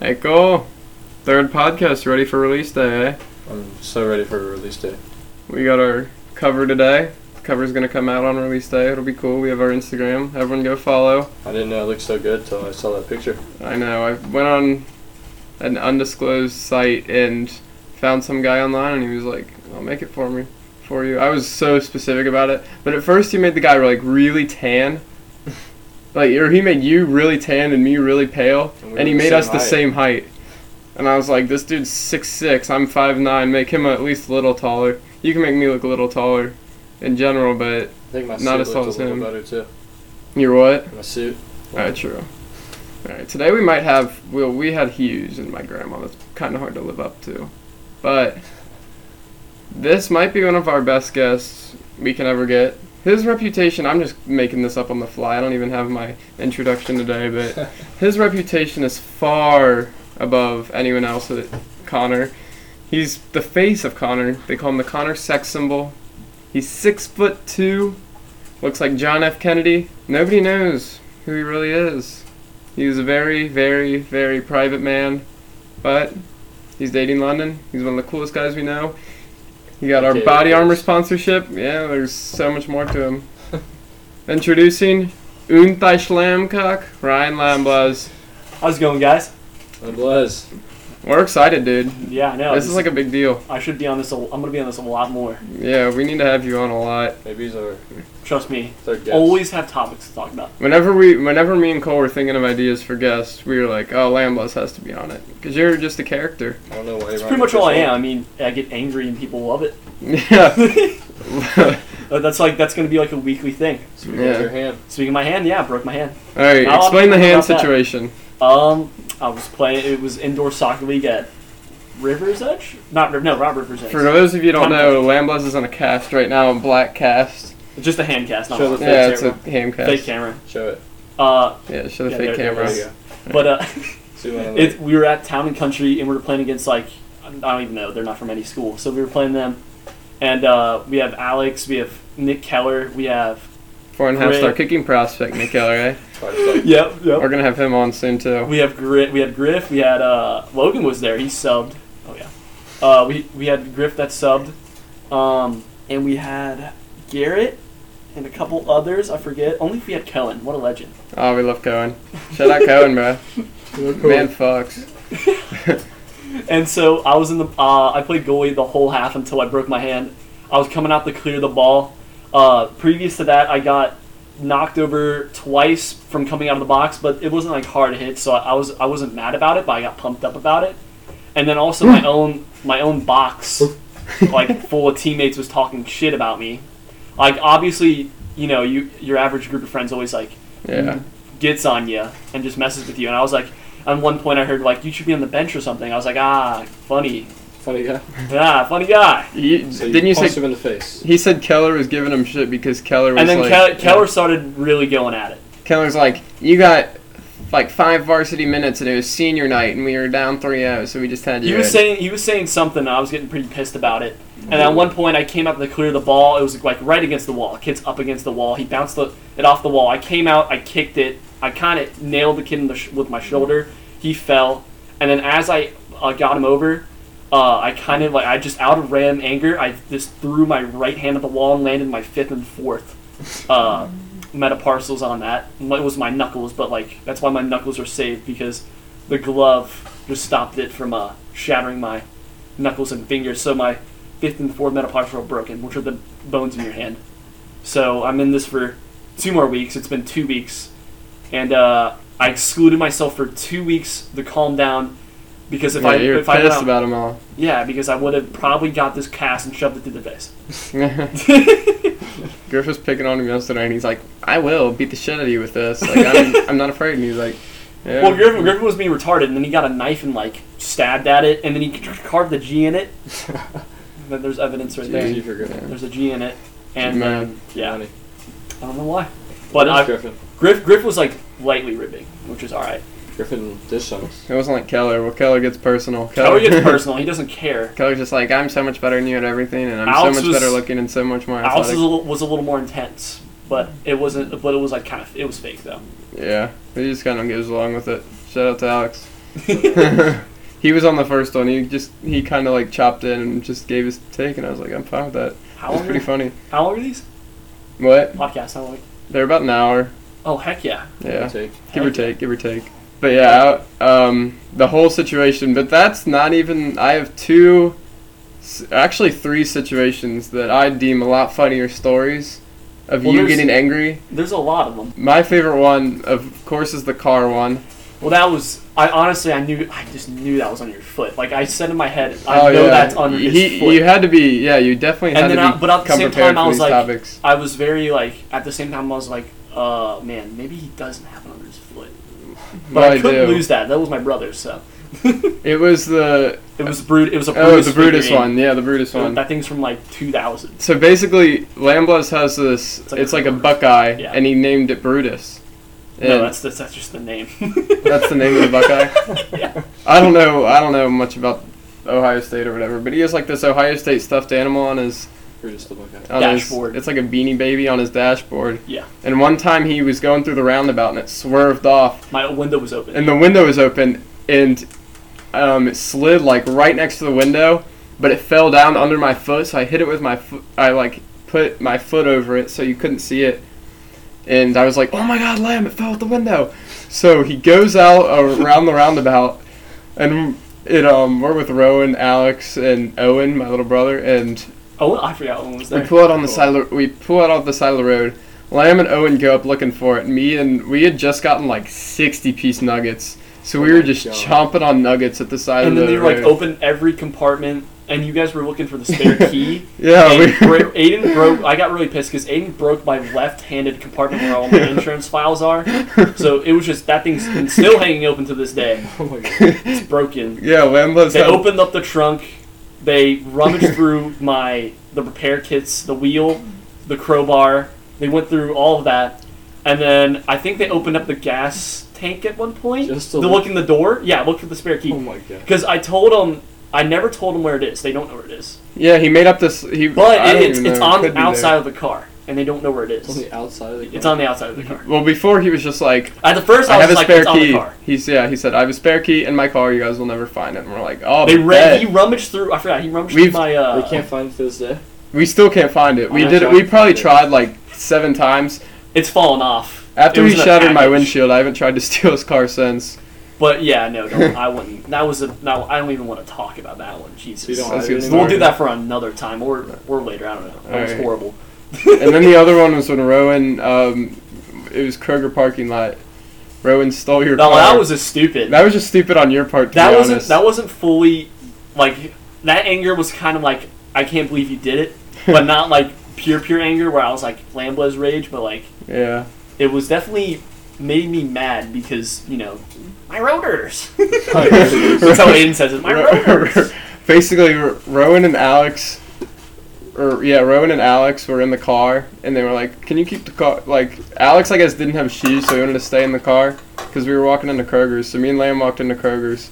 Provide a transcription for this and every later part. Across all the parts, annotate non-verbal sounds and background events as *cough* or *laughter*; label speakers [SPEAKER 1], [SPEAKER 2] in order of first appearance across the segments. [SPEAKER 1] Echo, third podcast ready for release day, eh?
[SPEAKER 2] I'm so ready for release day.
[SPEAKER 1] We got our cover today. Cover's gonna come out on release day. It'll be cool. We have our Instagram. Everyone go follow.
[SPEAKER 2] I didn't know it looked so good till I saw that picture.
[SPEAKER 1] I know. I went on an undisclosed site and found some guy online, and he was like, "I'll make it for me, for you." I was so specific about it, but at first he made the guy like really tan, *laughs* like or he made you really tan and me really pale,
[SPEAKER 2] And
[SPEAKER 1] and,
[SPEAKER 2] we
[SPEAKER 1] he
[SPEAKER 2] were the
[SPEAKER 1] made
[SPEAKER 2] same
[SPEAKER 1] us the
[SPEAKER 2] height.
[SPEAKER 1] same height. And I was like, "This dude's six six. I'm five nine. Make him at least a little taller. You can make me look a little taller, in general, but
[SPEAKER 2] I think my
[SPEAKER 1] Not
[SPEAKER 2] suit
[SPEAKER 1] as
[SPEAKER 2] looked
[SPEAKER 1] tall
[SPEAKER 2] a
[SPEAKER 1] as
[SPEAKER 2] little
[SPEAKER 1] him.
[SPEAKER 2] better too.
[SPEAKER 1] you're what?
[SPEAKER 2] My suit.
[SPEAKER 1] All right, true. All right, today we might have. Well, we had Hughes and my grandma. That's kind of hard to live up to, but this might be one of our best guests we can ever get. His reputation. I'm just making this up on the fly. I don't even have my introduction today, but his reputation is far above anyone else at Connor. He's the face of Connor. They call him the Connor sex symbol. He's six foot two. Looks like John F. Kennedy. Nobody knows who he really is. He's a very, very, very private man, but he's dating London. He's one of the coolest guys we know. He got our
[SPEAKER 2] Okay,
[SPEAKER 1] body
[SPEAKER 2] thanks.
[SPEAKER 1] armor sponsorship. Yeah, there's so much more to him. Introducing Untai Schlamcock, Ryan Lamblas.
[SPEAKER 3] How's it going, guys?
[SPEAKER 2] I'm Blaze.
[SPEAKER 1] We're excited, dude.
[SPEAKER 3] Yeah, I know.
[SPEAKER 1] This is like a big deal.
[SPEAKER 3] I should be on this. A, I'm gonna be on this a lot more.
[SPEAKER 1] Yeah, we need to have you on a lot.
[SPEAKER 2] Maybe he's our
[SPEAKER 3] Trust me.
[SPEAKER 2] third guest.
[SPEAKER 3] Always have topics to talk about.
[SPEAKER 1] Whenever we, whenever me and Cole were thinking of ideas for guests, we were like, "Oh, Lamblas has to be on it," because you're just a character. *laughs*
[SPEAKER 2] I don't know why.
[SPEAKER 3] It's
[SPEAKER 2] Ryan
[SPEAKER 3] pretty much
[SPEAKER 2] picked
[SPEAKER 3] all I
[SPEAKER 2] this
[SPEAKER 3] am. I
[SPEAKER 2] one.
[SPEAKER 3] mean, I get angry and people love it.
[SPEAKER 1] Yeah.
[SPEAKER 3] *laughs* Uh, That's like that's gonna be like a weekly thing.
[SPEAKER 2] So we got
[SPEAKER 1] Yeah.
[SPEAKER 2] your hand.
[SPEAKER 3] Speaking of my hand, yeah, I broke my hand.
[SPEAKER 1] All right,
[SPEAKER 3] Now I'll
[SPEAKER 1] explain the
[SPEAKER 3] think
[SPEAKER 1] hand
[SPEAKER 3] about that.
[SPEAKER 1] situation.
[SPEAKER 3] Um, I was playing. It was indoor soccer league at Rivers Edge. Not Riv- no, not Rivers Edge.
[SPEAKER 1] For those of you who don't know, Lamblas is on a cast right now, a black cast.
[SPEAKER 3] Just a hand cast, not
[SPEAKER 2] Show
[SPEAKER 3] a
[SPEAKER 2] the
[SPEAKER 1] yeah,
[SPEAKER 2] fake
[SPEAKER 1] it's a ham cast.
[SPEAKER 3] fake camera.
[SPEAKER 2] Show it.
[SPEAKER 3] Uh,
[SPEAKER 1] Yeah, show the
[SPEAKER 3] Yeah,
[SPEAKER 1] fake
[SPEAKER 3] there- there
[SPEAKER 1] camera.
[SPEAKER 2] There
[SPEAKER 3] Yes.
[SPEAKER 2] you go.
[SPEAKER 3] but uh, *laughs*
[SPEAKER 2] See what I
[SPEAKER 3] It,
[SPEAKER 2] like.
[SPEAKER 3] we were at town and country, and we were playing against like I don't even know. They're not from any school, so we were playing them. And uh, we have Alex, we have Nick Keller, we have
[SPEAKER 1] Four and a half star
[SPEAKER 3] Great.
[SPEAKER 1] kicking prospect, Nick Keller,
[SPEAKER 3] *laughs*
[SPEAKER 1] eh?
[SPEAKER 2] Five stars.
[SPEAKER 3] *coughs* yep,
[SPEAKER 1] We're gonna have him on soon too.
[SPEAKER 3] We have Griff, we had Griff, we had uh, Logan was there. He subbed. Oh yeah, uh, we we had Griff that subbed, um, and we had Garrett and a couple others. I forget. Only if we had Cohen. What a legend.
[SPEAKER 1] Oh, we love Cohen. Shout out Cohen,
[SPEAKER 3] *laughs*
[SPEAKER 1] bro. Man fucks.
[SPEAKER 3] And so I was in the. Uh, I played goalie the whole half until I broke my hand. I was coming out to clear the ball. Uh, previous to that, I got knocked over twice from coming out of the box, but it wasn't like hard hit, so I was I wasn't mad about it, but I got pumped up about it. And then also my own my own box, like full of teammates, was talking shit about me. Like obviously, you know, you your average group of friends always like
[SPEAKER 1] *laughs*
[SPEAKER 3] mm.
[SPEAKER 1] Yeah.
[SPEAKER 3] gets on you and just messes with you. And I was like, on one point I heard like you should be on the bench or something. I was like, ah, funny,
[SPEAKER 2] Funny guy.
[SPEAKER 3] ah, funny guy.
[SPEAKER 1] You,
[SPEAKER 2] So
[SPEAKER 1] didn't you say
[SPEAKER 2] punched him in the
[SPEAKER 3] *laughs*
[SPEAKER 2] face?
[SPEAKER 1] He said Keller was giving him shit because Keller was
[SPEAKER 3] And then
[SPEAKER 1] like,
[SPEAKER 3] Keller, Keller started really going at it.
[SPEAKER 1] Keller's like, you got like five varsity minutes and it was senior night and we were down 3-0, so we just had you.
[SPEAKER 3] He was
[SPEAKER 1] in."
[SPEAKER 3] saying he was saying something. And I was getting pretty pissed about it. And at one point, I came up to clear the ball. It was like right against the wall. Kid's up against the wall. He bounced the, it off the wall. I came out. I kicked it. I kind of nailed the kid in the sh- with my shoulder. He fell. And then as I uh, got him over, uh, I kind of like I just out of ram anger. I just threw my right hand at the wall and landed my fifth and fourth. Uh, metaparsals on that. It was my knuckles, but like that's why my knuckles are saved because the glove just stopped it from uh, shattering my knuckles and fingers. So my fifth and fourth metatarsal are broken, which are the bones in your hand. So I'm in this for two more weeks. It's been two weeks, and uh, I excluded myself for two weeks to calm down because if
[SPEAKER 1] yeah,
[SPEAKER 3] I
[SPEAKER 1] you were
[SPEAKER 3] if I went
[SPEAKER 1] pissed
[SPEAKER 3] out-
[SPEAKER 1] about him
[SPEAKER 3] *laughs*
[SPEAKER 1] all.
[SPEAKER 3] yeah because I would have probably got this cast and shoved it through the face.
[SPEAKER 1] Griff was picking on him yesterday, and he's like, "I will beat the shit out of you with this. Like,
[SPEAKER 3] *laughs*
[SPEAKER 1] I'm, I'm not afraid." And he's like, yeah.
[SPEAKER 3] Well, Griffin, Griffin was being retarded, and then he got a knife and like stabbed at it, and then he c- carved the G in it. And then there's evidence right
[SPEAKER 2] Easy
[SPEAKER 3] there.
[SPEAKER 2] for Griffin.
[SPEAKER 3] There's a G in it, and
[SPEAKER 1] Man.
[SPEAKER 3] then yeah,
[SPEAKER 2] Funny.
[SPEAKER 3] I don't know why, but
[SPEAKER 2] Where's
[SPEAKER 3] I,
[SPEAKER 2] Griffin.
[SPEAKER 3] Griff Griff was like lightly ribbing, which is all right.
[SPEAKER 2] Griffin dished on us.
[SPEAKER 1] It wasn't like Keller. Well, Keller gets personal.
[SPEAKER 3] Keller gets
[SPEAKER 1] *laughs*
[SPEAKER 3] personal; he doesn't care.
[SPEAKER 1] Keller's just like, "I'm so much better than you at everything, and I'm
[SPEAKER 3] Alex
[SPEAKER 1] so much
[SPEAKER 3] was-
[SPEAKER 1] better looking and so much more
[SPEAKER 3] Alex was
[SPEAKER 1] athletic."
[SPEAKER 3] a, little, was a little more intense, but it
[SPEAKER 1] *laughs*
[SPEAKER 3] wasn't. But it was like kind of it was fake though.
[SPEAKER 1] yeah, he just kind of goes along with it. Shout out to Alex. he was on the first one. He just he kind of like chopped in and just gave his take, and I was like, I'm fine with that.
[SPEAKER 3] How
[SPEAKER 1] It's
[SPEAKER 3] long?
[SPEAKER 1] pretty
[SPEAKER 3] Are,
[SPEAKER 1] funny.
[SPEAKER 3] how long are these
[SPEAKER 1] What?
[SPEAKER 3] podcasts? How long?
[SPEAKER 1] They're about an hour.
[SPEAKER 3] Oh heck yeah!
[SPEAKER 1] Yeah,
[SPEAKER 2] Take.
[SPEAKER 1] give or
[SPEAKER 3] Heck yeah.
[SPEAKER 1] take, give or take. But yeah, I- um, the whole situation. But that's not even. I have two, s- actually three situations that I deem a lot funnier stories of
[SPEAKER 3] Well,
[SPEAKER 1] you
[SPEAKER 3] there's-
[SPEAKER 1] getting angry.
[SPEAKER 3] There's a lot of them.
[SPEAKER 1] My favorite one, of course, is the car one.
[SPEAKER 3] Well, that was. I honestly, I knew. I just knew that was on your foot. Like I said in my head, I
[SPEAKER 1] Oh,
[SPEAKER 3] know
[SPEAKER 1] yeah.
[SPEAKER 3] that's on his
[SPEAKER 1] he,
[SPEAKER 3] foot.
[SPEAKER 1] You had to be, yeah. You definitely
[SPEAKER 3] And
[SPEAKER 1] had
[SPEAKER 3] then
[SPEAKER 1] to
[SPEAKER 3] I-
[SPEAKER 1] be
[SPEAKER 3] but at the
[SPEAKER 1] come
[SPEAKER 3] same
[SPEAKER 1] prepared
[SPEAKER 3] time, I
[SPEAKER 1] for
[SPEAKER 3] was
[SPEAKER 1] these
[SPEAKER 3] like-
[SPEAKER 1] topics.
[SPEAKER 3] I was very like. At the same time, I was like, uh, man, maybe he doesn't have it on his foot. But
[SPEAKER 1] Well,
[SPEAKER 3] I couldn't
[SPEAKER 1] do.
[SPEAKER 3] lose that. That was my brother, so *laughs*
[SPEAKER 1] It was the
[SPEAKER 3] it was brute. It was a Brutus
[SPEAKER 1] oh, the Brutus
[SPEAKER 3] figurine.
[SPEAKER 1] one. Yeah, the Brutus one.
[SPEAKER 3] That thing's from like 2000.
[SPEAKER 1] So basically, Lamblas has this. It's
[SPEAKER 3] It's
[SPEAKER 1] like,
[SPEAKER 3] like a
[SPEAKER 1] a
[SPEAKER 3] Brutus.
[SPEAKER 1] Buckeye,
[SPEAKER 3] Yeah.
[SPEAKER 1] and he named it Brutus.
[SPEAKER 3] no,
[SPEAKER 1] And
[SPEAKER 3] that's, that's that's just the name.
[SPEAKER 1] *laughs* that's the name of the
[SPEAKER 3] *laughs*
[SPEAKER 1] Buckeye.
[SPEAKER 2] *laughs*
[SPEAKER 1] I don't know. I don't know much about Ohio State or whatever, but he has like this Ohio State stuffed animal on his
[SPEAKER 2] Brutus the Buckeye.
[SPEAKER 1] on his-
[SPEAKER 3] Dashboard.
[SPEAKER 1] it's like a beanie baby on his dashboard.
[SPEAKER 3] yeah,
[SPEAKER 1] And one time he was going through the roundabout and it swerved off,
[SPEAKER 3] my window was open.
[SPEAKER 1] and the window was open and um, it slid like right next to the window but it fell down under my foot so i hit it with my foot i like put my foot over it so you couldn't see it and i was like oh my god lamb it fell out the window so he goes out around the roundabout and it um we're with rowan alex and owen my little brother and
[SPEAKER 3] oh, I forgot when was
[SPEAKER 1] we
[SPEAKER 3] there.
[SPEAKER 1] pull out on the
[SPEAKER 3] Cool.
[SPEAKER 1] side of the, we pull out off the side of the road. Lamb and Owen go up looking for it. Me and we had just gotten like sixty piece nuggets, so we
[SPEAKER 2] Oh
[SPEAKER 1] were
[SPEAKER 2] my
[SPEAKER 1] just
[SPEAKER 2] God.
[SPEAKER 1] chomping on nuggets at the side
[SPEAKER 3] And
[SPEAKER 1] of
[SPEAKER 3] then
[SPEAKER 1] the
[SPEAKER 3] they were
[SPEAKER 1] road.
[SPEAKER 3] like open every compartment, and you guys were looking for
[SPEAKER 1] *laughs*
[SPEAKER 3] the spare key.
[SPEAKER 1] yeah,
[SPEAKER 3] Aiden,
[SPEAKER 1] Oh, we
[SPEAKER 3] bro- Aiden
[SPEAKER 1] *laughs*
[SPEAKER 3] broke. I got really pissed because Aiden broke my left-handed compartment where
[SPEAKER 1] *laughs*
[SPEAKER 3] all my insurance files are. So it was just that thing's still hanging open to this day.
[SPEAKER 2] Oh my god.
[SPEAKER 3] It's broken.
[SPEAKER 1] yeah. Lamb was
[SPEAKER 3] They opened up the trunk. They
[SPEAKER 1] *laughs*
[SPEAKER 3] rummaged through my the repair kits, the wheel, the crowbar. They went through all of that, and then I think they opened up the gas tank at one point
[SPEAKER 2] Just
[SPEAKER 3] to
[SPEAKER 2] to
[SPEAKER 3] look,
[SPEAKER 2] look-
[SPEAKER 3] in the door. Yeah, look for the spare
[SPEAKER 2] Oh
[SPEAKER 1] Hmm.
[SPEAKER 3] key.
[SPEAKER 2] my god.
[SPEAKER 3] Because I told them I never told them where it is. They don't know where it is,
[SPEAKER 1] Yeah, he made up this. He I
[SPEAKER 3] but
[SPEAKER 1] don't
[SPEAKER 3] it, it's
[SPEAKER 1] even
[SPEAKER 3] it's
[SPEAKER 1] know, it
[SPEAKER 3] on
[SPEAKER 1] could
[SPEAKER 3] the
[SPEAKER 1] be there.
[SPEAKER 3] outside of the car, and they don't know where it
[SPEAKER 2] It's on
[SPEAKER 3] is.
[SPEAKER 2] the outside of the
[SPEAKER 3] It's
[SPEAKER 2] car.
[SPEAKER 3] on the outside of the car.
[SPEAKER 1] Well, before he was just like,
[SPEAKER 3] At the first,
[SPEAKER 1] Mm-hmm. I
[SPEAKER 3] I,
[SPEAKER 1] have a
[SPEAKER 3] was like,
[SPEAKER 1] spare
[SPEAKER 3] it's on the
[SPEAKER 1] key.
[SPEAKER 3] car.
[SPEAKER 1] He's yeah. He said I have a spare key in my car. You guys will never find it. And we're like, oh,
[SPEAKER 3] They
[SPEAKER 1] bet.
[SPEAKER 3] read. He rummaged through. I forgot. He rummaged
[SPEAKER 1] We've-
[SPEAKER 3] through my. Uh,
[SPEAKER 2] They can't find it to this day.
[SPEAKER 1] we still can't find it. We
[SPEAKER 2] I'm
[SPEAKER 1] did. it.
[SPEAKER 2] sure
[SPEAKER 1] We
[SPEAKER 2] I
[SPEAKER 1] probably
[SPEAKER 2] found it.
[SPEAKER 1] tried like seven times.
[SPEAKER 3] It's fallen off. It
[SPEAKER 1] After
[SPEAKER 3] was
[SPEAKER 1] he
[SPEAKER 3] in a
[SPEAKER 1] shattered my
[SPEAKER 3] package.
[SPEAKER 1] windshield, I haven't tried to *laughs* steal his car since.
[SPEAKER 3] But yeah,
[SPEAKER 1] *laughs*
[SPEAKER 3] no, don't, I wouldn't. That was a. No, I don't even want to talk about that one. Jesus.
[SPEAKER 2] So you don't
[SPEAKER 1] That's
[SPEAKER 2] hide
[SPEAKER 1] good
[SPEAKER 2] it
[SPEAKER 1] story.
[SPEAKER 3] we'll
[SPEAKER 2] anymore.
[SPEAKER 3] do that for another time or or later. I don't know. That was
[SPEAKER 1] Alright.
[SPEAKER 3] horrible.
[SPEAKER 1] and then
[SPEAKER 3] *laughs*
[SPEAKER 1] the other one was when Rowan, um, it was Kroger parking lot. Rowan stole your
[SPEAKER 3] No,
[SPEAKER 1] car.
[SPEAKER 3] that was just stupid.
[SPEAKER 1] that was just stupid on your part. To
[SPEAKER 3] That
[SPEAKER 1] be
[SPEAKER 3] wasn't.
[SPEAKER 1] honest.
[SPEAKER 3] That wasn't fully like. That anger was kind of like I can't believe you did it, but
[SPEAKER 1] *laughs*
[SPEAKER 3] not like pure pure anger where I was like Lambla's rage, but like
[SPEAKER 1] yeah.
[SPEAKER 3] it was definitely made me mad because you know my
[SPEAKER 1] *laughs*
[SPEAKER 3] rotors. *laughs* That's how Aiden says it. My rotors.
[SPEAKER 1] Basically, R- Rowan and Alex, or yeah, Rowan and Alex were in the car, and they were like, "Can you keep the car?" Like Alex, I guess, didn't have shoes, so he wanted to stay in the car because we were walking into Kroger's. So me and Lamb walked into Kroger's,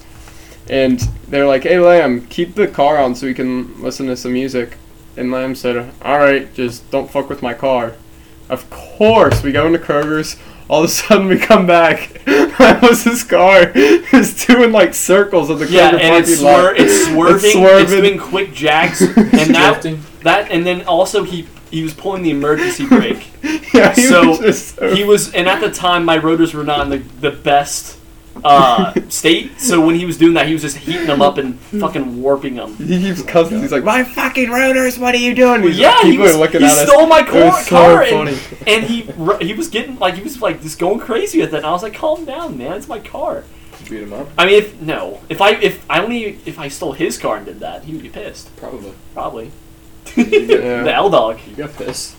[SPEAKER 1] and they were like, "Hey, Lamb, keep the car on so we can listen to some music." And Lamb said, "All right, just don't fuck with my car." Of course, we go into Kroger's. All of a sudden, we come back. *laughs* That was his car. It's doing like circles of the Kroger
[SPEAKER 3] Yeah,
[SPEAKER 1] parking
[SPEAKER 3] and it's,
[SPEAKER 1] lot.
[SPEAKER 3] swerve, it's swerving. It's doing
[SPEAKER 1] *laughs*
[SPEAKER 3] quick
[SPEAKER 2] *laughs*
[SPEAKER 3] jacks, and that
[SPEAKER 2] Drifting.
[SPEAKER 3] that, and then also he he was pulling
[SPEAKER 1] *laughs*
[SPEAKER 3] the emergency brake.
[SPEAKER 1] yeah, he
[SPEAKER 3] So,
[SPEAKER 1] was just so-
[SPEAKER 3] He was, and at the time my rotors were not in the the best
[SPEAKER 1] *laughs*
[SPEAKER 3] uh, state. So when he was doing that, he was just heating them up and fucking warping them.
[SPEAKER 1] he keeps cussing. He's like, "My fucking rotors! What are you doing?" He's
[SPEAKER 3] Yeah, he,
[SPEAKER 1] people
[SPEAKER 3] was,
[SPEAKER 1] are looking
[SPEAKER 3] he
[SPEAKER 1] at us.
[SPEAKER 3] stole my
[SPEAKER 1] It
[SPEAKER 3] car,
[SPEAKER 1] was so
[SPEAKER 3] car
[SPEAKER 1] funny.
[SPEAKER 3] and, and he ru- he was getting like he was like just going crazy with it. And I was like, calm down, man, it's my car.
[SPEAKER 2] Beat him up.
[SPEAKER 3] I mean, if no, if I if I only if I stole his car and did that, he would be pissed,
[SPEAKER 2] Probably.
[SPEAKER 3] probably. *laughs*
[SPEAKER 1] Yeah.
[SPEAKER 3] The L dog.
[SPEAKER 2] You got pissed.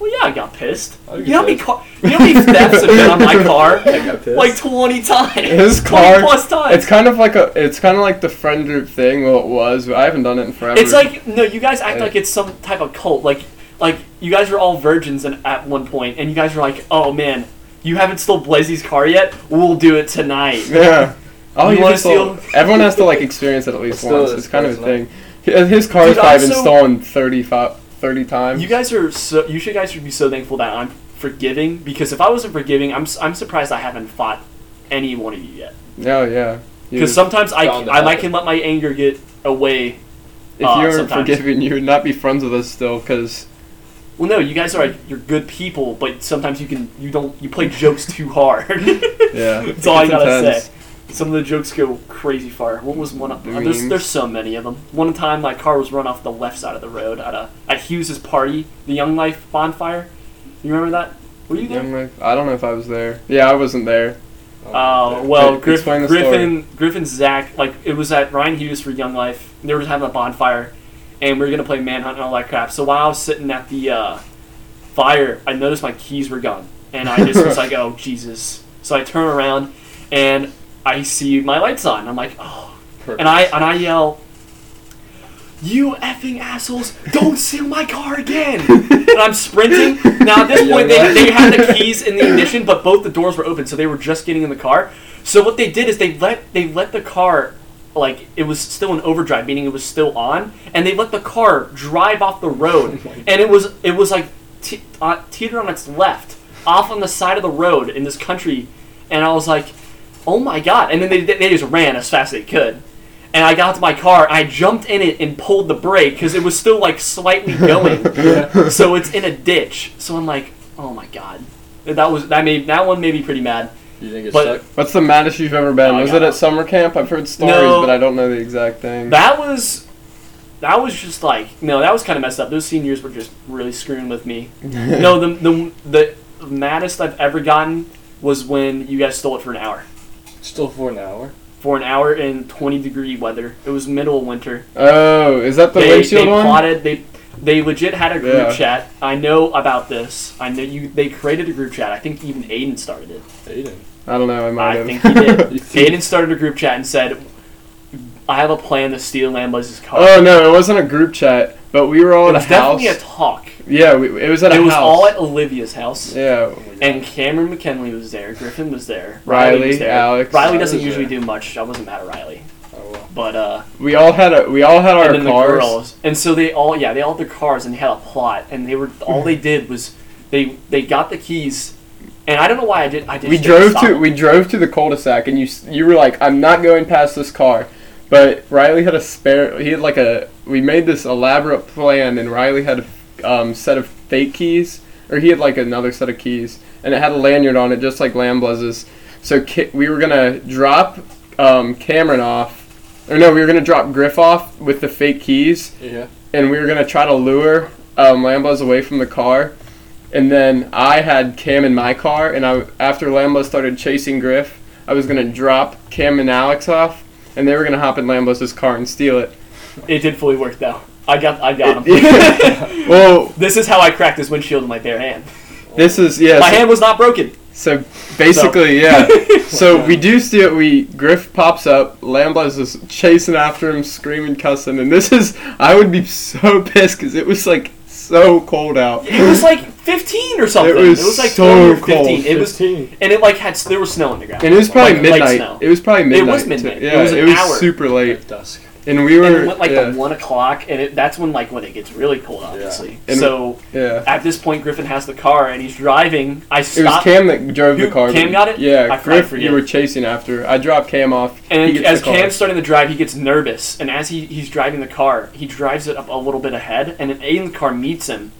[SPEAKER 3] Well, yeah, I got pissed.
[SPEAKER 2] I
[SPEAKER 3] You
[SPEAKER 2] got
[SPEAKER 3] know how many
[SPEAKER 2] pissed.
[SPEAKER 3] car, you know
[SPEAKER 1] *laughs*
[SPEAKER 3] how many thefts have been on my car?
[SPEAKER 2] I got pissed.
[SPEAKER 3] *laughs* Like twenty times.
[SPEAKER 1] His
[SPEAKER 3] 20
[SPEAKER 1] car.
[SPEAKER 3] plus times.
[SPEAKER 1] It's kind of like a. It's kind of like the friend group thing. Well, it was. But I haven't done it in forever.
[SPEAKER 3] It's like no, you guys act
[SPEAKER 1] Hey.
[SPEAKER 3] like it's some type of cult. Like like you guys were all virgins and at one point, and you guys were like, oh man, you haven't stole Blazey's car yet. We'll do it tonight.
[SPEAKER 1] Yeah. Oh,
[SPEAKER 3] You
[SPEAKER 1] you
[SPEAKER 3] wanna
[SPEAKER 1] just stole-
[SPEAKER 3] steal-
[SPEAKER 1] Everyone has to like experience it at least
[SPEAKER 2] Let's do
[SPEAKER 1] once.
[SPEAKER 2] it.
[SPEAKER 1] It's kind of a
[SPEAKER 2] Let's
[SPEAKER 1] thing. Hi- His car's
[SPEAKER 3] Dude,
[SPEAKER 1] probably been
[SPEAKER 3] also-
[SPEAKER 1] stolen 35, 30 times.
[SPEAKER 3] You guys are so. You should guys should be so thankful that I'm forgiving because if I wasn't forgiving, I'm s- I'm surprised I haven't fought any one of you yet.
[SPEAKER 1] Oh yeah. You'd-
[SPEAKER 3] Because sometimes I,
[SPEAKER 2] Bound to
[SPEAKER 3] I might
[SPEAKER 2] happen.
[SPEAKER 3] can let my anger get away.
[SPEAKER 1] if
[SPEAKER 3] uh,
[SPEAKER 1] you weren't
[SPEAKER 3] sometimes.
[SPEAKER 1] forgiven, you would not be friends with us still, because
[SPEAKER 3] Well, no, you guys are you're good people, but sometimes you can you don't you play jokes too hard.
[SPEAKER 1] yeah,
[SPEAKER 3] That's all I
[SPEAKER 1] it's
[SPEAKER 3] gotta
[SPEAKER 1] intense.
[SPEAKER 3] say. Some of the jokes go crazy far. What was one? Up,
[SPEAKER 1] The
[SPEAKER 3] uh, there's
[SPEAKER 1] memes.
[SPEAKER 3] there's so many of them. One time, my car was run off the left side of the road at a at Hughes's party, the Young Life bonfire. You remember that? Were you there?
[SPEAKER 1] Young Life- I don't know if I was there. Yeah, I wasn't
[SPEAKER 3] *laughs*
[SPEAKER 1] there.
[SPEAKER 2] Oh,
[SPEAKER 3] Uh, well,
[SPEAKER 1] Hey,
[SPEAKER 3] Griff,
[SPEAKER 1] explain the
[SPEAKER 3] Griffin, Griffin, Zach, like it was at Ryan Hughes for Young Life. They were having a bonfire, and we were gonna play manhunt and all that crap. So while I was sitting at the uh, fire, I noticed my keys were gone, and I just
[SPEAKER 1] *laughs*
[SPEAKER 3] was like, "Oh Jesus!" So I turn around, and I see my lights on. I'm like, "Oh!"
[SPEAKER 2] Perfect.
[SPEAKER 3] And I and I yell, "You effing assholes! Don't steal my car again!" and I'm sprinting. Now at this
[SPEAKER 1] Yeah,
[SPEAKER 3] point, they,
[SPEAKER 1] right.
[SPEAKER 3] they had the keys in the ignition, but both the doors were open, so they were just getting in the car. So what they did is they let they let the car like it was still in overdrive, meaning it was still on, and they let the car drive off the road, and it was it was like te- uh, teetered on its left, off on the side of the road in this country, and I was like, oh my god! And then they they just ran as fast as they could, and I got to my car, I jumped in it and pulled the brake because it was still like
[SPEAKER 1] *laughs*
[SPEAKER 3] slightly going, so it's in a ditch. So I'm like, oh my god, that was that made that one made me pretty mad.
[SPEAKER 2] You didn't get
[SPEAKER 3] but-
[SPEAKER 2] stuck?
[SPEAKER 1] What's the maddest you've ever been?
[SPEAKER 3] Oh,
[SPEAKER 1] was
[SPEAKER 3] God.
[SPEAKER 1] it at summer camp? I've heard stories,
[SPEAKER 3] No.
[SPEAKER 1] but I don't know the exact thing.
[SPEAKER 3] That was that was just like no, that was kind of messed up. Those seniors were just really screwing with me. no, the the the maddest I've ever gotten was when you guys stole it for an hour.
[SPEAKER 2] Still for an hour.
[SPEAKER 3] For an hour in 20 degree weather. It was middle of winter.
[SPEAKER 1] *laughs* oh, is that the
[SPEAKER 3] they
[SPEAKER 1] windshield
[SPEAKER 3] they
[SPEAKER 1] one?
[SPEAKER 3] plotted they they legit had a group
[SPEAKER 1] Yeah.
[SPEAKER 3] chat. I know about this. I know you they created a group chat. I think even Aiden started it.
[SPEAKER 2] Aiden.
[SPEAKER 3] *laughs*
[SPEAKER 1] I don't know. I might
[SPEAKER 3] I
[SPEAKER 1] have.
[SPEAKER 3] think he did.
[SPEAKER 2] You think-
[SPEAKER 3] Aiden started a group chat and said I have a plan to steal Lambo's
[SPEAKER 1] *laughs*
[SPEAKER 3] car.
[SPEAKER 1] oh no, it wasn't a group chat, but we were all
[SPEAKER 3] it
[SPEAKER 1] at a
[SPEAKER 3] was
[SPEAKER 1] house.
[SPEAKER 3] definitely a talk.
[SPEAKER 1] yeah, we, it was at
[SPEAKER 3] it
[SPEAKER 1] a
[SPEAKER 3] was
[SPEAKER 1] house.
[SPEAKER 3] all at Olivia's house.
[SPEAKER 1] yeah,
[SPEAKER 2] Oh my God.
[SPEAKER 3] And Cameron McKinley was there. Griffin was there.
[SPEAKER 1] Riley,
[SPEAKER 3] was there.
[SPEAKER 1] Alex.
[SPEAKER 3] Riley doesn't
[SPEAKER 2] Riley was
[SPEAKER 3] usually
[SPEAKER 2] there.
[SPEAKER 3] do much. I wasn't mad at Riley,
[SPEAKER 2] Oh, well.
[SPEAKER 3] but uh,
[SPEAKER 1] we all had a we all had our
[SPEAKER 3] and then the
[SPEAKER 1] cars.
[SPEAKER 3] girls. And so they all, yeah, they all had their cars and they had a plot. And they were all they did was they they got the keys. And I don't know why I did. I did.
[SPEAKER 1] we drove to we drove to the cul-de-sac, and you s- you were like, I'm not going past this car. But Riley had a spare. He had like a. We made this elaborate plan, and Riley had a um, set of fake keys, or he had like another set of keys, and it had a lanyard on it, just like Lamblez's. So Ki- we were gonna drop um, Cameron off, or no, we were gonna drop Griff off with the fake keys,
[SPEAKER 2] Yeah.
[SPEAKER 1] and we were gonna try to lure um, Lambos away from the car. And then I had Cam in my car, and I after Lambo started chasing Griff, I was gonna drop Cam and Alex off, and they were gonna hop in Lambo's car and steal
[SPEAKER 3] *laughs*
[SPEAKER 1] it.
[SPEAKER 3] It did fully work though. I got
[SPEAKER 1] *laughs*
[SPEAKER 3] I got
[SPEAKER 1] It-
[SPEAKER 3] him.
[SPEAKER 1] Well,
[SPEAKER 3] this is how I cracked this windshield with my bare hand.
[SPEAKER 1] this is yeah.
[SPEAKER 3] my
[SPEAKER 1] so-
[SPEAKER 3] hand was not broken.
[SPEAKER 1] So basically,
[SPEAKER 3] *laughs*
[SPEAKER 1] yeah. So we do see it. We Griff pops up. Lambla's just chasing after him, screaming, cussing, and this is I would be so *laughs* pissed because it was like so cold out.
[SPEAKER 3] It was like 15 or something. It was,
[SPEAKER 1] was
[SPEAKER 3] like
[SPEAKER 1] so
[SPEAKER 3] 20 or 15.
[SPEAKER 1] cold.
[SPEAKER 3] It was
[SPEAKER 2] Oh. Fifteen.
[SPEAKER 3] and it like had there was snow on the ground.
[SPEAKER 1] And it was probably
[SPEAKER 3] Like, light snow.
[SPEAKER 1] midnight. It was probably
[SPEAKER 3] It
[SPEAKER 1] midnight.
[SPEAKER 3] was
[SPEAKER 1] too.
[SPEAKER 3] midnight. It
[SPEAKER 1] Yeah,
[SPEAKER 3] was an hour.
[SPEAKER 1] super late,
[SPEAKER 2] At dusk.
[SPEAKER 1] and we
[SPEAKER 3] And
[SPEAKER 1] were
[SPEAKER 3] it went like
[SPEAKER 1] yeah,
[SPEAKER 3] the one o'clock, and it, that's when like when it gets really cold, obviously.
[SPEAKER 1] And-
[SPEAKER 3] So
[SPEAKER 1] yeah.
[SPEAKER 3] at this point, Griffin has the car and he's driving.
[SPEAKER 1] It
[SPEAKER 3] I
[SPEAKER 1] was
[SPEAKER 3] stop,
[SPEAKER 1] Cam that drove the
[SPEAKER 3] Who-
[SPEAKER 1] car.
[SPEAKER 3] Cam
[SPEAKER 1] but-
[SPEAKER 3] got it?
[SPEAKER 1] Yeah,
[SPEAKER 3] I- I
[SPEAKER 1] Griff,
[SPEAKER 3] forget.
[SPEAKER 1] you were chasing after. I dropped Cam off. he
[SPEAKER 3] and
[SPEAKER 1] gets
[SPEAKER 3] as
[SPEAKER 1] the car.
[SPEAKER 3] Cam's starting to drive, he gets nervous. And as he, he's driving the car, he drives it up a little bit ahead, and an alien car meets him.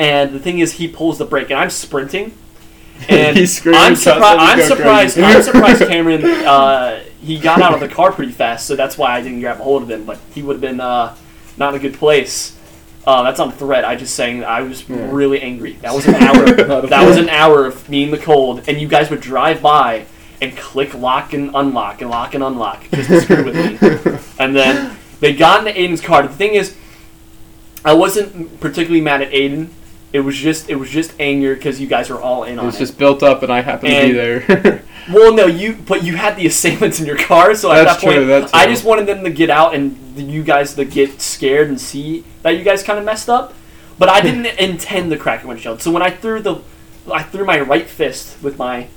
[SPEAKER 3] And the thing is, he pulls the brake, and I'm sprinting.
[SPEAKER 1] *laughs*
[SPEAKER 3] And
[SPEAKER 1] He's screaming,
[SPEAKER 3] I'm,
[SPEAKER 1] cussing,
[SPEAKER 3] surpri-
[SPEAKER 1] he's
[SPEAKER 3] I'm
[SPEAKER 1] going
[SPEAKER 3] surprised.
[SPEAKER 1] crazy. *laughs*
[SPEAKER 3] I'm surprised. Cameron. Uh, he got out of the car pretty fast, so that's why I didn't grab a hold of him. But he would have been uh, not in a good place. Uh, that's on threat. I just saying that I was
[SPEAKER 1] Yeah.
[SPEAKER 3] really angry.
[SPEAKER 1] *laughs*
[SPEAKER 3] That was an hour. that was an hour of me in the cold, and you guys would drive by and click lock and unlock and lock and unlock just to screw with
[SPEAKER 1] *laughs*
[SPEAKER 3] me. And then they got into Aiden's car. The thing is, I wasn't particularly mad at Aiden. It was just it was just anger because you guys were all in
[SPEAKER 1] It
[SPEAKER 3] on
[SPEAKER 1] was just built up, and I happened to be there. *laughs*
[SPEAKER 3] well, no, you but you had the assailants in your car, so at
[SPEAKER 1] That's
[SPEAKER 3] that point,
[SPEAKER 1] true, that's
[SPEAKER 3] I
[SPEAKER 1] true.
[SPEAKER 3] just wanted them to get out and the- you guys to get scared and see that you guys kind of messed up. But I didn't intend to crack a windshield, so when I threw the, I threw my right fist with my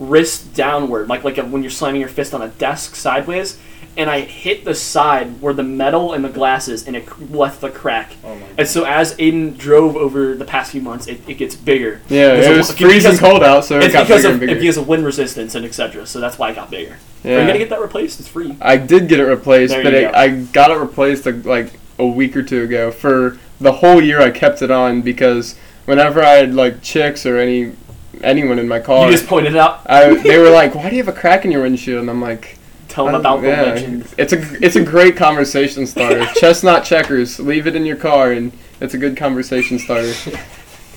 [SPEAKER 3] wrist downward, like like a, when you're slamming your fist on a desk sideways, and I hit the side where the metal and the glasses, and it cr- left the crack.
[SPEAKER 2] Oh my god.
[SPEAKER 3] And so as Aiden drove over the past few months, it, it gets bigger.
[SPEAKER 1] Yeah,
[SPEAKER 3] It's
[SPEAKER 1] it
[SPEAKER 3] a-
[SPEAKER 1] was
[SPEAKER 3] because-
[SPEAKER 1] freezing cold out, so it
[SPEAKER 3] It's
[SPEAKER 1] got
[SPEAKER 3] because
[SPEAKER 1] bigger
[SPEAKER 3] of
[SPEAKER 1] and
[SPEAKER 3] it
[SPEAKER 1] bigger.
[SPEAKER 3] because of wind resistance and etc. So that's why it got bigger. Are you
[SPEAKER 1] yeah.
[SPEAKER 3] gonna get that replaced? It's free.
[SPEAKER 1] I did get it replaced,
[SPEAKER 3] There
[SPEAKER 1] but
[SPEAKER 3] you
[SPEAKER 1] it,
[SPEAKER 3] go.
[SPEAKER 1] I got it replaced like, like a week or two ago. For the whole year, I kept it on because whenever I had like chicks or any anyone in my car,
[SPEAKER 3] You just pointed it out.
[SPEAKER 1] I, they were like, "Why do you have a crack in your windshield?" And I'm like,
[SPEAKER 3] Tell them
[SPEAKER 1] "I don't-
[SPEAKER 3] about the
[SPEAKER 1] yeah."
[SPEAKER 3] legend.
[SPEAKER 1] It's a it's a great conversation
[SPEAKER 3] *laughs*
[SPEAKER 1] starter. Chestnut checkers, leave it in your car, and it's a good conversation starter.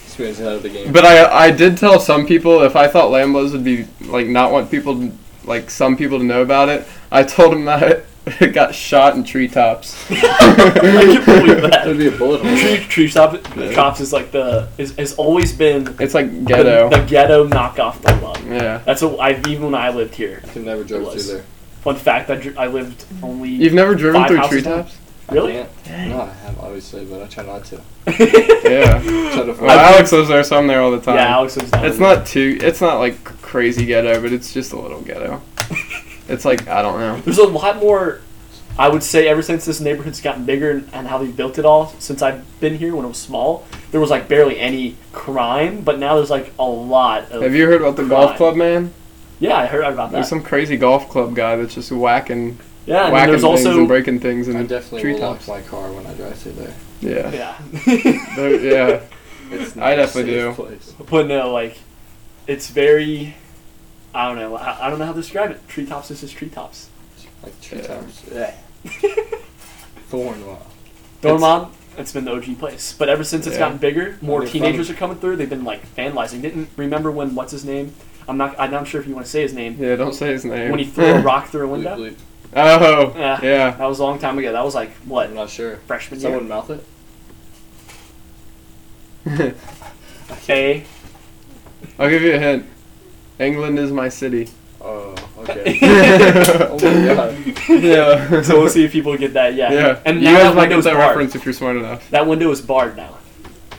[SPEAKER 2] Experience out of the game.
[SPEAKER 1] But I I did tell some people if I thought Lambos would be like not want people to, like some people to know about it. I told them that *laughs* it got shot in treetops.
[SPEAKER 3] *laughs* *laughs* I can
[SPEAKER 2] *laughs*
[SPEAKER 3] believe
[SPEAKER 2] that would
[SPEAKER 3] that.
[SPEAKER 2] be a bullet hole.
[SPEAKER 3] Tree, tree shop, cops is like the is, has always been the-
[SPEAKER 1] It's like ghetto.
[SPEAKER 3] *laughs* The, ghetto knockoff the love.
[SPEAKER 1] yeah.
[SPEAKER 3] That's what I even when I lived here.
[SPEAKER 2] You can never
[SPEAKER 3] It
[SPEAKER 2] drive
[SPEAKER 3] was.
[SPEAKER 2] through there.
[SPEAKER 3] Fun fact: I, dr- I lived only
[SPEAKER 1] You've never driven
[SPEAKER 3] Five
[SPEAKER 1] through
[SPEAKER 3] houses
[SPEAKER 1] treetops?
[SPEAKER 3] really.
[SPEAKER 2] I can't. No, I have obviously, but I try not
[SPEAKER 3] *gasps*
[SPEAKER 2] to.
[SPEAKER 3] *laughs*
[SPEAKER 1] yeah.
[SPEAKER 2] Try to
[SPEAKER 1] Well,
[SPEAKER 2] avoid-
[SPEAKER 1] Alex lives there, so I'm there all the time.
[SPEAKER 3] Yeah, Alex was down.
[SPEAKER 1] It's not too. It's not like crazy ghetto, but it's just a little
[SPEAKER 3] *laughs*
[SPEAKER 1] ghetto. it's like I don't know.
[SPEAKER 3] There's a lot more. I would say ever since this neighborhood's gotten bigger and, and how they built it all, since I've been here when it was small, there was like barely any crime, but now there's like a lot of.
[SPEAKER 1] Have you heard about the golf
[SPEAKER 3] Crime.
[SPEAKER 1] club man?
[SPEAKER 3] Yeah, I heard about that.
[SPEAKER 1] There's some crazy golf club guy that's just whacking,
[SPEAKER 3] yeah, and then
[SPEAKER 1] whacking
[SPEAKER 3] there's
[SPEAKER 1] things
[SPEAKER 3] also.
[SPEAKER 1] and breaking things
[SPEAKER 2] I
[SPEAKER 1] in
[SPEAKER 2] definitely will lock
[SPEAKER 1] treetops.
[SPEAKER 2] my car when I drive through there.
[SPEAKER 1] Yeah.
[SPEAKER 3] yeah.
[SPEAKER 1] There- yeah.
[SPEAKER 2] It's
[SPEAKER 1] I
[SPEAKER 2] not a
[SPEAKER 1] definitely
[SPEAKER 2] safe
[SPEAKER 1] do.
[SPEAKER 2] Place.
[SPEAKER 3] *laughs* But no, like, it's very. I don't know. I, I don't know how to describe it. Treetops is just treetops.
[SPEAKER 2] Like
[SPEAKER 1] Yeah.
[SPEAKER 2] treetops. *laughs* Yeah. Thornwall.
[SPEAKER 3] Dormont, it's been the OG place. But ever since it's
[SPEAKER 1] Yeah.
[SPEAKER 3] gotten bigger, more
[SPEAKER 2] They're
[SPEAKER 3] teenagers
[SPEAKER 2] from-
[SPEAKER 3] are coming through. They've been like vandalizing. Didn't remember when what's his name? I'm not. I'm not sure if you want to say his name.
[SPEAKER 1] Yeah. Don't say his name.
[SPEAKER 3] When he
[SPEAKER 1] *laughs*
[SPEAKER 3] threw a rock through a
[SPEAKER 2] Bleep,
[SPEAKER 3] window.
[SPEAKER 2] bleep.
[SPEAKER 1] Oh.
[SPEAKER 3] Yeah.
[SPEAKER 1] Yeah.
[SPEAKER 3] That was a long time ago. That was like what
[SPEAKER 2] I'm not sure.
[SPEAKER 3] freshman year.
[SPEAKER 2] Someone mouth it?
[SPEAKER 3] Bay.
[SPEAKER 1] *laughs* I'll give you a hint. England is my
[SPEAKER 3] *laughs*
[SPEAKER 1] city.
[SPEAKER 2] *laughs* Oh, okay.
[SPEAKER 1] yeah.
[SPEAKER 2] oh *laughs* my god.
[SPEAKER 3] So we'll see if people get that.
[SPEAKER 1] *laughs*
[SPEAKER 3] Yeah.
[SPEAKER 1] Yeah.
[SPEAKER 3] And
[SPEAKER 1] you
[SPEAKER 3] now
[SPEAKER 1] guys
[SPEAKER 3] that
[SPEAKER 1] might get
[SPEAKER 3] window's
[SPEAKER 1] that
[SPEAKER 3] barred.
[SPEAKER 1] reference if you're smart enough.
[SPEAKER 3] That window is barred now.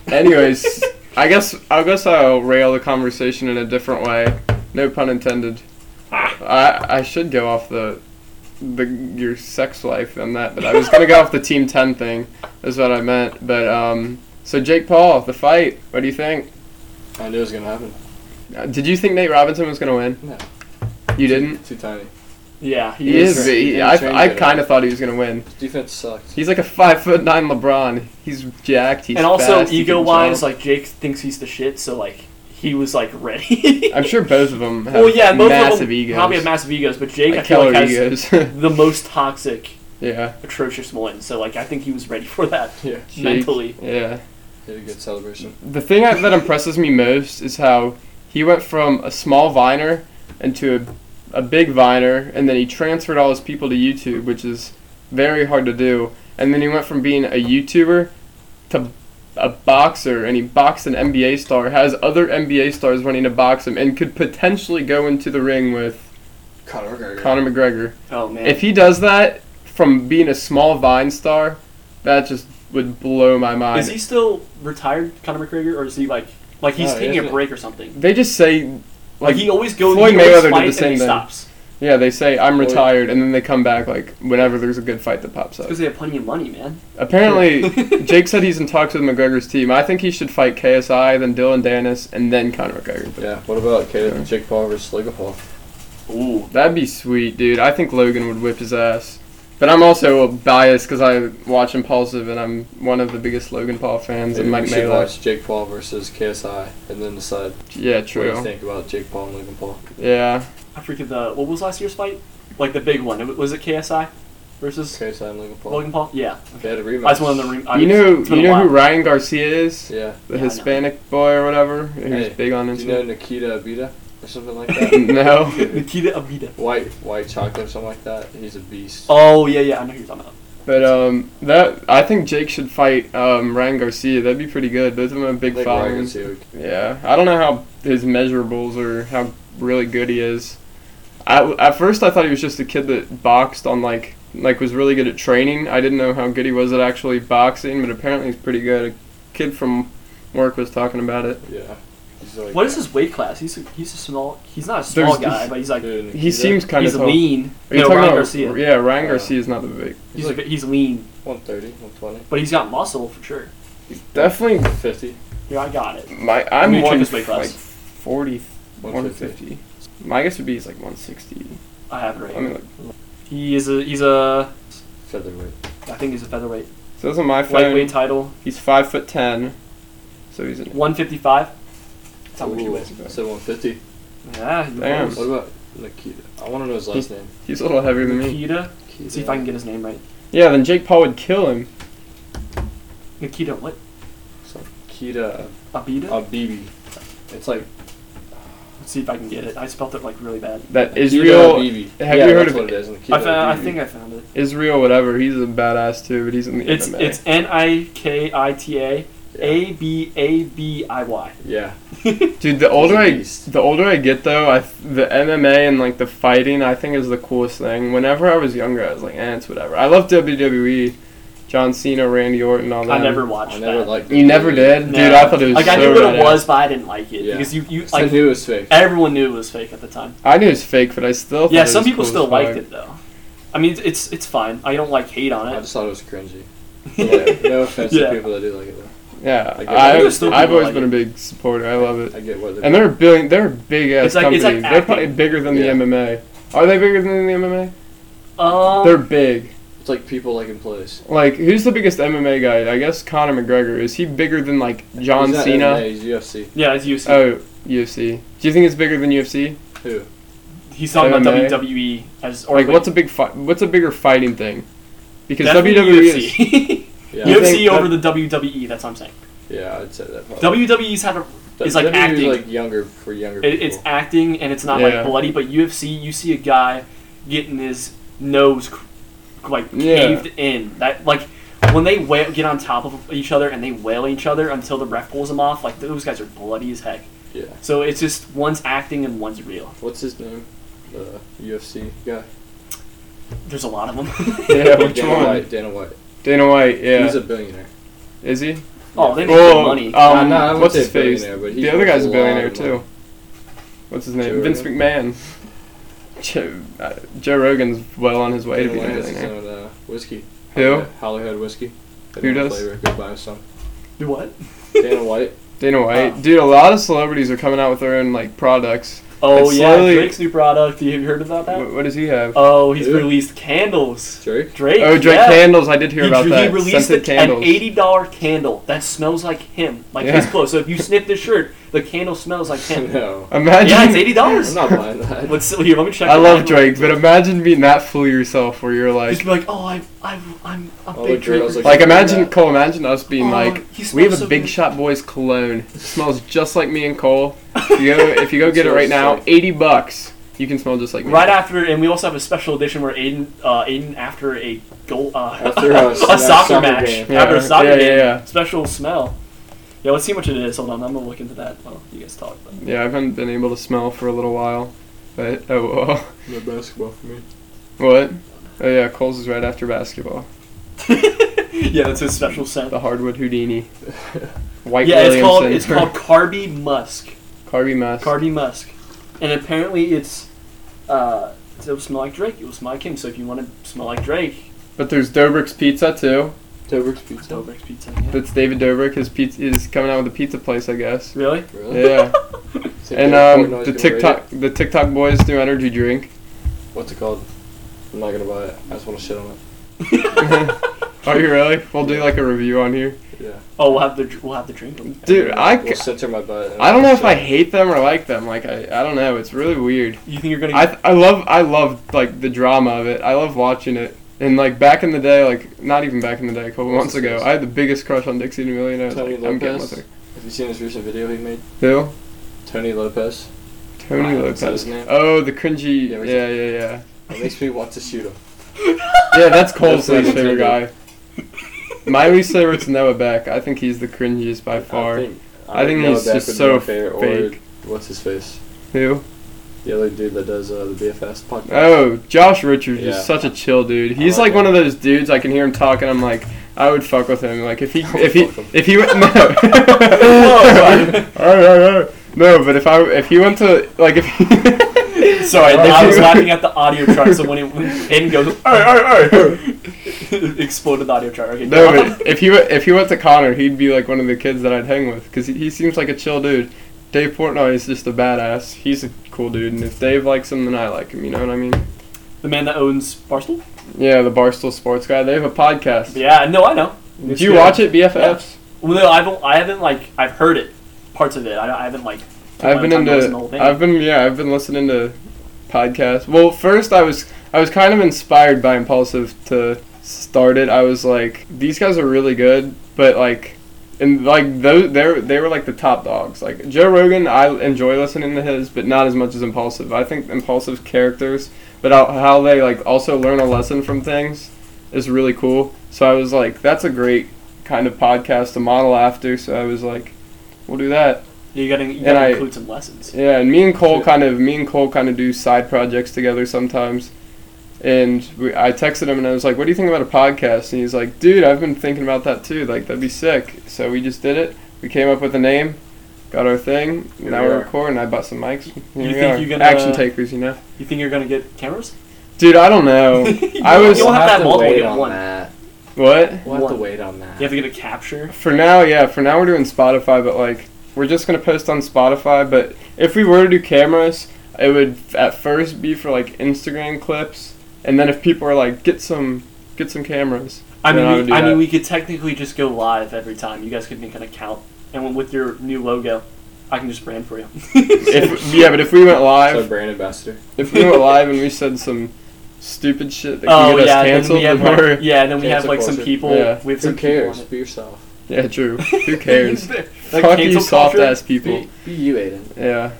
[SPEAKER 3] *laughs*
[SPEAKER 1] Anyways, I guess I guess I'll rail the conversation in a different way. No pun intended.
[SPEAKER 3] Ah.
[SPEAKER 1] I I should go off the the your sex life and that, but I was gonna go off the Team Ten thing. Is what I meant. But um, so Jake Paul, the fight. What do you think?
[SPEAKER 2] I knew it was gonna happen.
[SPEAKER 1] Uh, Did you think Nate Robinson was gonna win?
[SPEAKER 2] No.
[SPEAKER 1] You didn't.
[SPEAKER 2] Too tiny.
[SPEAKER 3] Yeah.
[SPEAKER 1] He is. but He,
[SPEAKER 2] he is trained
[SPEAKER 1] I I
[SPEAKER 2] good.
[SPEAKER 1] kind of thought he was gonna win.
[SPEAKER 2] Defense sucks.
[SPEAKER 1] He's like a five foot nine LeBron. He's jacked. He's
[SPEAKER 3] and also
[SPEAKER 1] fast, he can
[SPEAKER 3] ego wise,
[SPEAKER 1] jump.
[SPEAKER 3] like Jake thinks he's the shit. So like he was like ready.
[SPEAKER 1] I'm
[SPEAKER 3] *laughs*
[SPEAKER 1] sure both of them have
[SPEAKER 3] well, yeah, both
[SPEAKER 1] massive
[SPEAKER 3] of them
[SPEAKER 1] egos.
[SPEAKER 3] probably have massive egos, but Jake I
[SPEAKER 1] like
[SPEAKER 3] feel
[SPEAKER 1] killer
[SPEAKER 3] like has
[SPEAKER 1] egos.
[SPEAKER 3] the most toxic,
[SPEAKER 1] *laughs* yeah.
[SPEAKER 3] atrocious one. So like I think he was ready *laughs* for that
[SPEAKER 2] *laughs* Yeah.
[SPEAKER 1] Jake-
[SPEAKER 3] mentally.
[SPEAKER 1] Yeah.
[SPEAKER 2] He had a good celebration.
[SPEAKER 1] The thing that, that impresses me most is how he went from a small viner into a, a big viner, and then he transferred all his people to YouTube, which is very hard to do. And then he went from being a YouTuber to a boxer, and he boxed an NBA star, has other NBA stars wanting to box him, and could potentially go into the ring with
[SPEAKER 2] Conor *laughs* McGregor.
[SPEAKER 1] Conor McGregor.
[SPEAKER 3] Oh man.
[SPEAKER 1] If he does that from being a small Vine star, that just would blow my mind.
[SPEAKER 3] is he still retired, Conor McGregor, or is he like like he's
[SPEAKER 2] No, he
[SPEAKER 3] taking a
[SPEAKER 2] isn't.
[SPEAKER 3] break or something?
[SPEAKER 1] they just say, like,
[SPEAKER 3] Like, he always goes.
[SPEAKER 1] Floyd
[SPEAKER 3] he always
[SPEAKER 1] Mayweather did
[SPEAKER 3] fights
[SPEAKER 1] the same
[SPEAKER 3] and he
[SPEAKER 1] thing.
[SPEAKER 3] Stops.
[SPEAKER 1] yeah, they say I'm
[SPEAKER 3] Oh,
[SPEAKER 2] yeah.
[SPEAKER 1] retired, and then they come back like whenever there's a good fight that pops up.
[SPEAKER 3] Because they have plenty of money, man. *laughs*
[SPEAKER 1] Apparently, Jake said he's in talks with McGregor's team. I think he should fight KSI, then Dylan Danis, and then Conor McGregor. But
[SPEAKER 2] Yeah. What about Caleb and Jake Paul versus Logan Paul?
[SPEAKER 3] Ooh.
[SPEAKER 1] that'd be sweet, dude. I think Logan would whip his ass. But I'm also biased because I watch Impulsive, and I'm one of the biggest Logan Paul fans.
[SPEAKER 2] Maybe
[SPEAKER 1] and Mike
[SPEAKER 2] we should
[SPEAKER 1] Mayler.
[SPEAKER 2] watch Jake Paul versus KSI and then decide
[SPEAKER 1] Yeah,
[SPEAKER 2] what you
[SPEAKER 1] true.
[SPEAKER 2] think about Jake Paul and Logan Paul.
[SPEAKER 1] Yeah.
[SPEAKER 3] I forget the what was last year's fight? Like the big one. It- Was it KSI versus
[SPEAKER 2] KSI and Logan Paul.
[SPEAKER 3] Logan Paul? Yeah.
[SPEAKER 2] They had a rematch.
[SPEAKER 3] That's one of the. Re- I
[SPEAKER 1] you
[SPEAKER 3] mean,
[SPEAKER 1] know,
[SPEAKER 3] it's been
[SPEAKER 1] you
[SPEAKER 3] a
[SPEAKER 1] know who
[SPEAKER 3] *laughs* while.
[SPEAKER 1] Ryan Garcia is,
[SPEAKER 2] Yeah.
[SPEAKER 1] the
[SPEAKER 3] Yeah, I know.
[SPEAKER 1] Hispanic boy or whatever. He was
[SPEAKER 2] Hey,
[SPEAKER 1] big on
[SPEAKER 2] Do you know
[SPEAKER 1] Instagram.
[SPEAKER 2] Nikita Abita or something
[SPEAKER 1] *laughs*
[SPEAKER 2] like that?
[SPEAKER 3] *laughs*
[SPEAKER 1] no,
[SPEAKER 3] Nikita Abida.
[SPEAKER 2] white white chocolate or something like that. He's a beast.
[SPEAKER 3] Oh yeah, yeah. I know who you're talking about.
[SPEAKER 1] but um, that I think Jake should fight um Ryan Garcia. That'd be pretty good. Both of them have big
[SPEAKER 2] Like Ryan
[SPEAKER 1] followings.
[SPEAKER 2] Garcia.
[SPEAKER 1] Yeah, I don't know how his measurables or how really good he is. I, at first, I thought he was just a kid that boxed on like like was really good at training. I didn't know how good he was at actually boxing, but apparently he's pretty good. A kid from work was talking about it.
[SPEAKER 2] Yeah. He's like,
[SPEAKER 3] What is his weight class? He's a, he's a small. He's not a
[SPEAKER 1] There's
[SPEAKER 3] small
[SPEAKER 1] this-
[SPEAKER 3] guy, but he's like
[SPEAKER 2] Dude,
[SPEAKER 1] He
[SPEAKER 2] he's
[SPEAKER 1] seems kind
[SPEAKER 3] he's
[SPEAKER 1] of tall.
[SPEAKER 3] lean.
[SPEAKER 1] Are you
[SPEAKER 3] No,
[SPEAKER 1] talking
[SPEAKER 3] Ryan
[SPEAKER 1] about-
[SPEAKER 3] Garcia.
[SPEAKER 1] Yeah, Ryan
[SPEAKER 2] Uh,
[SPEAKER 1] Garcia is not the big.
[SPEAKER 3] He's like he's lean,
[SPEAKER 2] at 130, 120,
[SPEAKER 3] but he's got muscle for sure.
[SPEAKER 1] Definitely
[SPEAKER 2] 50.
[SPEAKER 3] Yeah, I got it.
[SPEAKER 1] my. I'm
[SPEAKER 3] need to check
[SPEAKER 1] one
[SPEAKER 3] his weight
[SPEAKER 1] f- like
[SPEAKER 3] class.
[SPEAKER 1] 40, 150.
[SPEAKER 2] 150.
[SPEAKER 1] My guess would be he's like 160.
[SPEAKER 3] I have it right.
[SPEAKER 1] I mean, like,
[SPEAKER 3] he is a he's a
[SPEAKER 2] Featherweight.
[SPEAKER 3] I think he's a featherweight
[SPEAKER 1] so those are my
[SPEAKER 3] lightweight
[SPEAKER 1] phone.
[SPEAKER 3] title.
[SPEAKER 1] He's five foot ten, so he's an.
[SPEAKER 3] One fifty five. That's how much he
[SPEAKER 2] Ooh, I
[SPEAKER 3] weighs.
[SPEAKER 2] said 150.
[SPEAKER 3] Yeah, he
[SPEAKER 1] Damn.
[SPEAKER 3] weighs.
[SPEAKER 2] What about Nikita? I want to know his last name.
[SPEAKER 1] He's a little heavier than me.
[SPEAKER 3] Nikita. Hmm. See if I can get his name right.
[SPEAKER 1] Yeah, then Jake Paul would kill him.
[SPEAKER 3] Nikita what?
[SPEAKER 2] So, Kita
[SPEAKER 3] Abida.
[SPEAKER 2] Abibi. It's like
[SPEAKER 3] Let's see if I can get it. I spelled it like really bad.
[SPEAKER 1] That
[SPEAKER 2] Akita
[SPEAKER 1] Israel,
[SPEAKER 2] Abibi.
[SPEAKER 1] have
[SPEAKER 2] yeah,
[SPEAKER 1] you heard
[SPEAKER 2] that's
[SPEAKER 1] of-
[SPEAKER 2] what it is? Akita
[SPEAKER 3] I, found, I
[SPEAKER 2] Abibi.
[SPEAKER 3] think I found it.
[SPEAKER 1] Israel, whatever. He's a badass too, but he's in the
[SPEAKER 3] It's
[SPEAKER 1] MMA.
[SPEAKER 3] it's N I K I T A
[SPEAKER 2] Yeah.
[SPEAKER 3] A B A B I
[SPEAKER 1] *laughs*
[SPEAKER 3] Y.
[SPEAKER 2] Yeah.
[SPEAKER 1] Dude, the older
[SPEAKER 2] He's a
[SPEAKER 1] I
[SPEAKER 2] beast.
[SPEAKER 1] the older I get though, I the MMA and like the fighting I think is the coolest thing. Whenever I was younger, I was like, eh, it's whatever. I love WWE, John Cena, Randy Orton, all
[SPEAKER 3] I
[SPEAKER 1] that.
[SPEAKER 3] never watched
[SPEAKER 2] I never
[SPEAKER 3] that.
[SPEAKER 2] liked
[SPEAKER 1] You never did,
[SPEAKER 3] No.
[SPEAKER 1] dude. I thought it was
[SPEAKER 3] like
[SPEAKER 1] so
[SPEAKER 3] I knew what it
[SPEAKER 1] badass.
[SPEAKER 3] was, but I didn't like it
[SPEAKER 2] Yeah.
[SPEAKER 3] because you you
[SPEAKER 2] I
[SPEAKER 3] like
[SPEAKER 2] knew it was fake.
[SPEAKER 3] everyone knew it was fake at the time.
[SPEAKER 1] I knew it was fake, but I still.
[SPEAKER 3] yeah,
[SPEAKER 1] thought it
[SPEAKER 3] some
[SPEAKER 1] was
[SPEAKER 3] people
[SPEAKER 1] cool
[SPEAKER 3] still
[SPEAKER 1] as
[SPEAKER 3] liked
[SPEAKER 1] fuck.
[SPEAKER 3] it though. I mean, it's- it's it's fine. I don't like hate on
[SPEAKER 2] I
[SPEAKER 3] it.
[SPEAKER 2] just thought it was
[SPEAKER 3] *laughs*
[SPEAKER 2] cringy. But, like, no offense
[SPEAKER 3] Yeah.
[SPEAKER 2] to people that do like it though.
[SPEAKER 1] Yeah,
[SPEAKER 2] I get it.
[SPEAKER 1] I,
[SPEAKER 2] There's
[SPEAKER 1] have
[SPEAKER 3] still
[SPEAKER 1] I've
[SPEAKER 3] people
[SPEAKER 1] always
[SPEAKER 3] like
[SPEAKER 1] been a
[SPEAKER 3] it.
[SPEAKER 1] big supporter. I love it.
[SPEAKER 2] I get why they're
[SPEAKER 1] And they're a billion. They're a big ass
[SPEAKER 3] It's like-
[SPEAKER 1] company.
[SPEAKER 3] it's like
[SPEAKER 1] they're probably
[SPEAKER 3] acting.
[SPEAKER 1] bigger than
[SPEAKER 2] Yeah.
[SPEAKER 1] the MMA. Are they bigger than the MMA?
[SPEAKER 3] *laughs* Um,
[SPEAKER 1] They're big.
[SPEAKER 2] it's like people like in place.
[SPEAKER 1] Like, who's the biggest MMA guy? I guess Conor McGregor. Is he bigger than like John
[SPEAKER 2] He's not
[SPEAKER 1] Cena?
[SPEAKER 2] MMA, he's UFC.
[SPEAKER 3] yeah, it's UFC.
[SPEAKER 1] Oh, UFC. Do you think it's bigger than UFC?
[SPEAKER 2] Who?
[SPEAKER 3] He's talking about
[SPEAKER 1] MMA.
[SPEAKER 3] WWE as or
[SPEAKER 1] Like, what's a big fight? What's a bigger fighting thing? Because
[SPEAKER 3] definitely
[SPEAKER 1] WWE E is *laughs*
[SPEAKER 3] UFC, *laughs*
[SPEAKER 2] Yeah.
[SPEAKER 1] You
[SPEAKER 3] UFC
[SPEAKER 1] think that- Oh.
[SPEAKER 3] over the WWE. That's what I'm saying.
[SPEAKER 2] Yeah, I'd say that. Probably.
[SPEAKER 3] WWE's had a
[SPEAKER 2] That-
[SPEAKER 3] is like
[SPEAKER 2] WWE
[SPEAKER 3] acting.
[SPEAKER 2] like younger for younger
[SPEAKER 3] It,
[SPEAKER 2] people.
[SPEAKER 3] it's acting and it's not
[SPEAKER 1] Yeah.
[SPEAKER 3] like bloody, but UFC, you see a guy getting his nose c- like
[SPEAKER 1] Yeah.
[SPEAKER 3] caved in. That like when they wail, get on top of each other and they wail each other until the ref pulls them off. Like those guys are bloody as heck.
[SPEAKER 2] yeah.
[SPEAKER 3] So it's just one's acting and one's real.
[SPEAKER 2] What's his name? The UFC guy.
[SPEAKER 3] There's a lot of them.
[SPEAKER 1] *laughs*
[SPEAKER 3] *laughs*
[SPEAKER 1] yeah. Which
[SPEAKER 2] Dana
[SPEAKER 1] one?
[SPEAKER 2] White. Dana White.
[SPEAKER 1] Dana White. Yeah.
[SPEAKER 2] He's a billionaire.
[SPEAKER 1] is he?
[SPEAKER 3] oh, they make
[SPEAKER 1] Oh,
[SPEAKER 3] good money.
[SPEAKER 1] um,
[SPEAKER 2] Nah, nah, I wouldn't
[SPEAKER 1] what's
[SPEAKER 2] say
[SPEAKER 1] his face?
[SPEAKER 2] billionaire, but he's
[SPEAKER 1] The other
[SPEAKER 2] worth
[SPEAKER 1] guy's
[SPEAKER 2] a
[SPEAKER 1] a billionaire
[SPEAKER 2] lot of
[SPEAKER 1] too.
[SPEAKER 2] money.
[SPEAKER 1] What's his name?
[SPEAKER 2] Joe
[SPEAKER 1] Vince
[SPEAKER 2] Rogan?
[SPEAKER 1] McMahon. *laughs* Joe, uh, Joe Rogan's well on his way to
[SPEAKER 2] Dana
[SPEAKER 1] being a
[SPEAKER 2] White has his
[SPEAKER 1] billionaire.
[SPEAKER 2] own uh, whiskey.
[SPEAKER 1] Who?
[SPEAKER 2] Hollywood whiskey. They
[SPEAKER 1] Who
[SPEAKER 2] don't
[SPEAKER 1] does?
[SPEAKER 2] Flavor. Go buy us some.
[SPEAKER 3] Do what?
[SPEAKER 2] Dana White.
[SPEAKER 1] Dana White,
[SPEAKER 2] Ah.
[SPEAKER 3] Oh.
[SPEAKER 1] dude. A lot of celebrities are coming out with their own like products.
[SPEAKER 3] Oh
[SPEAKER 1] It's
[SPEAKER 3] yeah,
[SPEAKER 1] slowly-
[SPEAKER 3] Drake's new product. Have you heard about that?
[SPEAKER 1] What, what does he have?
[SPEAKER 3] Oh, he's
[SPEAKER 2] Who?
[SPEAKER 3] released candles.
[SPEAKER 1] *laughs*
[SPEAKER 2] Drake.
[SPEAKER 3] Drake.
[SPEAKER 1] oh, Drake
[SPEAKER 3] yeah.
[SPEAKER 1] candles. I did hear
[SPEAKER 3] he,
[SPEAKER 1] about
[SPEAKER 3] he
[SPEAKER 1] that.
[SPEAKER 3] released
[SPEAKER 1] Scented
[SPEAKER 3] a-
[SPEAKER 1] candles.
[SPEAKER 3] an eighty dollar candle that smells like him, like his
[SPEAKER 1] Yeah.
[SPEAKER 3] clothes. So if you sniff this shirt, the candle smells
[SPEAKER 1] *laughs*
[SPEAKER 3] like him.
[SPEAKER 2] no.
[SPEAKER 1] Imagine.
[SPEAKER 3] yeah, it's eighty
[SPEAKER 2] I'm
[SPEAKER 3] dollars.
[SPEAKER 2] not
[SPEAKER 1] *laughs*
[SPEAKER 2] buying that.
[SPEAKER 3] Let's here. Let me check.
[SPEAKER 1] I
[SPEAKER 3] it
[SPEAKER 1] love
[SPEAKER 3] out.
[SPEAKER 1] Drake, but imagine being that fool yourself where you're
[SPEAKER 3] Just
[SPEAKER 1] like,
[SPEAKER 3] be like, oh, I, I, I'm a
[SPEAKER 2] All the
[SPEAKER 3] big Drake.
[SPEAKER 2] girls are
[SPEAKER 1] like
[SPEAKER 2] Yeah.
[SPEAKER 1] imagine Cole, imagine us being
[SPEAKER 3] Oh,
[SPEAKER 1] like,
[SPEAKER 3] he
[SPEAKER 1] we have a
[SPEAKER 3] smells so
[SPEAKER 1] Big
[SPEAKER 3] good."
[SPEAKER 1] Shot Boys cologne, it smells just like me and Cole. If
[SPEAKER 3] *laughs*
[SPEAKER 1] you go, if you go get it
[SPEAKER 2] Smells
[SPEAKER 1] right now,
[SPEAKER 2] like-
[SPEAKER 1] eighty bucks, you can smell just like me.
[SPEAKER 3] right after, and we also have a special edition where Aiden, uh, Aiden after a goal, uh, *laughs*
[SPEAKER 2] After a-
[SPEAKER 3] a soccer
[SPEAKER 2] soccer
[SPEAKER 3] match,
[SPEAKER 2] game.
[SPEAKER 1] Yeah,
[SPEAKER 3] after a soccer
[SPEAKER 1] yeah, yeah,
[SPEAKER 3] game,
[SPEAKER 1] yeah.
[SPEAKER 3] special smell. Yeah, let's see how much it is. Hold on, I'm gonna look into that. while you guys talk. But. *laughs*
[SPEAKER 1] Yeah, I haven't been able to smell for a little while, but oh *laughs* well.
[SPEAKER 2] No basketball for me.
[SPEAKER 1] What? Oh yeah, Cole's is right after basketball.
[SPEAKER 3] yeah, that's his special scent.
[SPEAKER 1] The hardwood
[SPEAKER 3] *laughs*
[SPEAKER 1] Houdini. White
[SPEAKER 3] yeah, it's called
[SPEAKER 1] Williamson.
[SPEAKER 3] it's called Carby Musk.
[SPEAKER 1] *laughs* Carby Mass.
[SPEAKER 3] Carby Musk, and apparently it's uh, it'll smell like Drake. It'll smell like him. So if you want to smell like Drake,
[SPEAKER 1] but there's Dobrik's Pizza too.
[SPEAKER 2] Dobrik's
[SPEAKER 3] it's
[SPEAKER 2] pizza.
[SPEAKER 3] Dobrik's Pizza. yeah.
[SPEAKER 1] That's David Dobrik. His pizza is coming out with a pizza place, I guess.
[SPEAKER 3] Really?
[SPEAKER 2] Really?
[SPEAKER 3] *laughs*
[SPEAKER 1] Yeah. *laughs*
[SPEAKER 2] It's like
[SPEAKER 1] and
[SPEAKER 2] David
[SPEAKER 1] um,
[SPEAKER 2] Portnoy's
[SPEAKER 1] the
[SPEAKER 2] gonna rate
[SPEAKER 1] TikTok the TikTok boys do energy drink.
[SPEAKER 2] it. What's it called? I'm not gonna buy it. I just want to shit on it.
[SPEAKER 1] Are Oh, you really? We'll do like a review on here,
[SPEAKER 2] Yeah.
[SPEAKER 3] Oh, we'll have the dr- we'll have the drink.
[SPEAKER 1] dude. I,
[SPEAKER 2] will
[SPEAKER 1] c-
[SPEAKER 2] censor my butt. and
[SPEAKER 1] I don't know if I
[SPEAKER 2] shit.
[SPEAKER 1] hate them or like them. Like I, I don't know. It's really weird.
[SPEAKER 3] You think you're gonna?
[SPEAKER 1] I I love I love like the drama of it. I love watching it. And like back in the day, like not even back in the day, a couple months ago, I had the biggest crush on Dixie and Millionaire.
[SPEAKER 2] Tony
[SPEAKER 1] Like, I'm getting
[SPEAKER 2] Lopez?
[SPEAKER 1] with her.
[SPEAKER 2] Have you seen this recent video he made?
[SPEAKER 1] Who?
[SPEAKER 2] Tony Lopez.
[SPEAKER 1] Tony
[SPEAKER 2] Ryan, is that
[SPEAKER 1] Lopez.
[SPEAKER 2] his name?
[SPEAKER 1] Oh, the cringy. Yeah,
[SPEAKER 2] Yeah, we-
[SPEAKER 1] yeah, yeah.
[SPEAKER 2] It makes me want to shoot him.
[SPEAKER 1] Yeah,
[SPEAKER 2] *laughs*
[SPEAKER 1] that's Cole's
[SPEAKER 2] That's what I'm
[SPEAKER 1] least favorite guy.
[SPEAKER 2] thinking.
[SPEAKER 1] My least favorite's Noah Beck. I think he's the cringiest by far.
[SPEAKER 2] I think,
[SPEAKER 1] I think
[SPEAKER 2] Noah
[SPEAKER 1] he's
[SPEAKER 2] Beck
[SPEAKER 1] just
[SPEAKER 2] would be
[SPEAKER 1] so
[SPEAKER 2] my favorite,
[SPEAKER 1] fake.
[SPEAKER 2] Or what's his face?
[SPEAKER 1] Who?
[SPEAKER 2] The other dude that does uh, the BFS podcast.
[SPEAKER 1] Oh, Josh Richards
[SPEAKER 2] Yeah.
[SPEAKER 1] is such a chill dude.
[SPEAKER 2] I
[SPEAKER 1] He's
[SPEAKER 2] like
[SPEAKER 1] like one
[SPEAKER 2] him.
[SPEAKER 1] of those dudes I can hear him talk and I'm like, I would
[SPEAKER 3] *laughs*
[SPEAKER 1] fuck with him. Like if he
[SPEAKER 2] I would
[SPEAKER 1] if he
[SPEAKER 2] fuck him.
[SPEAKER 1] if he went no.
[SPEAKER 3] Whoa.
[SPEAKER 1] Arr, arr, arr. *laughs* No, but if I if he went to like if he
[SPEAKER 3] *laughs* Sorry,
[SPEAKER 1] If
[SPEAKER 3] I
[SPEAKER 1] he-
[SPEAKER 3] was laughing at the audio chart, so
[SPEAKER 1] *laughs*
[SPEAKER 3] when he when Aiden goes, "Arr, arr, arr," *laughs* it exploded the audio chart. Okay,
[SPEAKER 1] No,
[SPEAKER 3] go on.
[SPEAKER 1] but if he wa- if he went to Connor, he'd be like one of the kids that I'd hang with because he, he seems like a chill dude. Dave Portnoy is just a badass. He's a cool dude, and if Dave likes him, then I like him. You know what I mean?
[SPEAKER 3] the man that owns Barstool.
[SPEAKER 1] Yeah, the Barstool Sports guy. They have a podcast.
[SPEAKER 3] Yeah, no, I know.
[SPEAKER 1] Do you watch it, BFFs?
[SPEAKER 3] Well, no, I haven't. I haven't like I've heard it, parts of it. I, I haven't like. took
[SPEAKER 1] I've
[SPEAKER 3] my
[SPEAKER 1] been
[SPEAKER 3] time to listen to the
[SPEAKER 1] into.
[SPEAKER 3] whole thing.
[SPEAKER 1] I've been yeah. I've been listening to podcasts. Well, first I was I was kind of inspired by Impulsive to start it. I was like, these guys are really good, but like, and like those they are they were like the top dogs. Like Joe Rogan, I enjoy listening to his, but not as much as Impulsive. I think Impulsive's characters, but how, how they like also learn a lesson from things, is really cool. So I was like, that's a great kind of podcast to model after. So I was like, we'll do that.
[SPEAKER 3] You gotta, you
[SPEAKER 1] And
[SPEAKER 3] gotta
[SPEAKER 1] I-
[SPEAKER 3] include some lessons.
[SPEAKER 1] Yeah, and me and Cole
[SPEAKER 2] Shit.
[SPEAKER 1] kind of me and Cole kind of do side projects together sometimes. And we, I texted him and I was like, "What do you think about a podcast?" And he's like, "Dude, I've been thinking about that too. Like, that'd be sick." So we just did it. We came up with a name, got our thing.
[SPEAKER 2] Here
[SPEAKER 1] now
[SPEAKER 2] we
[SPEAKER 1] we're
[SPEAKER 2] are.
[SPEAKER 1] recording. I bought some mics. Here
[SPEAKER 3] You
[SPEAKER 1] we
[SPEAKER 3] think
[SPEAKER 1] are.
[SPEAKER 3] you gonna-
[SPEAKER 1] action takers? You
[SPEAKER 3] *laughs*
[SPEAKER 1] know,
[SPEAKER 3] You think you're gonna get cameras?
[SPEAKER 1] dude. I don't
[SPEAKER 3] *laughs*
[SPEAKER 1] know. I
[SPEAKER 3] You
[SPEAKER 1] was
[SPEAKER 3] don't have to have
[SPEAKER 2] to
[SPEAKER 3] multiple, you
[SPEAKER 2] wait
[SPEAKER 3] have
[SPEAKER 2] on
[SPEAKER 3] one.
[SPEAKER 2] that.
[SPEAKER 1] what
[SPEAKER 2] We'll have to
[SPEAKER 3] One.
[SPEAKER 2] wait on that.
[SPEAKER 3] You have to get a capture.
[SPEAKER 1] for now. Yeah, for now we're doing Spotify, but like we're just gonna post on Spotify. But if we were to do cameras, it would at first be for like Instagram clips, and then if people are like, get some, get some cameras.
[SPEAKER 3] I
[SPEAKER 1] then
[SPEAKER 3] mean,
[SPEAKER 1] would
[SPEAKER 3] we,
[SPEAKER 1] do
[SPEAKER 3] I
[SPEAKER 1] that.
[SPEAKER 3] mean, we could technically just go live every time. You guys could make an account, and when- with your new logo, I can just brand for you. *laughs*
[SPEAKER 1] if, yeah, but if we went
[SPEAKER 2] so
[SPEAKER 1] live,
[SPEAKER 2] brand ambassador.
[SPEAKER 1] if we went live and we said some stupid shit that
[SPEAKER 3] oh
[SPEAKER 1] could get
[SPEAKER 3] yeah,
[SPEAKER 1] us
[SPEAKER 3] then
[SPEAKER 1] canceled,
[SPEAKER 3] we have
[SPEAKER 1] then we're-
[SPEAKER 3] like, yeah, then we have
[SPEAKER 2] Cancel
[SPEAKER 3] like some
[SPEAKER 2] culture.
[SPEAKER 3] people.
[SPEAKER 1] Yeah.
[SPEAKER 3] We have
[SPEAKER 2] Who
[SPEAKER 3] some
[SPEAKER 2] cares?
[SPEAKER 3] People
[SPEAKER 2] Be yourself.
[SPEAKER 1] yeah,
[SPEAKER 3] *laughs*
[SPEAKER 1] true.
[SPEAKER 3] on it.
[SPEAKER 1] *laughs* Who cares?
[SPEAKER 3] Like
[SPEAKER 1] Fuck you,
[SPEAKER 3] cancel
[SPEAKER 1] soft
[SPEAKER 3] culture?
[SPEAKER 1] ass people.
[SPEAKER 2] Be, be you, Aiden.
[SPEAKER 1] Yeah,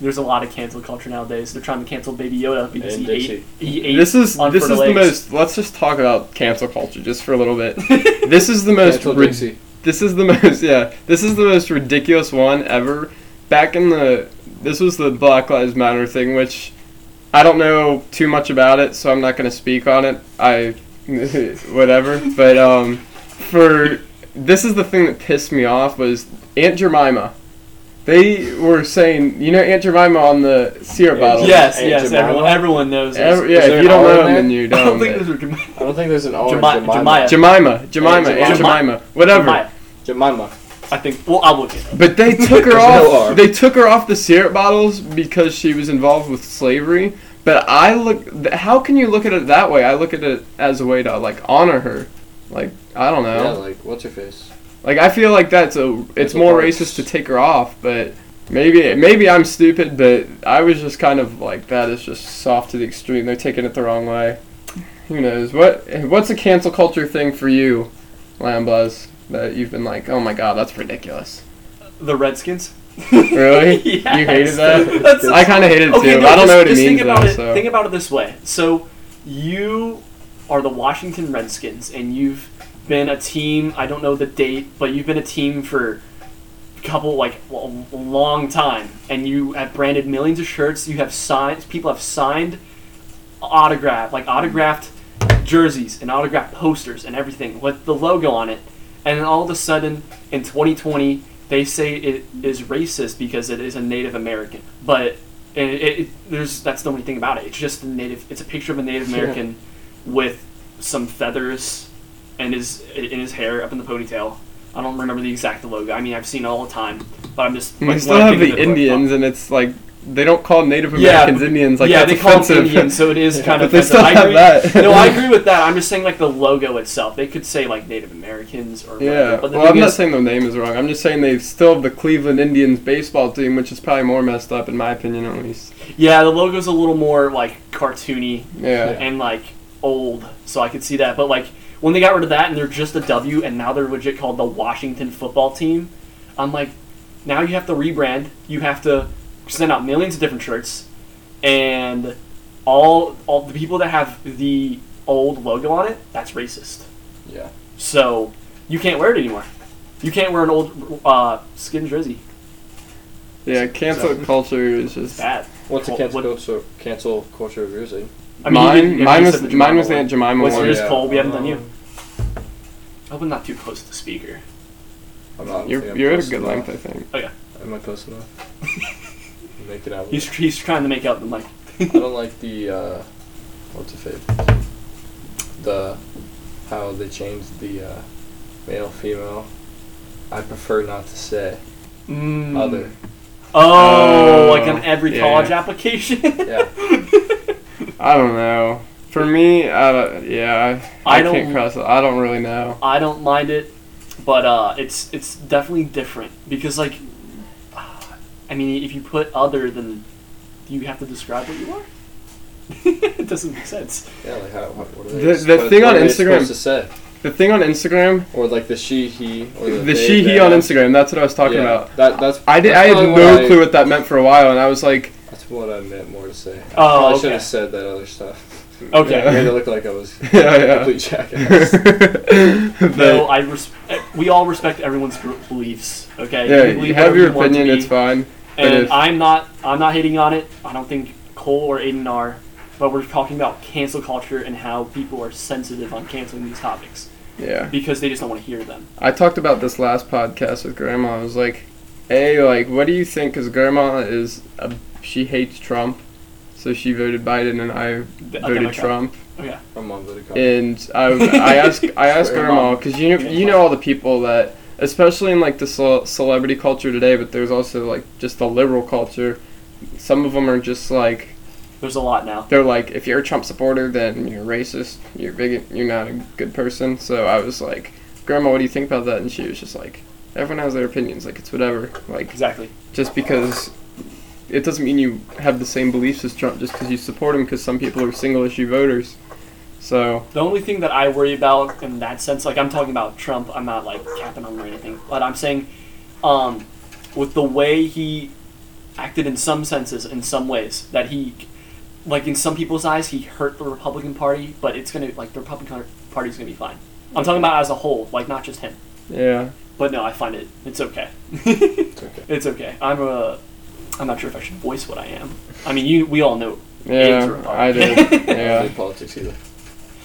[SPEAKER 3] There's a lot of cancel culture nowadays. They're trying to cancel Baby Yoda because
[SPEAKER 2] And
[SPEAKER 3] he ate,
[SPEAKER 2] Dixie.
[SPEAKER 3] he ate.
[SPEAKER 1] this is
[SPEAKER 3] on
[SPEAKER 1] this
[SPEAKER 3] fertile
[SPEAKER 1] is the
[SPEAKER 3] eggs.
[SPEAKER 1] most. Let's just talk about cancel culture just for a little bit.
[SPEAKER 3] *laughs*
[SPEAKER 1] this is the most
[SPEAKER 2] Cancel
[SPEAKER 1] rid-
[SPEAKER 2] Dixie.
[SPEAKER 1] This is the *laughs* most yeah. This is the most ridiculous one ever. Back in the this was the Black Lives Matter thing, which I don't know too much about it, so I'm not gonna speak on it. I *laughs* whatever. But um, for this is the thing that pissed me off was Aunt Jemima. They were saying, you know, Aunt Jemima on the syrup
[SPEAKER 2] Yeah,
[SPEAKER 1] bottle.
[SPEAKER 3] Yes,
[SPEAKER 2] Oh, Aunt
[SPEAKER 3] yes,
[SPEAKER 2] Jemima?
[SPEAKER 3] everyone, everyone knows. this.
[SPEAKER 1] Ev-
[SPEAKER 2] Is
[SPEAKER 1] yeah.
[SPEAKER 2] there
[SPEAKER 1] If you
[SPEAKER 2] an
[SPEAKER 1] don't
[SPEAKER 2] R
[SPEAKER 1] know them,
[SPEAKER 2] in
[SPEAKER 1] then
[SPEAKER 2] there? *laughs*
[SPEAKER 1] you
[SPEAKER 3] *laughs* I don't
[SPEAKER 1] don't. Jemima,
[SPEAKER 3] think those are Jemima.
[SPEAKER 2] I don't think there's an R
[SPEAKER 3] Jemi-
[SPEAKER 2] in Jemima.
[SPEAKER 3] Jemiah.
[SPEAKER 1] Jemima, Aunt
[SPEAKER 2] Jemima.
[SPEAKER 1] Jemima, whatever.
[SPEAKER 3] Jemima.
[SPEAKER 2] Jemima.
[SPEAKER 3] I think. Well, I'll look it. up.
[SPEAKER 1] But
[SPEAKER 2] *laughs*
[SPEAKER 1] they took her
[SPEAKER 2] There's no
[SPEAKER 1] off.
[SPEAKER 2] R.
[SPEAKER 1] They took her off the syrup bottles because she was involved with slavery. But I look. th- How can you look at it that way? I look at it as a way to like honor her. Like I don't know.
[SPEAKER 2] Yeah, like what's your face?
[SPEAKER 1] like I feel like that's a. It's
[SPEAKER 2] That's a
[SPEAKER 1] more
[SPEAKER 2] part.
[SPEAKER 1] racist to take her off. But maybe maybe I'm stupid. But I was just kind of like that is just soft to the extreme. They're taking it the wrong way. Who knows what? What's a cancel culture thing for you, Lambuzz? That you've been like, oh my god, that's ridiculous.
[SPEAKER 3] The Redskins.
[SPEAKER 1] Really?
[SPEAKER 3] *laughs* Yes.
[SPEAKER 1] You hated that?
[SPEAKER 3] *laughs* That's
[SPEAKER 1] I kind of hated it too. I don't
[SPEAKER 3] just-
[SPEAKER 1] know what it
[SPEAKER 3] just
[SPEAKER 1] means
[SPEAKER 3] Think about
[SPEAKER 1] though.
[SPEAKER 3] it.
[SPEAKER 1] so.
[SPEAKER 3] Think about it this way. So, you are the Washington Redskins, and you've been a team. I don't know the date, but you've been a team for a couple like a a long time, and you have branded millions of shirts. You have signed. People have signed autograph, like autographed jerseys and autographed posters and everything with the logo on it. And then all of a sudden, in 2020, they say it is racist because it is a Native American. But it, it, it, there's that's the only thing about it. It's just a Native. It's a picture of a Native
[SPEAKER 2] Yeah.
[SPEAKER 3] American with some feathers and his in his hair up in the ponytail. I don't remember the exact logo. I mean, I've seen it all the time, but I'm just.
[SPEAKER 1] we
[SPEAKER 3] like,
[SPEAKER 1] still
[SPEAKER 3] when I
[SPEAKER 1] have
[SPEAKER 3] think of
[SPEAKER 1] the
[SPEAKER 3] it, like,
[SPEAKER 1] Indians, and it's like they don't call Native
[SPEAKER 3] Yeah,
[SPEAKER 1] Americans
[SPEAKER 3] but-
[SPEAKER 1] Indians. Like
[SPEAKER 3] yeah,
[SPEAKER 1] that's
[SPEAKER 3] they call it
[SPEAKER 1] offensive. *laughs*
[SPEAKER 3] Indian, so it is kind
[SPEAKER 1] But
[SPEAKER 3] of.
[SPEAKER 1] they
[SPEAKER 3] offensive.
[SPEAKER 1] still
[SPEAKER 3] I
[SPEAKER 1] have
[SPEAKER 3] agree-
[SPEAKER 1] that.
[SPEAKER 3] no, I agree with that. I'm just saying, like the logo itself, they could say like Native Americans or
[SPEAKER 1] Yeah.
[SPEAKER 3] Whatever, but the
[SPEAKER 1] well, I'm
[SPEAKER 3] thing
[SPEAKER 1] not
[SPEAKER 3] is-
[SPEAKER 1] saying their name is wrong. I'm just saying they still have the Cleveland Indians baseball team, which is probably more messed up in my opinion, at least.
[SPEAKER 3] yeah, the logo's a little more like cartoony
[SPEAKER 1] Yeah.
[SPEAKER 3] and like old, so I could see that. But like when they got rid of that and they're just a W, and now they're legit called the Washington Football Team. I'm like, now you have to rebrand. You have to send out millions of different shirts, and all all the people that have the old logo on it, that's racist.
[SPEAKER 2] Yeah.
[SPEAKER 3] So you can't wear it anymore. You can't wear an old uh, skin jersey.
[SPEAKER 1] Yeah. Cancel
[SPEAKER 2] So-
[SPEAKER 1] culture is just.
[SPEAKER 3] Bad.
[SPEAKER 2] What's a
[SPEAKER 3] Well,
[SPEAKER 2] cancel
[SPEAKER 3] what-
[SPEAKER 2] culture? Cancel culture of yours? eh?
[SPEAKER 1] mine,
[SPEAKER 3] even- even
[SPEAKER 1] mine
[SPEAKER 3] you
[SPEAKER 1] was
[SPEAKER 3] said the
[SPEAKER 1] mine
[SPEAKER 3] Jemima
[SPEAKER 1] was the
[SPEAKER 3] one.
[SPEAKER 1] Aunt Jemima
[SPEAKER 3] What's
[SPEAKER 1] one.
[SPEAKER 3] yours?
[SPEAKER 1] Yeah.
[SPEAKER 3] Cole, we haven't done you.
[SPEAKER 2] Um,
[SPEAKER 3] I hope I'm not too close to the speaker.
[SPEAKER 2] I'm not. I
[SPEAKER 1] You're
[SPEAKER 2] think I'm
[SPEAKER 1] you're at a
[SPEAKER 2] close
[SPEAKER 1] good
[SPEAKER 2] enough.
[SPEAKER 1] length, I think.
[SPEAKER 2] Am I close enough? *laughs* Make it out. with
[SPEAKER 3] He's, he's trying to make out the mic.
[SPEAKER 2] it. I don't like the uh, what's it fave? The how they changed the uh, male female. I prefer not to say
[SPEAKER 1] Mm.
[SPEAKER 2] other.
[SPEAKER 3] Oh,
[SPEAKER 1] Oh,
[SPEAKER 3] like on every
[SPEAKER 1] yeah,
[SPEAKER 3] college
[SPEAKER 1] yeah.
[SPEAKER 3] application.
[SPEAKER 2] Yeah.
[SPEAKER 1] I don't know. For me, I don't, yeah, I,
[SPEAKER 3] I
[SPEAKER 1] I,
[SPEAKER 3] don't-
[SPEAKER 1] can't cross. I don't really know.
[SPEAKER 3] *laughs* I don't mind it, but uh, it's it's definitely different because like, I mean, if you put other, then you have to describe what you are. *laughs* it doesn't make sense.
[SPEAKER 2] Yeah, like how, what, what are
[SPEAKER 1] The-
[SPEAKER 2] they,
[SPEAKER 1] the
[SPEAKER 2] what,
[SPEAKER 1] thing
[SPEAKER 2] what
[SPEAKER 1] on
[SPEAKER 2] are they
[SPEAKER 1] Instagram-
[SPEAKER 2] supposed to say?
[SPEAKER 1] The thing on Instagram,
[SPEAKER 2] Or like the she, he, or the,
[SPEAKER 1] the
[SPEAKER 2] they,
[SPEAKER 1] she he
[SPEAKER 2] them.
[SPEAKER 1] on Instagram. That's what I was talking
[SPEAKER 2] Yeah,
[SPEAKER 1] about.
[SPEAKER 2] That, that's,
[SPEAKER 1] I did. I
[SPEAKER 2] that's
[SPEAKER 1] had
[SPEAKER 2] probably
[SPEAKER 1] no
[SPEAKER 2] what I-
[SPEAKER 1] clue what that meant for a while, and I was like,
[SPEAKER 2] That's what I meant more to say. I
[SPEAKER 3] Oh,
[SPEAKER 2] probably
[SPEAKER 3] okay.
[SPEAKER 2] should have said that
[SPEAKER 1] *laughs*
[SPEAKER 2] other stuff.
[SPEAKER 3] Okay.
[SPEAKER 2] I made it look like I was a
[SPEAKER 1] yeah, yeah. *laughs*
[SPEAKER 2] complete jackass. *laughs*
[SPEAKER 1] But-
[SPEAKER 3] No, I res- we all respect everyone's gr- beliefs. Okay,
[SPEAKER 1] yeah,
[SPEAKER 3] believe
[SPEAKER 1] you have
[SPEAKER 3] whatever
[SPEAKER 1] your
[SPEAKER 3] you want to
[SPEAKER 1] opinion.
[SPEAKER 3] be,
[SPEAKER 1] It's fine. but
[SPEAKER 3] And
[SPEAKER 1] if-
[SPEAKER 3] I'm not I'm not hating on it. I don't think Cole or Aiden are, but we're talking about cancel culture and how people are sensitive on canceling these topics
[SPEAKER 1] Yeah,
[SPEAKER 3] because they just don't want to hear them.
[SPEAKER 1] I talked about this last podcast with Grandma. I was like, "Hey, like, what do you think?" Because Grandma is a, she hates Trump, so she voted Biden, and I
[SPEAKER 3] A
[SPEAKER 1] voted
[SPEAKER 3] Democrat.
[SPEAKER 1] Trump.
[SPEAKER 3] Oh yeah.
[SPEAKER 2] My mom did a comment.
[SPEAKER 1] And I, I
[SPEAKER 3] *laughs*
[SPEAKER 1] asked, I asked
[SPEAKER 2] Your
[SPEAKER 1] Grandma
[SPEAKER 2] mom.
[SPEAKER 1] because you, know, you know all the people that, especially in like the ce- celebrity culture today, but there's also like just the liberal culture. Some of them are just like
[SPEAKER 3] There's a lot now.
[SPEAKER 1] they're like, if you're a Trump supporter, then you're racist, you're bigot, you're not a good person. So I was like, Grandma, what do you think about that? And she was just like, everyone has their opinions, like it's whatever. Like
[SPEAKER 3] Exactly.
[SPEAKER 1] just because it doesn't mean you have the same beliefs as Trump just because you support him, because some people are single issue voters. So
[SPEAKER 3] The only thing that I worry about in that sense, like I'm talking about Trump, I'm not like capping on him or anything, but I'm saying, um, with the way he acted in some senses, in some ways, that he, like in some people's eyes, he hurt the Republican Party, but it's gonna like the Republican Party's gonna be fine. I'm talking about as a whole, like not just him.
[SPEAKER 1] yeah,
[SPEAKER 3] But no, I find it it's okay. *laughs*
[SPEAKER 2] It's okay.
[SPEAKER 3] it's okay. I'm a, I'm not sure if I should voice what I am. I mean, you we all know. Abe's
[SPEAKER 1] yeah,
[SPEAKER 3] Republican.
[SPEAKER 1] I did.
[SPEAKER 2] I don't
[SPEAKER 1] Yeah,
[SPEAKER 2] do politics either.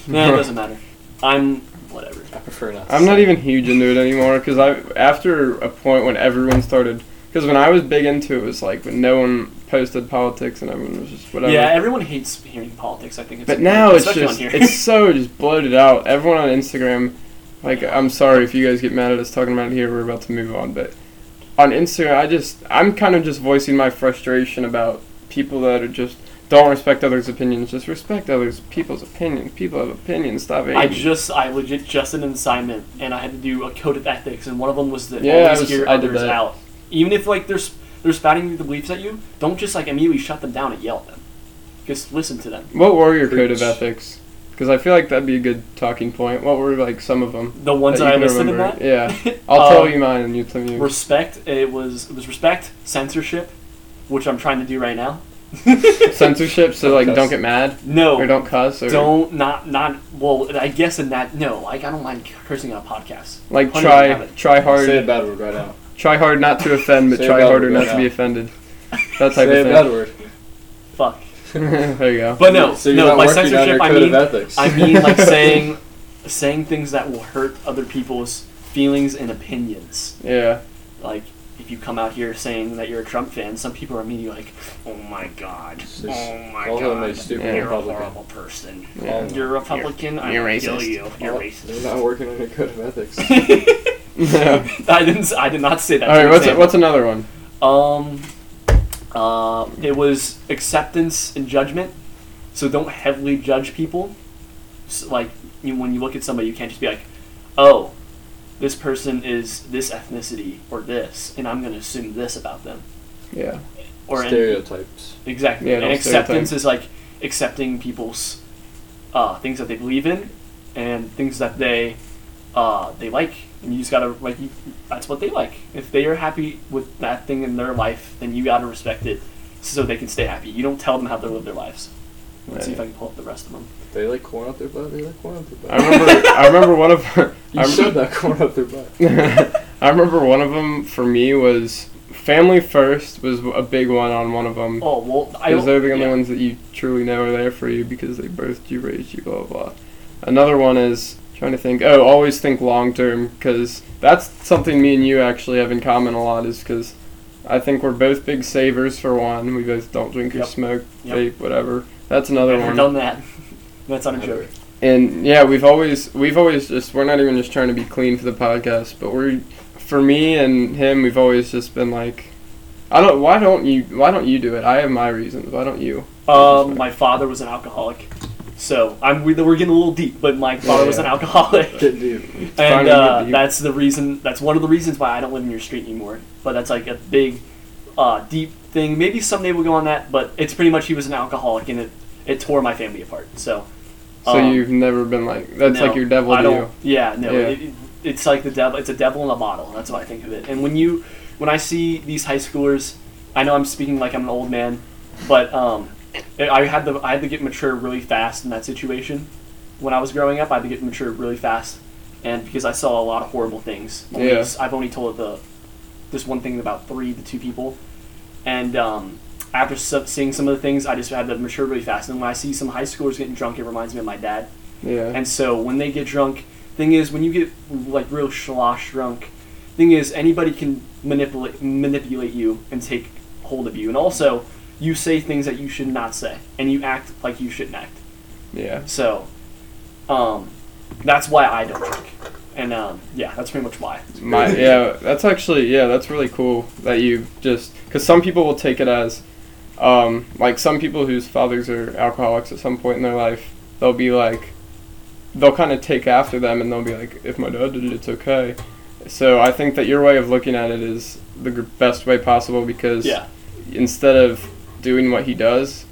[SPEAKER 3] No, it doesn't matter. I'm whatever.
[SPEAKER 2] I prefer not to
[SPEAKER 1] I'm not
[SPEAKER 2] say.
[SPEAKER 1] even huge into it anymore because I after a point when everyone started. Because when I was big into it, it was like when no one posted politics and everyone was just whatever.
[SPEAKER 3] Yeah, everyone hates hearing politics. I think. It's
[SPEAKER 1] But now it's
[SPEAKER 3] especially
[SPEAKER 1] just
[SPEAKER 3] on here.
[SPEAKER 1] it's
[SPEAKER 3] *laughs*
[SPEAKER 1] so just bloated out. Everyone on Instagram, like I'm sorry if you guys get mad at us talking about it here. We're about to move on, but on Instagram, I just I'm kind of just voicing my frustration about people that are just don't respect others' opinions. Just respect others' people's opinions. People have opinions. Stop hating.
[SPEAKER 3] I just I legit just did an assignment and I had to do a code of ethics and one of them was to
[SPEAKER 1] Yeah, I
[SPEAKER 3] always
[SPEAKER 1] was-
[SPEAKER 3] hear
[SPEAKER 1] I did
[SPEAKER 3] others
[SPEAKER 1] that.
[SPEAKER 3] out. Even if like they're sp- they're spouting the beliefs at you, don't just like immediately shut them down and yell at them. Just listen to them.
[SPEAKER 1] what were your code of
[SPEAKER 2] Preach.
[SPEAKER 1] ethics? Because I feel like that'd be a good talking point. What were like some of them?
[SPEAKER 3] The ones that, I listed in that. *laughs*
[SPEAKER 1] Yeah, I'll tell
[SPEAKER 3] Um,
[SPEAKER 1] you mine and you tell me. yours.
[SPEAKER 3] Respect. It was it was respect censorship, which I'm trying to do right now.
[SPEAKER 1] Censorship, so like don't get mad
[SPEAKER 3] *laughs* No,
[SPEAKER 1] or don't cuss or
[SPEAKER 3] don't not not well. I guess in that no, like I don't mind cursing on a podcast.
[SPEAKER 1] like
[SPEAKER 3] Plenty of them have
[SPEAKER 1] try try
[SPEAKER 3] it.
[SPEAKER 1] hard.
[SPEAKER 2] Say a bad word right now.
[SPEAKER 1] Try hard not to offend, but
[SPEAKER 2] Say
[SPEAKER 1] try
[SPEAKER 2] about
[SPEAKER 1] harder
[SPEAKER 2] it,
[SPEAKER 1] not
[SPEAKER 2] yeah.
[SPEAKER 1] to be offended. That type
[SPEAKER 2] Say a bad
[SPEAKER 1] of
[SPEAKER 2] word.
[SPEAKER 3] Fuck.
[SPEAKER 1] thing. *laughs* there you go.
[SPEAKER 3] *laughs* But no,
[SPEAKER 2] so you're
[SPEAKER 3] no.
[SPEAKER 2] not
[SPEAKER 3] By
[SPEAKER 2] working on your
[SPEAKER 3] censorship, I
[SPEAKER 2] code
[SPEAKER 3] mean
[SPEAKER 2] of ethics.
[SPEAKER 3] I mean,
[SPEAKER 1] *laughs*
[SPEAKER 2] *laughs*
[SPEAKER 3] like saying saying things that will hurt other people's feelings and opinions.
[SPEAKER 1] Yeah.
[SPEAKER 3] Like if you come out here saying that you're a Trump fan, some people are immediately like, "Oh my god,
[SPEAKER 2] Just
[SPEAKER 3] oh my
[SPEAKER 2] call him a
[SPEAKER 3] god,
[SPEAKER 2] stupid
[SPEAKER 3] you're
[SPEAKER 2] Republican."
[SPEAKER 3] a horrible person,
[SPEAKER 1] Yeah.
[SPEAKER 2] Um,
[SPEAKER 1] *laughs*
[SPEAKER 3] you're a Republican,
[SPEAKER 1] You're
[SPEAKER 3] I will kill
[SPEAKER 1] racist.
[SPEAKER 3] you, you're
[SPEAKER 1] *laughs*
[SPEAKER 2] Oh, You're
[SPEAKER 3] racist." *laughs*
[SPEAKER 2] not working on your code of ethics.
[SPEAKER 3] I didn't. s- I did not say that.
[SPEAKER 1] All right.
[SPEAKER 3] for
[SPEAKER 1] What's
[SPEAKER 3] example.
[SPEAKER 1] what's another one?
[SPEAKER 3] Um, uh, it was acceptance and judgment. So don't heavily judge people. S like you, when you look at somebody, you can't just be like, "Oh, this person is this ethnicity or this," and I'm going to assume this about them.
[SPEAKER 1] Yeah.
[SPEAKER 3] *laughs* Or and-
[SPEAKER 2] Stereotypes.
[SPEAKER 3] exactly.
[SPEAKER 1] Yeah,
[SPEAKER 3] and
[SPEAKER 1] don't
[SPEAKER 3] acceptance
[SPEAKER 1] stereotype.
[SPEAKER 3] is like accepting people's uh, things that they believe in and things that they uh, they like. And you just gotta like you, that's what they like. If they are happy with that thing in their life, then you gotta respect it so they can stay happy. You don't tell them how to live their lives. Let's see if I can pull up the rest of them.
[SPEAKER 2] They like corn up their butt. They like corn up their butt.
[SPEAKER 1] I remember. I remember one of.
[SPEAKER 2] *laughs* you
[SPEAKER 1] I
[SPEAKER 2] shove that corn up their butt.
[SPEAKER 1] *laughs* I remember one of them for me was family first was a big one on one of them.
[SPEAKER 3] Oh well, I
[SPEAKER 1] Because they're the only
[SPEAKER 3] yeah.
[SPEAKER 1] ones that you truly know are there for you because they birthed you, raised you, blah blah. blah. Another one is trying to think. Oh, always think long term because that's something me and you actually have in common a lot. Is because I think we're both big savers for one. We both don't drink or
[SPEAKER 3] Yep.
[SPEAKER 1] smoke,
[SPEAKER 3] Yep.
[SPEAKER 1] vape, whatever. That's another
[SPEAKER 3] Never
[SPEAKER 1] one.
[SPEAKER 3] done that. *laughs* That's not a joke.
[SPEAKER 1] and yeah, we've always we've always just we're not even just trying to be clean for the podcast, but we're for me and him, we've always just been like, I don't. Why don't you? Why don't you do it? I have my reasons. Why don't you?
[SPEAKER 3] Um, my father was an alcoholic, so I'm we, we're getting a little deep. But my father was an
[SPEAKER 1] yeah. *laughs*
[SPEAKER 3] alcoholic,
[SPEAKER 2] Get deep.
[SPEAKER 3] and
[SPEAKER 1] Finding it
[SPEAKER 3] uh,
[SPEAKER 1] deep.
[SPEAKER 3] that's the reason. That's one of the reasons why I don't live in your street anymore. But that's like a big, uh, deep thing. Maybe someday we'll go on that. But it's pretty much he was an alcoholic, and it it tore my family apart. So.
[SPEAKER 1] So
[SPEAKER 3] um,
[SPEAKER 1] you've never been like that's
[SPEAKER 3] No,
[SPEAKER 1] like your devil
[SPEAKER 3] I
[SPEAKER 1] to
[SPEAKER 3] don't, Yeah, no,
[SPEAKER 1] Yeah.
[SPEAKER 3] It, it- it's like the devil. It's a devil in a bottle. That's what I think of it. And when you, when I see these high schoolers, I know I'm speaking like I'm an old man, but um, I I had to I had to get mature really fast in that situation. When I was growing up, I had to get mature really fast, and because I saw a lot of horrible things. Only-
[SPEAKER 1] Yeah.
[SPEAKER 3] I've only told the this one thing about three to two people, and um, after so- seeing some of the things, I just had to mature really fast. And when I see some high schoolers getting drunk, it reminds me of my dad.
[SPEAKER 1] you. Yeah.
[SPEAKER 3] And so when they get drunk, thing is when you get like real slosh drunk, thing is anybody can manipulate manipulate you and take hold of you. And also, you say things that you should not say, and you act like you shouldn't act.
[SPEAKER 1] Yeah.
[SPEAKER 3] So, um, that's why I don't drink. And um, yeah, that's pretty much why.
[SPEAKER 1] My yeah, that's actually yeah, that's really cool that you just because some people will take it as, um, like some people whose fathers are alcoholics at some point in their life, they'll be like, they'll kind of take after them and they'll be like, if my dad did it, it's okay. So I think that your way of looking at it is the gr- best way possible because
[SPEAKER 3] Yeah,
[SPEAKER 1] instead of doing what he does,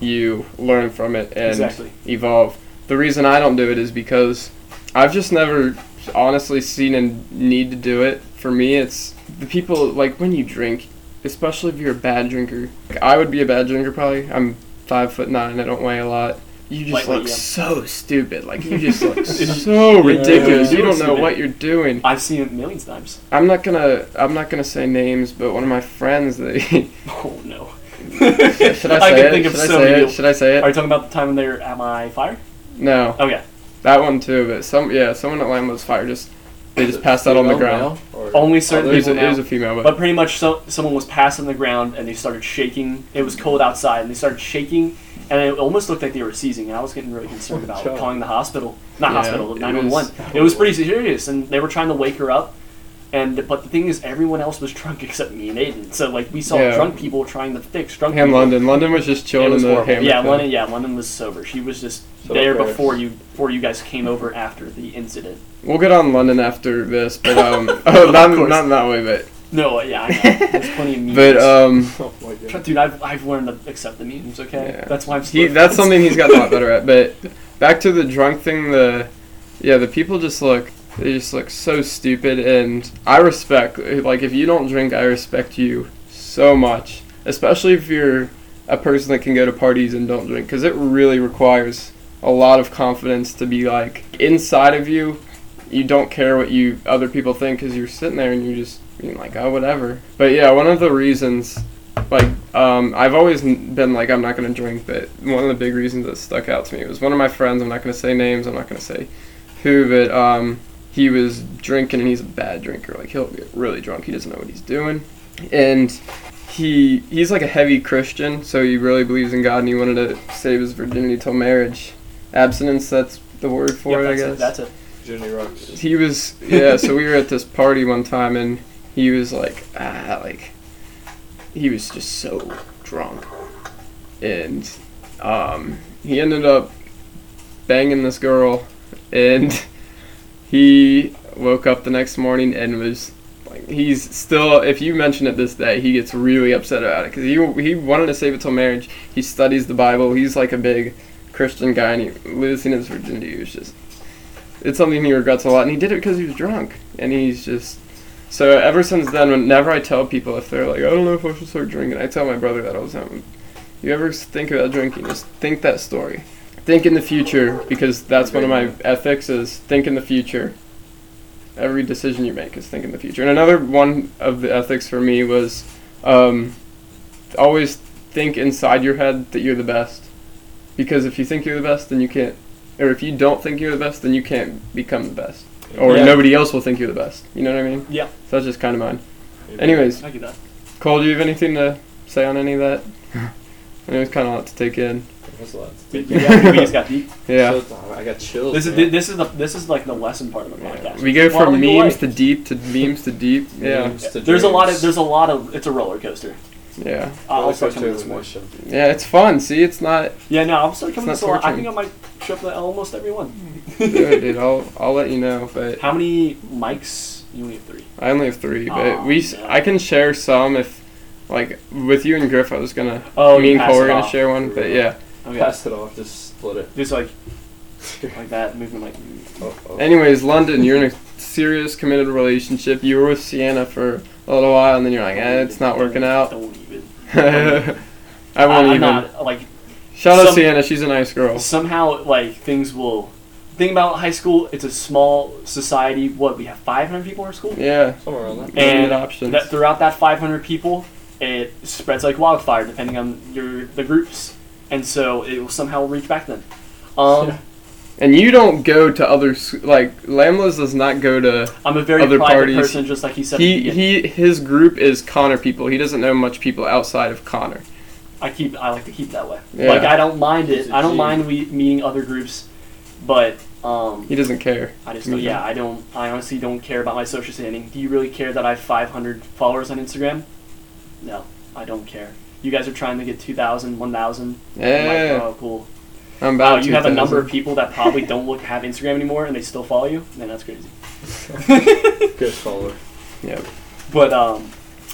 [SPEAKER 1] you learn from it and
[SPEAKER 3] Exactly.
[SPEAKER 1] evolve. The reason I don't do it is because I've just never honestly seen a need to do it. For me, it's the people like when you drink, especially if you're a bad drinker. Like, I would be a bad drinker probably. I'm five foot nine. I don't weigh a lot. You just
[SPEAKER 3] Lightweight,
[SPEAKER 1] look
[SPEAKER 3] yeah.
[SPEAKER 1] so stupid. Like you just
[SPEAKER 3] *laughs*
[SPEAKER 1] look so ridiculous.
[SPEAKER 3] you
[SPEAKER 1] You
[SPEAKER 3] look
[SPEAKER 1] don't know
[SPEAKER 3] stupid.
[SPEAKER 1] what you're doing.
[SPEAKER 3] I've seen it millions of times. *laughs*
[SPEAKER 1] I'm not gonna. I'm not gonna say names, but one of my friends, they
[SPEAKER 3] Oh no.
[SPEAKER 1] Should I say
[SPEAKER 3] *laughs* I can
[SPEAKER 1] it?
[SPEAKER 3] think of
[SPEAKER 1] Should I
[SPEAKER 3] so
[SPEAKER 1] say
[SPEAKER 3] many.
[SPEAKER 1] it? Should I say
[SPEAKER 3] Are
[SPEAKER 1] it?
[SPEAKER 3] you talking about the time when they were at my fire?
[SPEAKER 1] No,
[SPEAKER 3] Okay.
[SPEAKER 1] that one too. But some, yeah, someone at Lambo's fire just they just passed out on the
[SPEAKER 2] Female,
[SPEAKER 1] ground.
[SPEAKER 2] male, or-
[SPEAKER 3] Only certain
[SPEAKER 1] It was,
[SPEAKER 3] people
[SPEAKER 1] Oh, a,
[SPEAKER 3] now.
[SPEAKER 1] it was a female, but
[SPEAKER 3] But pretty much, so, someone was passed on the ground, and they started shaking. It was cold outside, and they started shaking, and it almost looked like they were seizing. And I was getting really concerned about
[SPEAKER 2] God.
[SPEAKER 3] calling the hospital, not
[SPEAKER 1] Yeah,
[SPEAKER 3] hospital,
[SPEAKER 1] it
[SPEAKER 3] nine one one.
[SPEAKER 1] was-
[SPEAKER 3] It was pretty serious, and they were trying to wake her up. And but the thing is, everyone else was *laughs* drunk except me and Aiden. So like we saw
[SPEAKER 1] Yeah.
[SPEAKER 3] drunk people trying to fix drunk
[SPEAKER 1] and
[SPEAKER 3] people.
[SPEAKER 1] London. London was just
[SPEAKER 3] It
[SPEAKER 1] chilling
[SPEAKER 3] was
[SPEAKER 1] in the
[SPEAKER 3] horrible.
[SPEAKER 1] hammer.
[SPEAKER 3] Yeah,
[SPEAKER 1] thing.
[SPEAKER 3] London. Yeah, London was sober. She was just
[SPEAKER 2] So
[SPEAKER 3] there
[SPEAKER 2] embarrassed.
[SPEAKER 3] before you before you guys came over after the incident.
[SPEAKER 1] We'll get on London after this, but
[SPEAKER 3] *laughs*
[SPEAKER 1] um, oh, not
[SPEAKER 3] course.
[SPEAKER 1] not in that way, but
[SPEAKER 3] No, yeah, I
[SPEAKER 1] *laughs*
[SPEAKER 3] know. There's plenty of memes.
[SPEAKER 1] but um,
[SPEAKER 2] *laughs* Oh my god.
[SPEAKER 3] Dude, I've, I've learned to accept the memes, okay?
[SPEAKER 1] Yeah.
[SPEAKER 3] That's why I'm
[SPEAKER 1] he
[SPEAKER 3] still-
[SPEAKER 1] that's something he's
[SPEAKER 3] *laughs*
[SPEAKER 1] got a lot better at. But back to the drunk thing, the yeah, the people just look they just look so stupid, and I respect like if you don't drink, I respect you so much, especially if you're a person that can go to parties and don't drink, because it really requires a lot of confidence to be like inside of you. You don't care what you other people think because you're sitting there and you're just being like, oh, whatever. But yeah, one of the reasons like um, I've always n- been like I'm not gonna drink, but one of the big reasons that stuck out to me was one of my friends. I'm not gonna say names. I'm not gonna say who, but um, he was drinking and he's a bad drinker. Like he'll get really drunk. He doesn't know what he's doing, and he he's like a heavy Christian, so he really believes in God and he wanted to save his virginity till marriage. Abstinence. That's the word
[SPEAKER 3] Yep,
[SPEAKER 1] for it, I
[SPEAKER 3] that's
[SPEAKER 1] guess
[SPEAKER 3] It, that's it.
[SPEAKER 2] Jenny rocks.
[SPEAKER 1] he was yeah so we were at this party one time and he was like ah like he was just so drunk and um he ended up banging this girl and *laughs* he woke up the next morning and was like he's still if you mention it this day he gets really upset about it because he, he wanted to save it till marriage he studies the bible he's like a big christian guy and he, losing his virginity was just it's something he regrets a lot, and he did it because he was drunk, and he's just. So ever since then, whenever I tell people if they're like, I don't know if I should start drinking, I tell my brother that all the time. You ever think about drinking? Just think that story. Think in the future because that's one of my ethics is think in the future. Every decision you make is think in the future. And another one of the ethics for me was um, always think inside your head that you're the best. Because if you think you're the best, then you can't, or if you don't think you're the best, then you can't become the best. Or
[SPEAKER 3] Yeah.
[SPEAKER 1] nobody else will think you're the best. You know what I mean?
[SPEAKER 3] Yeah.
[SPEAKER 1] So that's just kind of mine. Anyways, *laughs*
[SPEAKER 3] I get that.
[SPEAKER 1] Cole, do you have anything to say on any of
[SPEAKER 3] *laughs*
[SPEAKER 1] that? I know it's kind of a lot to take in.
[SPEAKER 2] That's a lot.
[SPEAKER 3] We, yeah, we just got deep.
[SPEAKER 1] Yeah.
[SPEAKER 2] Chills- I got chills.
[SPEAKER 3] This is
[SPEAKER 2] man.
[SPEAKER 3] this is the this is like the lesson part of the
[SPEAKER 1] Yeah.
[SPEAKER 3] podcast.
[SPEAKER 1] We go
[SPEAKER 3] While
[SPEAKER 1] from
[SPEAKER 3] away.
[SPEAKER 1] memes to deep to memes to
[SPEAKER 3] *laughs*
[SPEAKER 1] deep. Yeah.
[SPEAKER 2] Memes
[SPEAKER 1] *laughs*
[SPEAKER 2] to
[SPEAKER 3] There's a lot of
[SPEAKER 2] dreams.
[SPEAKER 3] there's a lot of it's a roller coaster.
[SPEAKER 1] Yeah.
[SPEAKER 3] I'll
[SPEAKER 2] Roller
[SPEAKER 3] start
[SPEAKER 2] coaster
[SPEAKER 3] coming to
[SPEAKER 2] of
[SPEAKER 3] this more.
[SPEAKER 2] emotion.
[SPEAKER 1] Yeah, it's fun. See, it's not.
[SPEAKER 3] Yeah, no, I'll start coming to
[SPEAKER 1] It's
[SPEAKER 3] this
[SPEAKER 1] not
[SPEAKER 3] a lot. I think I
[SPEAKER 1] torturing.
[SPEAKER 3] might triple almost everyone. *laughs*
[SPEAKER 1] Dude, dude, I'll, I'll let you know, but
[SPEAKER 3] How many mics? You only have three.
[SPEAKER 1] I only have three, but
[SPEAKER 3] Aw,
[SPEAKER 1] we s
[SPEAKER 3] man.
[SPEAKER 1] I can share some if, like, with you and Griff, I was gonna.
[SPEAKER 3] Oh,
[SPEAKER 1] me
[SPEAKER 3] you
[SPEAKER 1] and
[SPEAKER 3] pass
[SPEAKER 1] Cole were
[SPEAKER 3] it
[SPEAKER 1] gonna
[SPEAKER 3] off.
[SPEAKER 1] share one, but yeah.
[SPEAKER 2] *laughs*
[SPEAKER 3] Okay,
[SPEAKER 2] Pass it off. Just split it.
[SPEAKER 3] just like
[SPEAKER 2] *laughs*
[SPEAKER 3] like that, moving like.
[SPEAKER 2] Oh, oh.
[SPEAKER 1] Anyways, London, you're in a serious committed relationship. You were with Sienna for a little while, and then you're like, eh, it's not working out. *laughs*
[SPEAKER 3] Don't even.
[SPEAKER 1] I
[SPEAKER 3] I'm
[SPEAKER 1] won't even.
[SPEAKER 3] not like
[SPEAKER 1] Shout out
[SPEAKER 3] Some-
[SPEAKER 1] Sienna, she's a nice girl.
[SPEAKER 3] somehow like things will. Think about high school. It's a small society. What we have 500 people in our school.
[SPEAKER 1] Yeah.
[SPEAKER 2] Somewhere around that.
[SPEAKER 1] Limited
[SPEAKER 3] and
[SPEAKER 1] options.
[SPEAKER 3] that throughout that 500 people, it spreads like wildfire depending on your the groups, and so it will somehow reach back then. Um,
[SPEAKER 2] Yeah.
[SPEAKER 1] And you don't go to other s- like Lamlas does not go to.
[SPEAKER 3] I'm a very
[SPEAKER 1] Other
[SPEAKER 3] private
[SPEAKER 1] parties.
[SPEAKER 3] person, just like he said. at the
[SPEAKER 1] He
[SPEAKER 3] beginning.
[SPEAKER 1] he his group is Connor people. He doesn't know much people outside of Connor.
[SPEAKER 3] I keep I like to keep that way.
[SPEAKER 1] Yeah.
[SPEAKER 3] Like I don't mind
[SPEAKER 2] He's
[SPEAKER 3] it.
[SPEAKER 2] a
[SPEAKER 3] I don't
[SPEAKER 2] G.
[SPEAKER 3] mind we meeting other groups, but um,
[SPEAKER 1] He doesn't care.
[SPEAKER 3] I just don't,
[SPEAKER 1] Yeah.
[SPEAKER 3] yeah I don't I honestly don't care about my social standing. Do you really care that I have 500 followers on Instagram? No, I don't care. You guys are trying to get 2,000, 1,000. I'm like,
[SPEAKER 1] Yeah.
[SPEAKER 3] oh, cool.
[SPEAKER 1] I'm
[SPEAKER 3] Wow,
[SPEAKER 1] about
[SPEAKER 3] you have a
[SPEAKER 1] 2,000.
[SPEAKER 3] number of people that probably don't look have Instagram anymore and they still follow you. Man,
[SPEAKER 1] *laughs*
[SPEAKER 3] that's crazy.
[SPEAKER 2] Good follower.
[SPEAKER 1] Yep.
[SPEAKER 3] But um,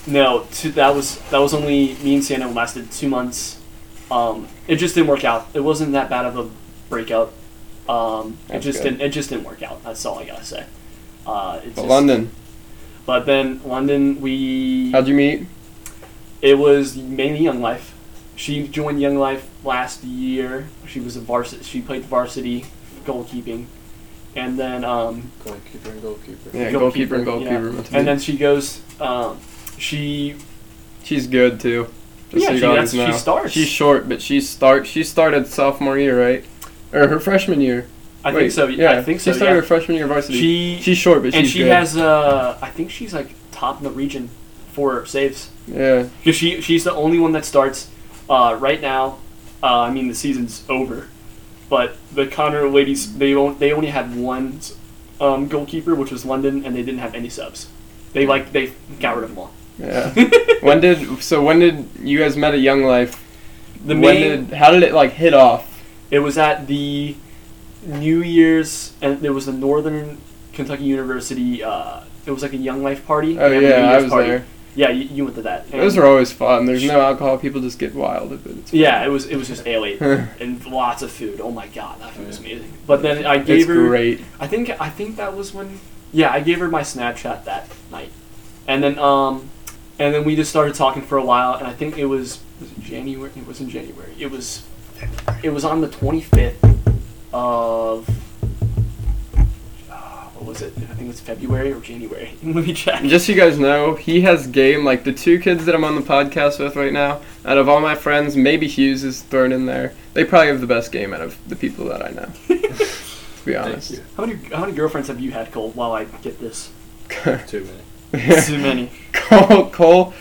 [SPEAKER 3] no, t- that was that was only me and Santa lasted two months. Um, it just didn't work out. It wasn't that bad of a breakup. Um, it
[SPEAKER 1] That's
[SPEAKER 3] just
[SPEAKER 1] good.
[SPEAKER 3] didn't it just didn't work out. That's all I gotta say. Uh, it's
[SPEAKER 1] But
[SPEAKER 3] just-
[SPEAKER 1] London,
[SPEAKER 3] But then London, we
[SPEAKER 1] how'd you meet?
[SPEAKER 3] it was mainly Young Life. She joined Young Life last year. She was a varsity. She played varsity goalkeeping, and then um,
[SPEAKER 2] Goalkeeper and goalkeeper.
[SPEAKER 1] Yeah, goalkeeper and
[SPEAKER 3] Goalkeeper, yeah.
[SPEAKER 1] goalkeeper. meant to
[SPEAKER 3] and
[SPEAKER 1] be.
[SPEAKER 3] then she goes. Um, she
[SPEAKER 1] she's good too. Just
[SPEAKER 3] yeah,
[SPEAKER 1] so you
[SPEAKER 3] she,
[SPEAKER 1] guys
[SPEAKER 3] that's,
[SPEAKER 1] know.
[SPEAKER 3] she starts.
[SPEAKER 1] She's short, but she start she started sophomore year, right? Or her freshman year.
[SPEAKER 3] I
[SPEAKER 1] Wait,
[SPEAKER 3] think so.
[SPEAKER 1] Yeah,
[SPEAKER 3] I think so.
[SPEAKER 1] She started
[SPEAKER 3] yeah.
[SPEAKER 1] her freshman year varsity.
[SPEAKER 3] She,
[SPEAKER 1] she's short, but she's
[SPEAKER 3] and she
[SPEAKER 1] good.
[SPEAKER 3] has uh, I think she's like top in the region for saves
[SPEAKER 1] yeah.
[SPEAKER 3] because she she's the only one that starts uh, right now. Uh, I mean the season's over, but the Connor ladies they on- they only had one um, goalkeeper, which was London, and they didn't have any subs. They like they got rid of them all. *laughs*
[SPEAKER 1] Yeah. when did so when did you guys met at Young Life?
[SPEAKER 3] The
[SPEAKER 1] when
[SPEAKER 3] main
[SPEAKER 1] did how did it like hit off?
[SPEAKER 3] It was at the New Year's, and there was the Northern Kentucky University. Uh, it was like a Young Life party.
[SPEAKER 1] Oh
[SPEAKER 3] They had a New
[SPEAKER 1] yeah, I
[SPEAKER 3] Year's
[SPEAKER 1] was there.
[SPEAKER 3] Yeah, you, you went to that. And-
[SPEAKER 1] Those are always fun. There's
[SPEAKER 3] Sh-
[SPEAKER 1] no alcohol. People just get wild. But it's fun.
[SPEAKER 3] yeah, it was it was just alien
[SPEAKER 1] Yeah.
[SPEAKER 3] and lots of food. Oh my god, that food was amazing. But then I
[SPEAKER 1] *laughs* it's
[SPEAKER 3] gave her.
[SPEAKER 1] great.
[SPEAKER 3] I think I think that was when. Yeah, I gave her my Snapchat that night, and then um, and then we just started talking for a while. And I think it was, was it January. It was in January. It was, it was on the twenty fifth of. ah, What was it? I think it was February or January. *laughs* Let me check.
[SPEAKER 1] And Just so you guys know, he has game like the two kids that I'm on the podcast with right now. Out of all my friends, maybe Hughes is thrown in there. They probably have the best game out of the people that I know. to be
[SPEAKER 2] Thank
[SPEAKER 1] honest,
[SPEAKER 2] you.
[SPEAKER 3] How many how many girlfriends have you had, Cole? While I
[SPEAKER 1] *laughs*
[SPEAKER 3] get this,
[SPEAKER 2] Too many.
[SPEAKER 3] too many.
[SPEAKER 1] Cole, Cole,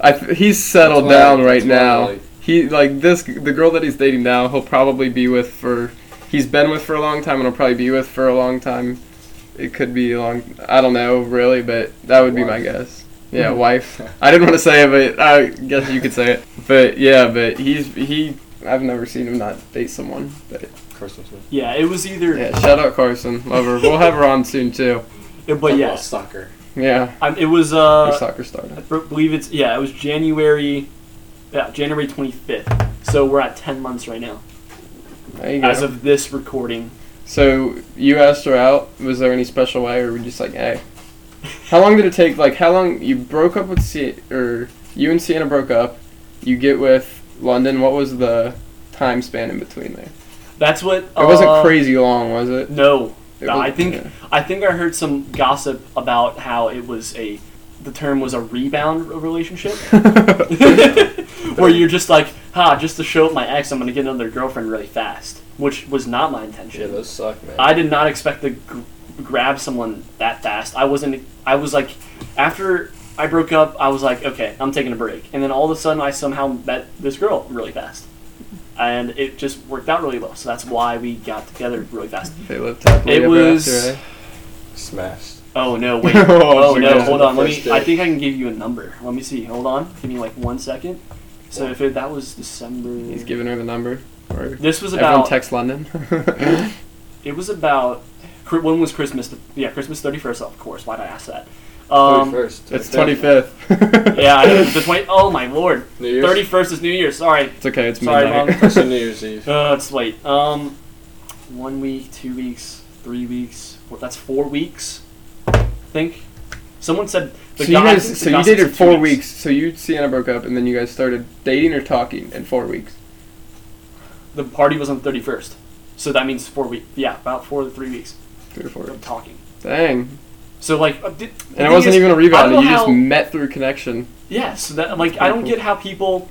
[SPEAKER 1] I th- he's settled
[SPEAKER 2] That's why-
[SPEAKER 1] down right
[SPEAKER 2] that's why I
[SPEAKER 1] now.
[SPEAKER 2] like-
[SPEAKER 1] he like this the girl that he's dating now. He'll probably be with for he's been with for a long time and he'll probably be with for a long time. It could be a long. I don't know really, but that would be my
[SPEAKER 2] Wife.
[SPEAKER 1] guess. Yeah,
[SPEAKER 3] Hmm. *laughs*
[SPEAKER 1] wife. I didn't want to say it, but I guess you could say it. But yeah, but he's he. I've never seen him not date someone. But
[SPEAKER 2] Carson Smith.
[SPEAKER 3] Yeah, it was either.
[SPEAKER 1] yeah, shout out Carson, love her. We'll have her on soon too.
[SPEAKER 3] it- but
[SPEAKER 2] Talk
[SPEAKER 3] yeah,
[SPEAKER 2] about soccer.
[SPEAKER 1] Yeah,
[SPEAKER 3] I'm, it was.
[SPEAKER 1] our
[SPEAKER 3] Uh,
[SPEAKER 1] soccer starter.
[SPEAKER 3] I br- believe it's yeah. It was January, yeah, January twenty fifth. So we're at ten months right now,
[SPEAKER 1] There you go.
[SPEAKER 3] as of this recording.
[SPEAKER 1] So you asked her out. Was there any special way, or were you just like, hey? How long did it take? Like, how long you broke up with C or you and Sienna broke up? You get with London. What was the time span in between there?
[SPEAKER 3] *laughs* That's what.
[SPEAKER 1] It wasn't
[SPEAKER 3] uh,
[SPEAKER 1] crazy long, was it?
[SPEAKER 3] No,
[SPEAKER 1] It
[SPEAKER 3] No,
[SPEAKER 1] was-
[SPEAKER 3] I think *laughs*
[SPEAKER 1] yeah.
[SPEAKER 3] I think I heard some gossip about how it was a. The term was a rebound relationship, *laughs* where you're just like, ha, just to show up my ex, I'm gonna get another girlfriend really fast, which was not my
[SPEAKER 2] Yeah,
[SPEAKER 3] intention.
[SPEAKER 2] those suck, man.
[SPEAKER 3] I did not expect to gr grab someone that fast. I wasn't. I was like, after I broke up. I was like, okay, I'm taking a break. And then all of a sudden, I somehow met this girl really fast, and it just worked out really well. So that's why we got together really fast.
[SPEAKER 1] They lived happily
[SPEAKER 3] It
[SPEAKER 1] ever
[SPEAKER 3] was-
[SPEAKER 1] after, eh?
[SPEAKER 2] Smashed.
[SPEAKER 1] *laughs*
[SPEAKER 3] Oh no! Wait.
[SPEAKER 1] Oh,
[SPEAKER 3] oh
[SPEAKER 1] she
[SPEAKER 3] no!
[SPEAKER 1] got
[SPEAKER 3] Hold
[SPEAKER 2] it
[SPEAKER 3] on. Let
[SPEAKER 2] the first
[SPEAKER 3] me. I
[SPEAKER 2] day.
[SPEAKER 3] think I can give you a number. Let me see. Hold on. Give me like one second. So if it, that was December,
[SPEAKER 1] He's giving her the number. Or
[SPEAKER 3] this was
[SPEAKER 1] everyone
[SPEAKER 3] about.
[SPEAKER 1] text London. *laughs*
[SPEAKER 3] It was about. cri- When was Christmas? Yeah, Christmas thirty first. Of course. Why did I ask that? Um,
[SPEAKER 2] 31st.
[SPEAKER 1] it's twenty fifth.
[SPEAKER 3] *laughs* yeah, I- the twenty. Oh my lord!
[SPEAKER 2] New Year's. *laughs*
[SPEAKER 3] Thirty first is New Year's. Sorry.
[SPEAKER 1] *laughs* It's okay. It's
[SPEAKER 3] Sorry,
[SPEAKER 1] midnight.
[SPEAKER 2] That's a
[SPEAKER 1] *laughs*
[SPEAKER 2] New Year's
[SPEAKER 3] *laughs*
[SPEAKER 2] Eve.
[SPEAKER 3] Uh, it's late. Um, one week, two weeks, three weeks. Well, that's four weeks. I think. Someone said.
[SPEAKER 1] So
[SPEAKER 3] The
[SPEAKER 1] you
[SPEAKER 3] guy- I
[SPEAKER 1] guys,
[SPEAKER 3] think the
[SPEAKER 1] so
[SPEAKER 3] guy
[SPEAKER 1] you
[SPEAKER 3] said
[SPEAKER 1] dated
[SPEAKER 3] two
[SPEAKER 1] four weeks. So you, Sienna, broke up, and then you guys started dating or talking in four weeks.
[SPEAKER 3] The party was on the thirty first, so that means four weeks. Yeah, about four to three weeks
[SPEAKER 1] Three or four.
[SPEAKER 3] of talking.
[SPEAKER 1] Dang.
[SPEAKER 3] So like, uh, did,
[SPEAKER 1] And it wasn't even a rebound.
[SPEAKER 3] know
[SPEAKER 1] You just
[SPEAKER 3] how-
[SPEAKER 1] met through connection.
[SPEAKER 3] Yeah, so that like I don't get how people.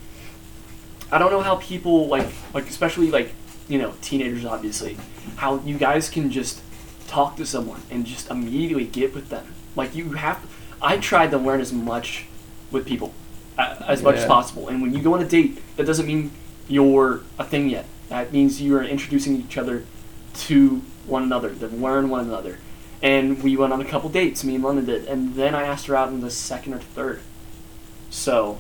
[SPEAKER 3] I don't know how people like like especially like you know teenagers obviously how you guys can just talk to someone and just immediately get with them like you have I tried to learn as much with people uh, as much as
[SPEAKER 1] Yeah.
[SPEAKER 3] possible and when you go on a date that doesn't mean you're a thing yet that means you are introducing each other to one another to learn one another and we went on a couple dates me and London did and then I asked her out on the second or third so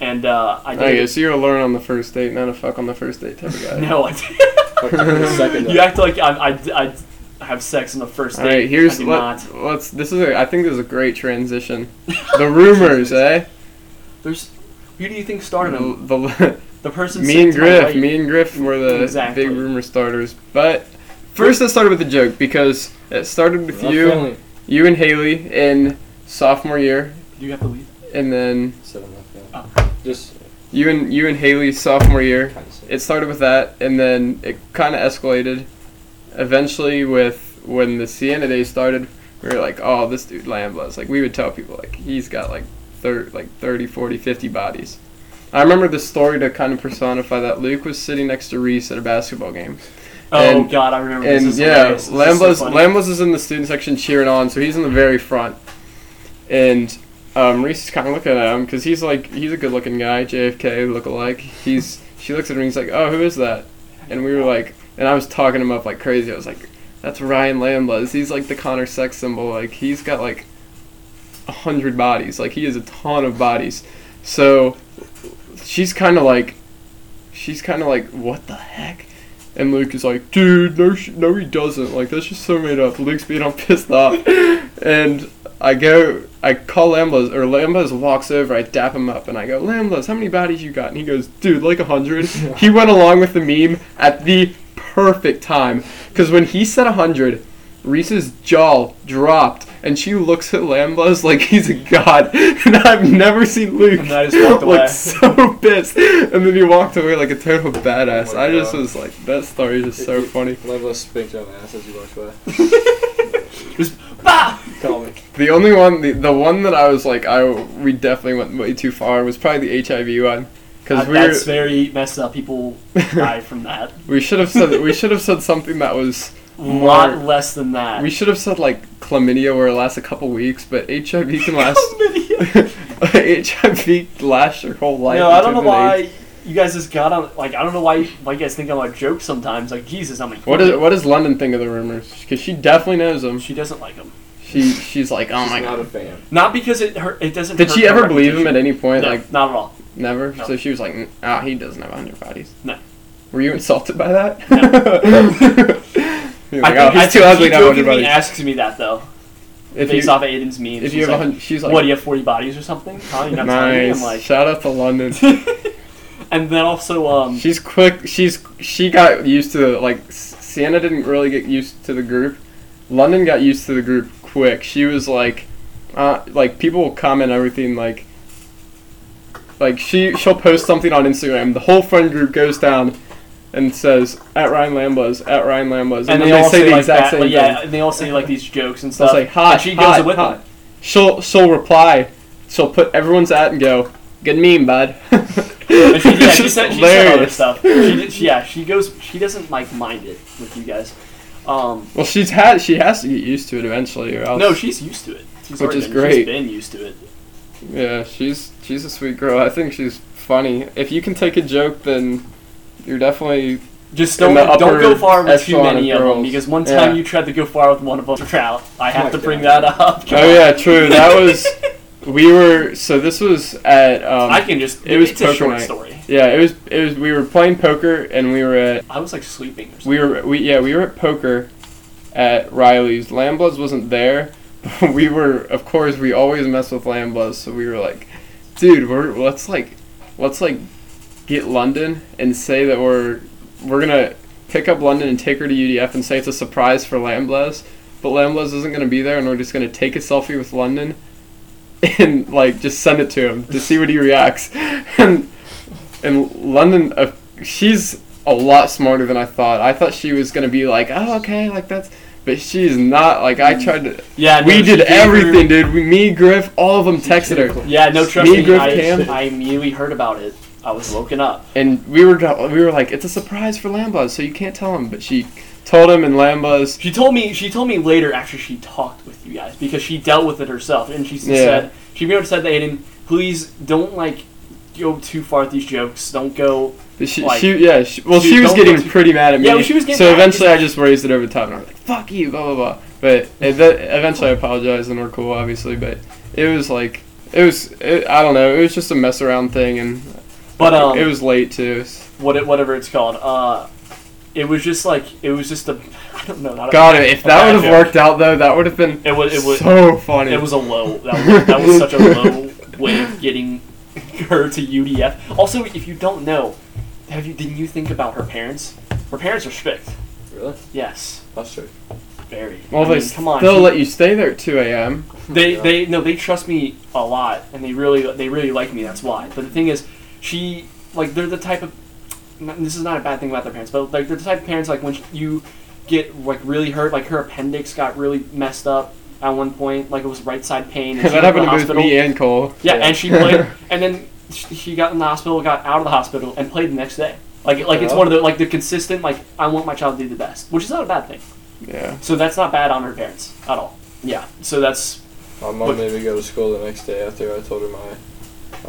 [SPEAKER 3] and uh, I did
[SPEAKER 1] I guess Oh, you're uh, a learn on the first date, not a fuck on the first date type of guy. *laughs*
[SPEAKER 3] *laughs* no I did
[SPEAKER 2] second
[SPEAKER 3] You act like I, I, I have sex on the first
[SPEAKER 1] All
[SPEAKER 3] date.
[SPEAKER 1] right, here's
[SPEAKER 3] I do
[SPEAKER 1] let,
[SPEAKER 3] not.
[SPEAKER 1] let's. This is. A, I think this is a great
[SPEAKER 3] *laughs*
[SPEAKER 1] transition. the rumors, eh?
[SPEAKER 3] There's. Who do you think
[SPEAKER 1] The,
[SPEAKER 3] started him?
[SPEAKER 1] the- *laughs*
[SPEAKER 3] The person.
[SPEAKER 1] Mm, me and
[SPEAKER 3] sitting to my
[SPEAKER 1] Griff,
[SPEAKER 3] right.
[SPEAKER 1] me and Griff were the
[SPEAKER 3] Exactly.
[SPEAKER 1] big rumor starters. But first, it started with a joke because it started with
[SPEAKER 2] Not
[SPEAKER 1] you,
[SPEAKER 2] feeling.
[SPEAKER 1] you and Haley in sophomore year,
[SPEAKER 3] Do you have to leave?
[SPEAKER 1] and then
[SPEAKER 2] Said I'm not feeling.
[SPEAKER 3] Oh.
[SPEAKER 2] Just
[SPEAKER 1] you and you and Haley sophomore year.
[SPEAKER 2] kind of sick.
[SPEAKER 1] It started with that, and then it kind of escalated. Eventually, with when the Sienna Day started, we were like, "Oh, this dude Lambla's like." We would tell people like he's got like thir- like 30, 40, 50 bodies. I remember the story to kind of personify that. Luke was sitting next to Reese at a basketball game,
[SPEAKER 3] Oh
[SPEAKER 1] And-
[SPEAKER 3] God, I remember. this
[SPEAKER 1] and
[SPEAKER 3] is
[SPEAKER 1] yeah,
[SPEAKER 3] hilarious. This is
[SPEAKER 1] Lambla's
[SPEAKER 3] so funny.
[SPEAKER 1] Lambla's is in the student section cheering on, so he's in the very front, and um, Reese is kind of looking at him because he's like he's a good-looking guy, JFK look-alike. He's she looks at him, and he's like, oh, who is that? And we were like, and I was talking him up like crazy. I was like, that's Ryan Lambla's. He's like the Connor sex symbol. Like he's got like a hundred bodies. Like he has a ton of bodies. So she's kind of like, she's kind of like, what the heck? And Luke is like, dude, no, sh- no, he doesn't. Like that's just so made up. Luke's being all *laughs* pissed off, and I go, I call Lamblas, or Lamblas walks over. I dap him up, and I go, Lamblas, how many bodies you got? And he goes, dude, like a hundred. he went along with the meme at the perfect time, because when he said a hundred. Reese's jaw dropped, and she looks at Lamblas like he's a god. *laughs* And I've never seen Luke
[SPEAKER 3] And I just walked away.
[SPEAKER 1] look so pissed. And then he walked away like a total badass.
[SPEAKER 2] Oh my
[SPEAKER 1] I just
[SPEAKER 2] God.
[SPEAKER 1] was like, that story is just so funny.
[SPEAKER 2] Level spinked on the ass as you walked
[SPEAKER 3] *laughs*
[SPEAKER 2] by.
[SPEAKER 3] Bah!
[SPEAKER 2] Call me.
[SPEAKER 1] The only one, the, the one that I was like, I we definitely went way too far was probably the HIV one, because
[SPEAKER 3] That-
[SPEAKER 1] we
[SPEAKER 3] Uh,
[SPEAKER 1] *laughs*
[SPEAKER 3] that's
[SPEAKER 1] were,
[SPEAKER 3] very messed
[SPEAKER 1] *laughs*
[SPEAKER 3] up. People die from that.
[SPEAKER 1] we should have said we should have said something that was
[SPEAKER 3] A lot
[SPEAKER 1] more-
[SPEAKER 3] less than that.
[SPEAKER 1] We should have said like chlamydia where it lasts a couple weeks, but HIV can last.
[SPEAKER 3] *laughs*
[SPEAKER 1] *laughs* HIV lasts your whole life.
[SPEAKER 3] no, I don't know
[SPEAKER 1] until
[SPEAKER 3] why
[SPEAKER 1] the age-
[SPEAKER 3] you guys just got on. Like I don't know why why you guys think I'm a joke sometimes. Like Jesus, I'm like.
[SPEAKER 1] What is what does London think of the rumors? Because she definitely knows them.
[SPEAKER 3] She doesn't like him.
[SPEAKER 1] She she's like, oh
[SPEAKER 2] She's
[SPEAKER 1] my
[SPEAKER 2] not a
[SPEAKER 1] god.
[SPEAKER 2] fan.
[SPEAKER 3] Not because it hurt. It doesn't.
[SPEAKER 1] Did
[SPEAKER 3] hurt
[SPEAKER 1] she
[SPEAKER 3] her
[SPEAKER 1] ever believe him
[SPEAKER 3] reputation.
[SPEAKER 1] at any point?
[SPEAKER 3] No,
[SPEAKER 1] Like oh
[SPEAKER 3] not at all.
[SPEAKER 1] never.
[SPEAKER 3] No.
[SPEAKER 1] So she was like, ah, he doesn't have hundred bodies.
[SPEAKER 3] No.
[SPEAKER 1] Were you insulted by that?
[SPEAKER 3] No.
[SPEAKER 1] *laughs* You're
[SPEAKER 3] I
[SPEAKER 1] like,
[SPEAKER 3] think,
[SPEAKER 1] oh,
[SPEAKER 3] I
[SPEAKER 1] he's too
[SPEAKER 3] think
[SPEAKER 1] ugly
[SPEAKER 3] he
[SPEAKER 1] to have hundred
[SPEAKER 3] jokingly
[SPEAKER 1] bodies.
[SPEAKER 3] asks me that though,
[SPEAKER 1] If
[SPEAKER 3] based
[SPEAKER 1] you
[SPEAKER 3] off of Aiden's memes.
[SPEAKER 1] if
[SPEAKER 3] He's
[SPEAKER 1] you have
[SPEAKER 3] like,
[SPEAKER 1] a hundred, she's like,
[SPEAKER 3] what do you have forty bodies or something? Huh? You're not telling me? I'm
[SPEAKER 1] nice.
[SPEAKER 3] like,
[SPEAKER 1] Shout out to London.
[SPEAKER 3] *laughs* and then also um,
[SPEAKER 1] She's quick. She's she got used to like S- Sienna didn't really get used to the group. London got used to the group quick. She was like, uh, like people will comment everything like. Like she she'll post something on Instagram. The whole friend group goes down, and says at Ryan Lamblas at Ryan Lamblas, and, then
[SPEAKER 3] and, they,
[SPEAKER 1] they,
[SPEAKER 3] all
[SPEAKER 1] say the
[SPEAKER 3] like
[SPEAKER 1] exact
[SPEAKER 3] that,
[SPEAKER 1] same
[SPEAKER 3] like, yeah,
[SPEAKER 1] thing.
[SPEAKER 3] and they all say like these jokes and
[SPEAKER 1] So it's
[SPEAKER 3] stuff.
[SPEAKER 1] like hot,
[SPEAKER 3] and she
[SPEAKER 1] hot,
[SPEAKER 3] goes with
[SPEAKER 1] hot.
[SPEAKER 3] them.
[SPEAKER 1] She'll she'll reply. She'll put everyone's at and go. Good meme, bud. *laughs*
[SPEAKER 3] *laughs* But she, yeah,
[SPEAKER 1] It's *laughs*
[SPEAKER 3] she
[SPEAKER 1] just
[SPEAKER 3] said she said other
[SPEAKER 1] hilarious.
[SPEAKER 3] stuff. She did, she, yeah, she goes. She doesn't like mind it with you guys. Um,
[SPEAKER 1] Well, she's had she has to get used to it eventually, or else.
[SPEAKER 3] no, she's used to it. She's
[SPEAKER 1] Oh. Which
[SPEAKER 3] already
[SPEAKER 1] is
[SPEAKER 3] been,
[SPEAKER 1] great.
[SPEAKER 3] She's been used to it.
[SPEAKER 1] Yeah, she's she's a sweet girl. I think she's funny. If you can take a joke, then you're definitely
[SPEAKER 3] Just
[SPEAKER 1] In
[SPEAKER 3] don't
[SPEAKER 1] the
[SPEAKER 3] don't go
[SPEAKER 1] upper
[SPEAKER 3] far with too
[SPEAKER 1] echelon of
[SPEAKER 3] many of them
[SPEAKER 1] girls.
[SPEAKER 3] because one
[SPEAKER 1] Yeah.
[SPEAKER 3] time you tried to go far with one of them, *laughs* you're out. I have
[SPEAKER 2] my
[SPEAKER 3] to bring
[SPEAKER 2] God.
[SPEAKER 3] that up.
[SPEAKER 1] Oh yeah, true.
[SPEAKER 3] *laughs*
[SPEAKER 1] That was we were so this was at um
[SPEAKER 3] I can just.
[SPEAKER 1] it was
[SPEAKER 3] it's a
[SPEAKER 1] poker
[SPEAKER 3] short
[SPEAKER 1] night.
[SPEAKER 3] story.
[SPEAKER 1] yeah, it was it was we were playing poker and we were at
[SPEAKER 3] I was like sleeping. Or something.
[SPEAKER 1] we were we yeah, we were at poker at Riley's. Lamblas wasn't there. but *laughs* we were of course we always mess with Lamblas, so we were like, dude, we're let's like let's like get London and say that we're we're gonna pick up London and take her to UDF and say it's a surprise for Lamblas, but Lamblas isn't gonna be there, and we're just gonna take a selfie with London *laughs* and like just send it to him to see what he reacts. *laughs* And and London, uh, she's a lot smarter than I thought. I thought she was gonna be like, oh okay, like that's. But she's not like I
[SPEAKER 3] Mm.
[SPEAKER 1] tried to.
[SPEAKER 3] yeah, no,
[SPEAKER 1] we
[SPEAKER 3] she
[SPEAKER 1] did
[SPEAKER 3] gave her-
[SPEAKER 1] everything, dude. We, me, Griff, all of them texted her.
[SPEAKER 3] Yeah, no, trust
[SPEAKER 1] Me,
[SPEAKER 3] me.
[SPEAKER 1] Griff,
[SPEAKER 3] I,
[SPEAKER 1] Cam.
[SPEAKER 3] I immediately heard about it. I was woken up.
[SPEAKER 1] and we were we were like, it's a surprise for Lambos, so you can't tell him. But she told him, and Lambos,
[SPEAKER 3] She told me. She told me later after she talked with you guys because she dealt with it herself, and she
[SPEAKER 1] Yeah.
[SPEAKER 3] said she pretty much said to Aiden, "Please don't like go too far with these jokes. Don't go."
[SPEAKER 1] she,
[SPEAKER 3] Like,
[SPEAKER 1] she yeah, she, well,
[SPEAKER 3] dude,
[SPEAKER 1] she was
[SPEAKER 3] don't go
[SPEAKER 1] getting
[SPEAKER 3] too-
[SPEAKER 1] pretty mad at me.
[SPEAKER 3] Yeah, well, she was getting
[SPEAKER 1] so
[SPEAKER 3] mad.
[SPEAKER 1] eventually, I just raised it over the top, and I was like, fuck you, blah blah blah. But ev- eventually, I apologized, and we're cool, obviously. But it was like it was it, I don't know, it was just a mess around thing, and
[SPEAKER 3] But um,
[SPEAKER 1] it was late too.
[SPEAKER 3] what it, whatever it's called. Uh, it was just like it was just a *laughs* I don't know. Not
[SPEAKER 1] God,
[SPEAKER 3] a,
[SPEAKER 1] if
[SPEAKER 3] a
[SPEAKER 1] that
[SPEAKER 3] bad
[SPEAKER 1] would have
[SPEAKER 3] joke.
[SPEAKER 1] worked out though, that would have been
[SPEAKER 3] it was it was
[SPEAKER 1] so funny.
[SPEAKER 3] it was a low. That was, that was such
[SPEAKER 1] *laughs*
[SPEAKER 3] a low way of getting her to UDF. Also, if you don't know, have you didn't you think about her parents? Her parents are strict.
[SPEAKER 2] Really?
[SPEAKER 3] Yes,
[SPEAKER 2] Mustard.
[SPEAKER 3] very.
[SPEAKER 1] well,
[SPEAKER 3] I
[SPEAKER 1] they
[SPEAKER 3] mean, come on.
[SPEAKER 1] they'll
[SPEAKER 3] you-
[SPEAKER 1] let you stay there at 2 a.m.
[SPEAKER 3] they
[SPEAKER 2] Yeah.
[SPEAKER 3] they no they trust me a lot and they really they really like me that's why but the thing is she like they're the type of n- this is not a bad thing about their parents but like they're the type of parents like when you get like really hurt like her appendix got really messed up at one point like it was right side pain and
[SPEAKER 1] *laughs*
[SPEAKER 3] she
[SPEAKER 1] that
[SPEAKER 3] went to
[SPEAKER 1] happened
[SPEAKER 3] the
[SPEAKER 1] to both
[SPEAKER 3] hospital
[SPEAKER 1] me and Cole.
[SPEAKER 3] yeah,
[SPEAKER 2] Yeah.
[SPEAKER 3] and she played, and then sh- she got in the hospital, got out of the hospital, and played the next day. Like, like it's
[SPEAKER 2] Yeah.
[SPEAKER 3] one of the like the consistent. Like, I want my child to do the best, which is not a bad thing.
[SPEAKER 1] Yeah.
[SPEAKER 3] So that's not bad on her parents at all. Yeah. So that's
[SPEAKER 2] My
[SPEAKER 3] What-
[SPEAKER 2] mom made me go to school the next day after I told her my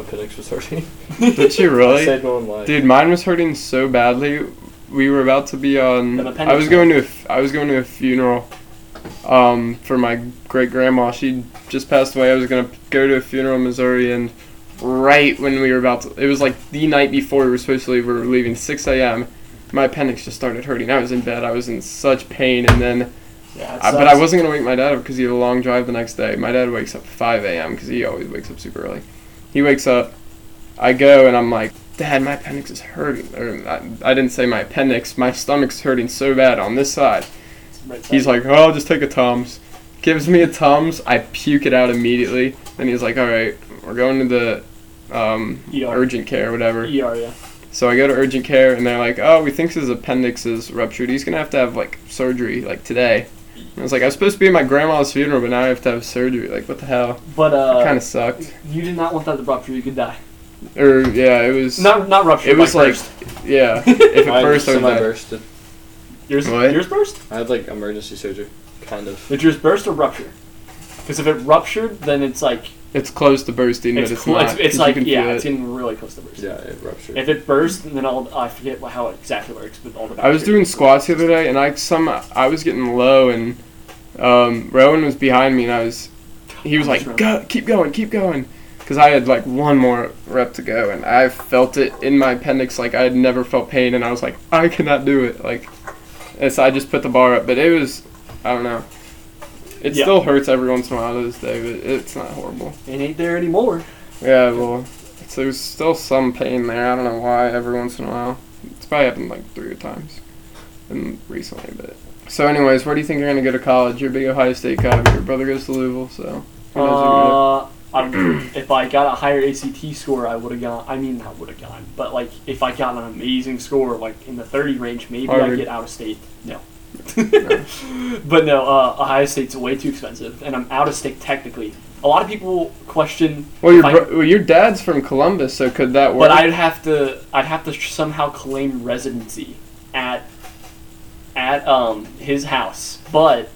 [SPEAKER 2] appendix was hurting. *laughs*
[SPEAKER 1] Did
[SPEAKER 3] *laughs*
[SPEAKER 1] she really?
[SPEAKER 2] I saved my own life.
[SPEAKER 1] Dude, mine was hurting so badly. We were about to be on.
[SPEAKER 3] An appendix
[SPEAKER 1] I was going to. A, f- I was going to a funeral, um, for my great grandma. She just passed away. I was gonna go to a funeral in Missouri, and right when we were about to, it was like the night before we were supposed to leave. We were leaving 6 a.m. My appendix just started hurting. I was in bed. I was in such pain, and then.
[SPEAKER 3] yeah. it
[SPEAKER 1] I, but
[SPEAKER 3] sucks.
[SPEAKER 1] I wasn't gonna wake my dad up because he had a long drive the next day. My dad wakes up at 5 a.m. because he always wakes up super early. He wakes up, I go and I'm like, Dad, my appendix is hurting. Or I, I didn't say my appendix, my stomach's hurting so bad on this side.
[SPEAKER 3] Right
[SPEAKER 1] He's
[SPEAKER 3] side.
[SPEAKER 1] like, Oh, just take a Tums. Gives me a Tums. I puke it out immediately. Then he's like, All right, we're going to the um,
[SPEAKER 3] ER.
[SPEAKER 1] urgent care, whatever.
[SPEAKER 3] ER, yeah.
[SPEAKER 1] So I go to urgent care and they're like, oh, we think his appendix is ruptured. He's gonna have to have like surgery like today. And I was like, I was supposed to be at my grandma's funeral, but now I have to have surgery. Like, what the hell?
[SPEAKER 3] But uh,
[SPEAKER 1] kind of sucked.
[SPEAKER 3] you did not want that to rupture. You
[SPEAKER 1] *laughs*
[SPEAKER 3] could die.
[SPEAKER 1] Or yeah, it was.
[SPEAKER 3] Not not rupture.
[SPEAKER 1] It was
[SPEAKER 3] like,
[SPEAKER 1] like,
[SPEAKER 3] burst. *laughs*
[SPEAKER 1] yeah. If it
[SPEAKER 2] Mine
[SPEAKER 1] burst, I would
[SPEAKER 2] semi
[SPEAKER 1] die.
[SPEAKER 2] bursted.
[SPEAKER 3] yours
[SPEAKER 1] What?
[SPEAKER 3] yours burst.
[SPEAKER 2] I had like emergency surgery, kind of.
[SPEAKER 3] Did yours burst or rupture? Because if it ruptured, then it's like
[SPEAKER 1] It's close to bursting,
[SPEAKER 3] it's
[SPEAKER 1] but it's
[SPEAKER 3] clo-
[SPEAKER 1] not.
[SPEAKER 3] it's,
[SPEAKER 1] 'cause
[SPEAKER 3] it's
[SPEAKER 1] you
[SPEAKER 3] like
[SPEAKER 1] can
[SPEAKER 3] yeah,
[SPEAKER 1] feel
[SPEAKER 3] it's
[SPEAKER 1] it.
[SPEAKER 3] getting really close to burst.
[SPEAKER 2] Yeah, it ruptured.
[SPEAKER 3] If it burst, then I'll I forget how exactly where it's with all the.
[SPEAKER 1] I was
[SPEAKER 3] bacteria.
[SPEAKER 1] doing squats the other day, and I some I was getting low, and um, Rowan was behind me, and I was he was like, go, keep going, keep going. Because I had like one more rep to go, and I felt it in my appendix like I had never felt pain, and I was like, I cannot do it. Like, and so I just put the bar up, but it was, I don't know. It
[SPEAKER 3] Yeah.
[SPEAKER 1] still hurts every once in a while to this day, but it's not horrible.
[SPEAKER 3] It ain't there anymore.
[SPEAKER 1] Yeah, well, it's, there's still some pain there. I don't know why every once in a while. It's probably happened like three times and recently, but. So, anyways, where do you think you're going to go to college? You're a big Ohio State guy, but your brother goes to Louisville, so. who knows where you're
[SPEAKER 3] Uh, I'm, if I got a higher ACT score, I would have gone. I mean, not would have gone, but like if I got an amazing score, like in the 30 range, maybe I
[SPEAKER 1] Harvard.
[SPEAKER 3] get out of state. No. *laughs* but no, uh, Ohio State's way too expensive, and I'm out of state technically. A lot of people question.
[SPEAKER 1] Well,
[SPEAKER 3] if
[SPEAKER 1] your
[SPEAKER 3] I-
[SPEAKER 1] bro- well, your dad's from Columbus, so could that work?
[SPEAKER 3] But I'd have to I'd have to somehow claim residency at at um his house. But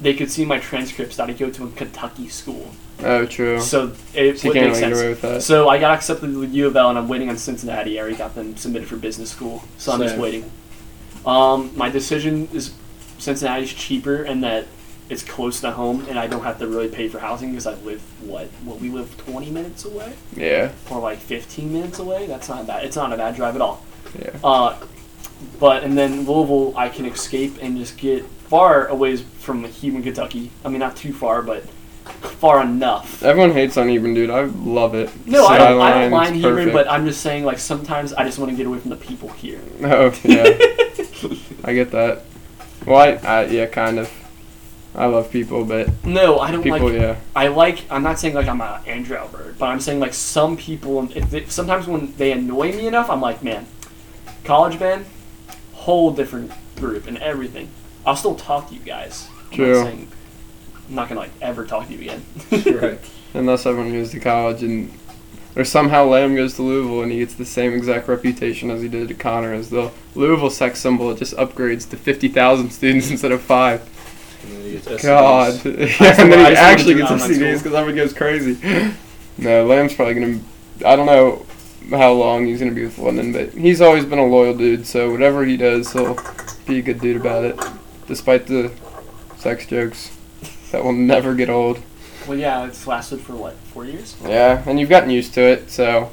[SPEAKER 3] they could see my transcripts that I go to a Kentucky school.
[SPEAKER 1] Oh, true. So,
[SPEAKER 3] So it
[SPEAKER 1] you
[SPEAKER 3] would
[SPEAKER 1] can't really
[SPEAKER 3] make
[SPEAKER 1] get away
[SPEAKER 3] sense.
[SPEAKER 1] with that.
[SPEAKER 3] So I got accepted to U of L, and I'm waiting on Cincinnati. I already got them submitted for business school, so I'm just
[SPEAKER 2] Same.
[SPEAKER 3] waiting. Um, my decision is Cincinnati's cheaper, and that it's close to home, and I don't have to really pay for housing because I live what? Well, we live 20 minutes away,
[SPEAKER 1] Yeah,
[SPEAKER 3] or like 15 minutes away. That's not bad. It's not a bad drive at all.
[SPEAKER 1] yeah.
[SPEAKER 3] Uh, but and then Louisville, I can escape and just get far away from human Kentucky. I mean, not too far, but far enough.
[SPEAKER 1] Everyone hates uneven, dude. I love it.
[SPEAKER 3] No, I don't, I don't
[SPEAKER 1] Skyline,
[SPEAKER 3] mind
[SPEAKER 1] it's
[SPEAKER 3] human, but
[SPEAKER 1] perfect.
[SPEAKER 3] I'm just saying, like, sometimes I just want to get away from the people here.
[SPEAKER 1] *laughs* Oh
[SPEAKER 3] *laughs*
[SPEAKER 1] yeah, I get that. Well, I, I yeah, kind of. I love people, but
[SPEAKER 3] No, I don't
[SPEAKER 1] people,
[SPEAKER 3] like.
[SPEAKER 1] yeah,
[SPEAKER 3] I like. I'm not saying like I'm a Andrew Albert, but I'm saying like some people. If they, sometimes when they annoy me enough, I'm like, man, college band, whole different group and everything. I'll still talk to you guys. I'm
[SPEAKER 1] True.
[SPEAKER 3] not, saying, I'm not gonna like ever talk to you again.
[SPEAKER 2] *laughs* right.
[SPEAKER 1] unless everyone goes to college and or somehow Lamb goes to Louisville and he gets the same exact reputation as he did to Connor as the Louisville sex symbol. It just upgrades to fifty thousand students *laughs* instead of five.
[SPEAKER 2] And then you get
[SPEAKER 1] God, *laughs*
[SPEAKER 2] STDs.
[SPEAKER 1] yeah,
[SPEAKER 3] just
[SPEAKER 1] and
[SPEAKER 3] wanna-
[SPEAKER 1] then he
[SPEAKER 3] I just wanna
[SPEAKER 1] actually
[SPEAKER 3] do
[SPEAKER 1] gets
[SPEAKER 3] that in my
[SPEAKER 1] STDs because
[SPEAKER 3] school.
[SPEAKER 1] everyone goes crazy. *laughs* no, Lamb's probably gonna. I don't know how long he's gonna be with London, but he's always been a loyal dude. So whatever he does, he'll be a good dude about it, despite the sex jokes that will never get old.
[SPEAKER 3] *laughs* well, yeah, it's lasted for what four years.
[SPEAKER 1] Yeah, and you've gotten used to it, so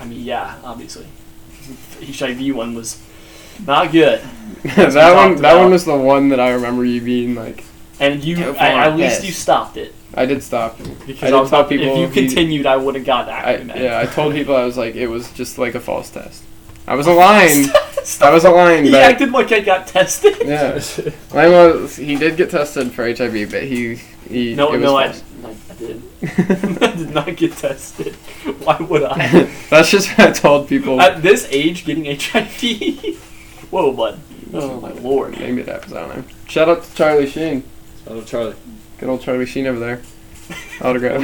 [SPEAKER 3] I mean, yeah, obviously, *laughs* HIV one was not good.
[SPEAKER 1] *laughs*
[SPEAKER 3] That's
[SPEAKER 1] that
[SPEAKER 3] what
[SPEAKER 1] one
[SPEAKER 3] we
[SPEAKER 1] that
[SPEAKER 3] talked
[SPEAKER 1] one
[SPEAKER 3] about.
[SPEAKER 1] was the one that I remember you being like.
[SPEAKER 3] And you,
[SPEAKER 1] Go for
[SPEAKER 3] I,
[SPEAKER 1] it.
[SPEAKER 3] at least
[SPEAKER 1] Yes.
[SPEAKER 3] you stopped it
[SPEAKER 1] I did stop. you.
[SPEAKER 3] because
[SPEAKER 1] did
[SPEAKER 3] I, was
[SPEAKER 1] tell
[SPEAKER 3] about, if
[SPEAKER 1] people
[SPEAKER 3] you
[SPEAKER 1] he-
[SPEAKER 3] continued, I would have gotten
[SPEAKER 1] I,
[SPEAKER 3] acrobat.
[SPEAKER 1] yeah, I
[SPEAKER 3] *laughs*
[SPEAKER 1] told people I was like it was just like a false test. I was a lying. I was a
[SPEAKER 3] *laughs* he
[SPEAKER 1] lying. but
[SPEAKER 3] acted like I got tested.
[SPEAKER 1] Yeah. *laughs* Mine was he did get tested for HIV, but he he
[SPEAKER 3] No,
[SPEAKER 1] it was
[SPEAKER 3] no, I,
[SPEAKER 1] false.
[SPEAKER 3] I, I did. *laughs* I did not get tested. *laughs* Why would I?
[SPEAKER 1] *laughs* That's just what I told people.
[SPEAKER 3] At this age, getting HIV. *laughs* Whoa, bud. Oh my lord. *laughs*
[SPEAKER 1] Maybe it happens. I don't know. Shout out to Charlie Sheen.
[SPEAKER 2] Oh, Charlie. *laughs*
[SPEAKER 1] Good old Charlie Sheen over
[SPEAKER 3] *laughs*
[SPEAKER 1] there. *laughs* Autograph.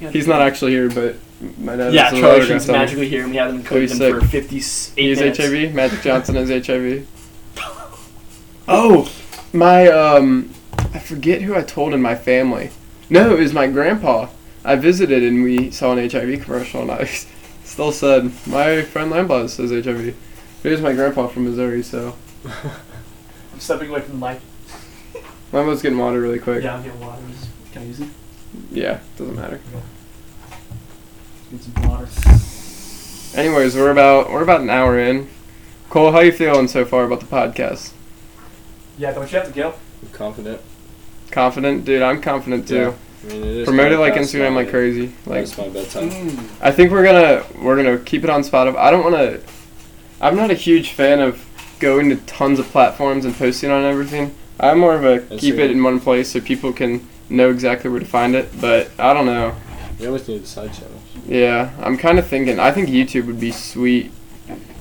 [SPEAKER 1] He's
[SPEAKER 3] He's
[SPEAKER 1] not actually here, but my dad.
[SPEAKER 3] Yeah,
[SPEAKER 1] has an
[SPEAKER 3] Charlie
[SPEAKER 1] autograph
[SPEAKER 3] Sheen's
[SPEAKER 1] on him.
[SPEAKER 3] magically here, and we haven't encoded
[SPEAKER 1] He's
[SPEAKER 3] him for
[SPEAKER 1] sick.
[SPEAKER 3] 58
[SPEAKER 1] He is
[SPEAKER 3] minutes.
[SPEAKER 1] HIV. Magic Johnson is HIV. Oh, my um, I forget who I told in my family. No, it was my grandpa. I visited and we saw an HIV commercial, and I *laughs* still said my friend Lambaugh says HIV. But It was my grandpa from Missouri, so
[SPEAKER 3] I'm stepping away from the mic.
[SPEAKER 1] Lambaugh's getting water really quick.
[SPEAKER 3] Yeah, I'm getting water. Can I use it?
[SPEAKER 1] Yeah, doesn't matter.
[SPEAKER 3] Get some water.
[SPEAKER 1] Anyways, we're about we're about an hour in. Cole, how you feeling so far about the podcast?
[SPEAKER 3] Yeah, don't you have to go?
[SPEAKER 2] I'm confident.
[SPEAKER 1] Confident, dude. I'm confident too.
[SPEAKER 2] I mean, it is
[SPEAKER 1] Promote it like
[SPEAKER 2] past
[SPEAKER 1] Instagram
[SPEAKER 2] my-
[SPEAKER 1] like crazy. Like
[SPEAKER 2] past my bedtime.
[SPEAKER 3] Mm.
[SPEAKER 1] I think we're gonna we're gonna keep it on Spotify. I don't want to. I'm not a huge fan of going to tons of platforms and posting on everything. I'm more of a
[SPEAKER 2] That's
[SPEAKER 1] keep it
[SPEAKER 2] right.
[SPEAKER 1] in one place so people can know exactly where to find it. But I don't know.
[SPEAKER 2] You always need a side channel.
[SPEAKER 1] Yeah, I'm kind of thinking. I think YouTube would be sweet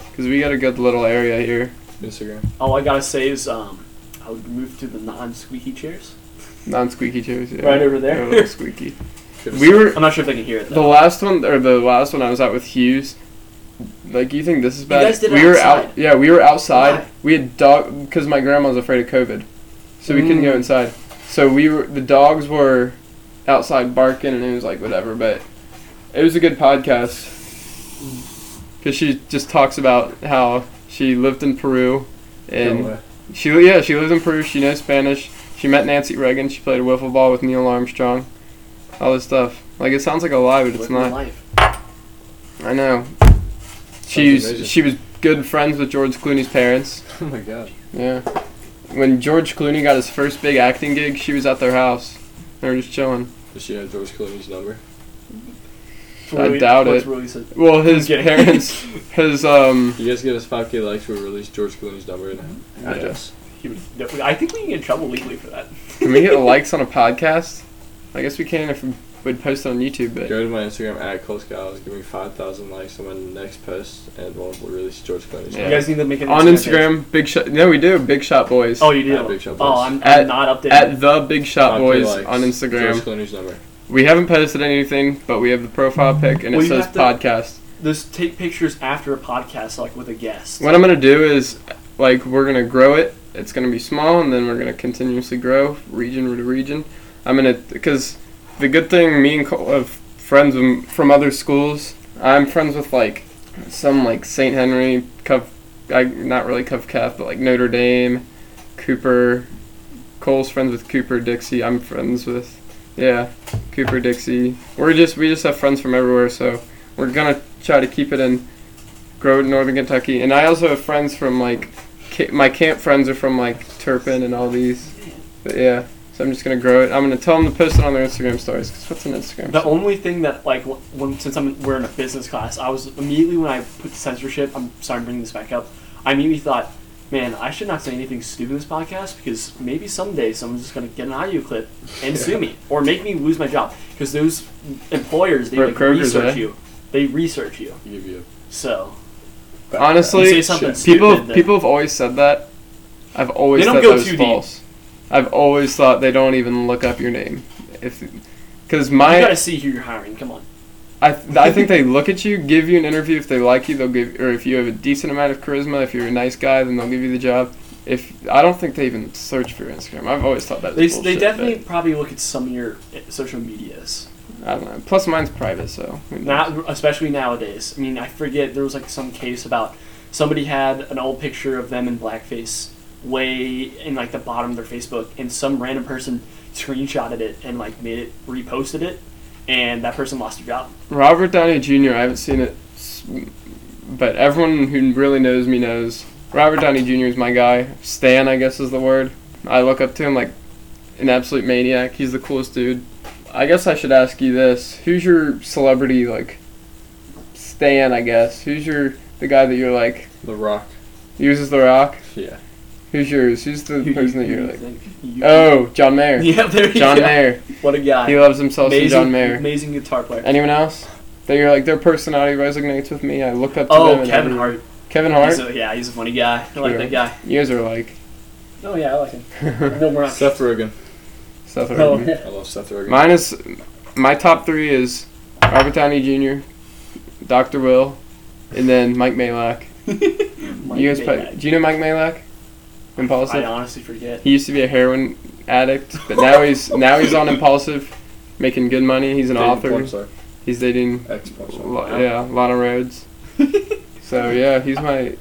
[SPEAKER 1] because we got a good little area here.
[SPEAKER 2] Instagram.
[SPEAKER 3] All I gotta say is, um, I would move to the non-squeaky chairs.
[SPEAKER 1] Non-squeaky chairs. Yeah.
[SPEAKER 3] Right over there.
[SPEAKER 1] They're a
[SPEAKER 3] *laughs*
[SPEAKER 1] little squeaky.
[SPEAKER 2] Should've
[SPEAKER 1] we
[SPEAKER 2] said-
[SPEAKER 1] were
[SPEAKER 3] I'm not sure if they can hear it
[SPEAKER 1] the
[SPEAKER 3] though.
[SPEAKER 1] last one or the last one I was out with Hughes. Like, you think this is bad?
[SPEAKER 3] guys did it
[SPEAKER 1] we were
[SPEAKER 3] outside.
[SPEAKER 1] out. Yeah, we were outside.
[SPEAKER 3] Why?
[SPEAKER 1] We had dog because my grandma's afraid of COVID, so we couldn't go
[SPEAKER 3] Mm.
[SPEAKER 1] inside. So we were the dogs were outside barking, and it was like whatever. But it was a good podcast because she just talks about how she lived in Peru and.
[SPEAKER 2] No way. *laughs*
[SPEAKER 1] She yeah, she lives in Peru. She knows Spanish. She met Nancy Reagan. She played wiffle ball with Neil Armstrong. All this stuff. Like it sounds like a lie, but it's
[SPEAKER 3] Living
[SPEAKER 1] not.
[SPEAKER 3] life.
[SPEAKER 1] I know.
[SPEAKER 2] Sounds
[SPEAKER 1] She
[SPEAKER 2] amazing.
[SPEAKER 1] was, she was good friends with George Clooney's parents.
[SPEAKER 2] Oh my god.
[SPEAKER 1] Yeah. When George Clooney got his first big acting gig, she was at their house. They were just chilling.
[SPEAKER 2] Does she have George Clooney's number?
[SPEAKER 1] I doubt
[SPEAKER 3] what's
[SPEAKER 1] it.
[SPEAKER 3] Really said.
[SPEAKER 1] Well, his
[SPEAKER 3] kidding.
[SPEAKER 1] parents, his um,
[SPEAKER 2] You guys get us 5k likes, we release George Clooney's number and
[SPEAKER 1] Yeah.
[SPEAKER 2] address.
[SPEAKER 3] He would definitely- I think we can get in trouble legally for that.
[SPEAKER 1] can we get likes on a podcast? I guess we can if we would post it on YouTube, but
[SPEAKER 2] Go to my Instagram at Close Gals, give me 5,000 likes on my next post, and we'll release George Clooney's
[SPEAKER 1] Yeah.
[SPEAKER 3] You guys need to make an
[SPEAKER 1] on
[SPEAKER 3] page.
[SPEAKER 1] Instagram, big shot. No, we do big shot boys.
[SPEAKER 3] Oh, you do.
[SPEAKER 2] At Big Shot
[SPEAKER 3] oh,
[SPEAKER 2] Boys.
[SPEAKER 3] I'm, I'm
[SPEAKER 1] At-
[SPEAKER 3] not updated.
[SPEAKER 1] at the Big Shot
[SPEAKER 2] 5K
[SPEAKER 1] Boys
[SPEAKER 2] likes,
[SPEAKER 1] on Instagram.
[SPEAKER 2] George Clooney's number.
[SPEAKER 1] We haven't posted anything, but we have the profile pic and
[SPEAKER 3] Well,
[SPEAKER 1] it
[SPEAKER 3] you
[SPEAKER 1] says
[SPEAKER 3] have to-
[SPEAKER 1] podcast.
[SPEAKER 3] Just take pictures after a podcast, like with a guest.
[SPEAKER 1] What I'm gonna do is, like, we're gonna grow it. It's gonna be small, and then we're gonna continuously grow region to region. I'm gonna because the good thing me and Cole have friends from, from other schools. I'm friends with like some like St. Henry, Cov, I not really Covcath, but like Notre Dame, Cooper. Cole's friends with Cooper Dixie. I'm friends with yeah, Cooper Dixie. We're just we just have friends from everywhere, so we're gonna try to keep it in grow it in Northern Kentucky. And I also have friends from like ca- my camp friends are from like Turpin and all these. But yeah, so I'm just gonna grow it. I'm gonna tell them to post it on their Instagram stories. Cause what's an Instagram?
[SPEAKER 3] The only thing that like wh- when since I'm we're in a business class, I was immediately when I put censorship. I'm sorry, I'm bringing this back up. I immediately thought, man, I should not say anything stupid in this podcast because maybe someday someone's just gonna get an audio clip and sue me or make me lose my job because those employers they
[SPEAKER 1] Rip
[SPEAKER 3] like,
[SPEAKER 1] Kroger's,
[SPEAKER 3] research
[SPEAKER 1] eh?
[SPEAKER 3] you. They research you.
[SPEAKER 2] Give you
[SPEAKER 3] So
[SPEAKER 2] a background.
[SPEAKER 1] Honestly,
[SPEAKER 3] You say something
[SPEAKER 2] Shit.
[SPEAKER 1] people
[SPEAKER 3] stupid, then-
[SPEAKER 1] people have always said that. I've always
[SPEAKER 3] They don't
[SPEAKER 1] thought
[SPEAKER 3] go
[SPEAKER 1] that was
[SPEAKER 3] too deep.
[SPEAKER 1] false. I've always thought they don't even look up your name, if because
[SPEAKER 3] you
[SPEAKER 1] my
[SPEAKER 3] gotta see who you're hiring. Come on.
[SPEAKER 1] I, th- I think they look at you, give you an interview. If they like you, they'll give. Or if you have a decent amount of charisma, if you're a nice guy, then they'll give you the job. If I don't think they even search for your Instagram. I've always thought that.
[SPEAKER 3] They,
[SPEAKER 1] was
[SPEAKER 3] they
[SPEAKER 1] bullshit,
[SPEAKER 3] definitely probably look at some of your eh, social medias.
[SPEAKER 1] but I don't know. Plus, mine's private, so. who knows?
[SPEAKER 3] Not especially nowadays. I mean, I forget there was like some case about somebody had an old picture of them in blackface way in like the bottom of their Facebook, and some random person screenshotted it and like made it reposted it, and that person lost their job.
[SPEAKER 1] Robert Downey Jr. I haven't seen it, s- but everyone who really knows me knows Robert Downey Jr. is my guy. Stan, I guess, is the word. I look up to him like an absolute maniac. He's the coolest dude. I guess I should ask you this: Who's your celebrity like? Stan, I guess. Who's your the guy that you're like
[SPEAKER 2] The Rock.
[SPEAKER 1] uses the rock?
[SPEAKER 2] Yeah.
[SPEAKER 1] Who's yours? Who's *laughs* the
[SPEAKER 3] *laughs* Who-
[SPEAKER 1] person that
[SPEAKER 3] who
[SPEAKER 1] you're
[SPEAKER 3] you
[SPEAKER 1] like?
[SPEAKER 3] think you-
[SPEAKER 1] Oh, John Mayer.
[SPEAKER 3] *laughs* yeah, there you
[SPEAKER 1] John
[SPEAKER 3] go.
[SPEAKER 1] Mayer.
[SPEAKER 3] What a guy!
[SPEAKER 1] He loves himself some
[SPEAKER 3] amazing,
[SPEAKER 1] John Mayer.
[SPEAKER 3] amazing guitar player.
[SPEAKER 1] Anyone else? That you're like their personality resonates with me. I look up to them.
[SPEAKER 3] oh,
[SPEAKER 1] and
[SPEAKER 3] Kevin
[SPEAKER 1] everything.
[SPEAKER 3] Hart.
[SPEAKER 1] Kevin Hart.
[SPEAKER 3] He's a, yeah, he's a funny guy. I like
[SPEAKER 1] Sure.
[SPEAKER 3] that guy.
[SPEAKER 1] you guys are like *laughs*
[SPEAKER 3] Oh yeah, I like *laughs* him. No, we're not.
[SPEAKER 2] Seth Rogen.
[SPEAKER 1] stuff.
[SPEAKER 3] Oh,
[SPEAKER 1] already.
[SPEAKER 3] yeah.
[SPEAKER 2] I love Seth Rogen.
[SPEAKER 1] Mine is my top three is Robert Downey Jr., Doctor Will, and then Mike Malak.
[SPEAKER 3] *laughs* Mike
[SPEAKER 1] you guys,
[SPEAKER 3] Bay guy.
[SPEAKER 1] probably, do you know Mike Malak?
[SPEAKER 3] I
[SPEAKER 1] Impulsive.
[SPEAKER 3] honestly forget.
[SPEAKER 1] He used to be a heroin addict, but now he's now he's on Impulsive, making good money. He's an
[SPEAKER 2] Dating
[SPEAKER 1] author.
[SPEAKER 2] porn star.
[SPEAKER 1] He's dating,
[SPEAKER 2] Ex porn star.
[SPEAKER 1] lo- yeah, Lana Rhodes. so yeah, he's my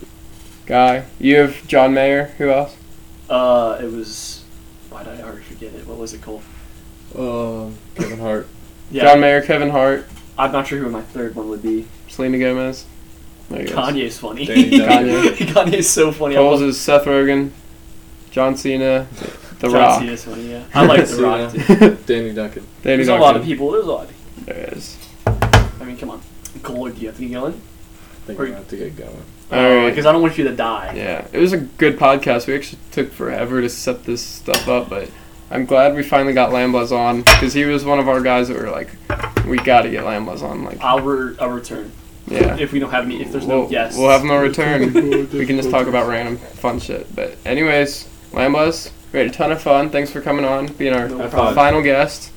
[SPEAKER 1] guy. You have John Mayer. Who else?
[SPEAKER 3] *laughs* Uh, it was. Why did I already forget it? What was it called?
[SPEAKER 2] Um, Kevin Hart.
[SPEAKER 3] Yeah,
[SPEAKER 1] John Mayer, Kevin Hart,
[SPEAKER 3] I'm not sure who my third one would be.
[SPEAKER 1] Selena Gomez. There you go.
[SPEAKER 3] Kanye's funny.
[SPEAKER 2] Danny
[SPEAKER 3] *laughs*
[SPEAKER 1] Kanye.
[SPEAKER 3] Kanye's so funny. I
[SPEAKER 1] Cole's
[SPEAKER 3] love-
[SPEAKER 1] is Seth Rogen, John Cena, The
[SPEAKER 3] John
[SPEAKER 1] Rock.
[SPEAKER 3] Cena's
[SPEAKER 1] *laughs*
[SPEAKER 3] funny. Yeah, I like The Rock. Too.
[SPEAKER 2] Cena. Danny Duncan.
[SPEAKER 1] Danny
[SPEAKER 3] There's a lot of
[SPEAKER 1] Duncan.
[SPEAKER 3] people. There's a lot of people.
[SPEAKER 1] There is.
[SPEAKER 3] I mean, come on. Cole, do you have to get going?
[SPEAKER 2] I think
[SPEAKER 3] Or-
[SPEAKER 2] we're gonna have to get going.
[SPEAKER 1] Alright.
[SPEAKER 3] Because Oh, I don't want you to die.
[SPEAKER 1] Yeah, it was a good podcast. We actually took forever to set this stuff up, but I'm glad we finally got Lamblas on because he was one of our guys that were like, we got to get Lamblas on. Like,
[SPEAKER 3] I'll, re- I'll return
[SPEAKER 1] yeah.
[SPEAKER 3] if we don't have any. If there's no
[SPEAKER 1] We'll-
[SPEAKER 3] guests,
[SPEAKER 1] We'll have no return. we can just talk about random fun shit. But anyways, Lamblas, we had a ton of fun. Thanks for coming on, being our
[SPEAKER 3] No
[SPEAKER 2] High five.
[SPEAKER 1] final guest.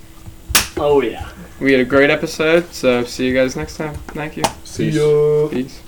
[SPEAKER 3] Oh yeah.
[SPEAKER 1] We had a great episode, so see you guys next time. Thank you.
[SPEAKER 2] See you.
[SPEAKER 1] Peace.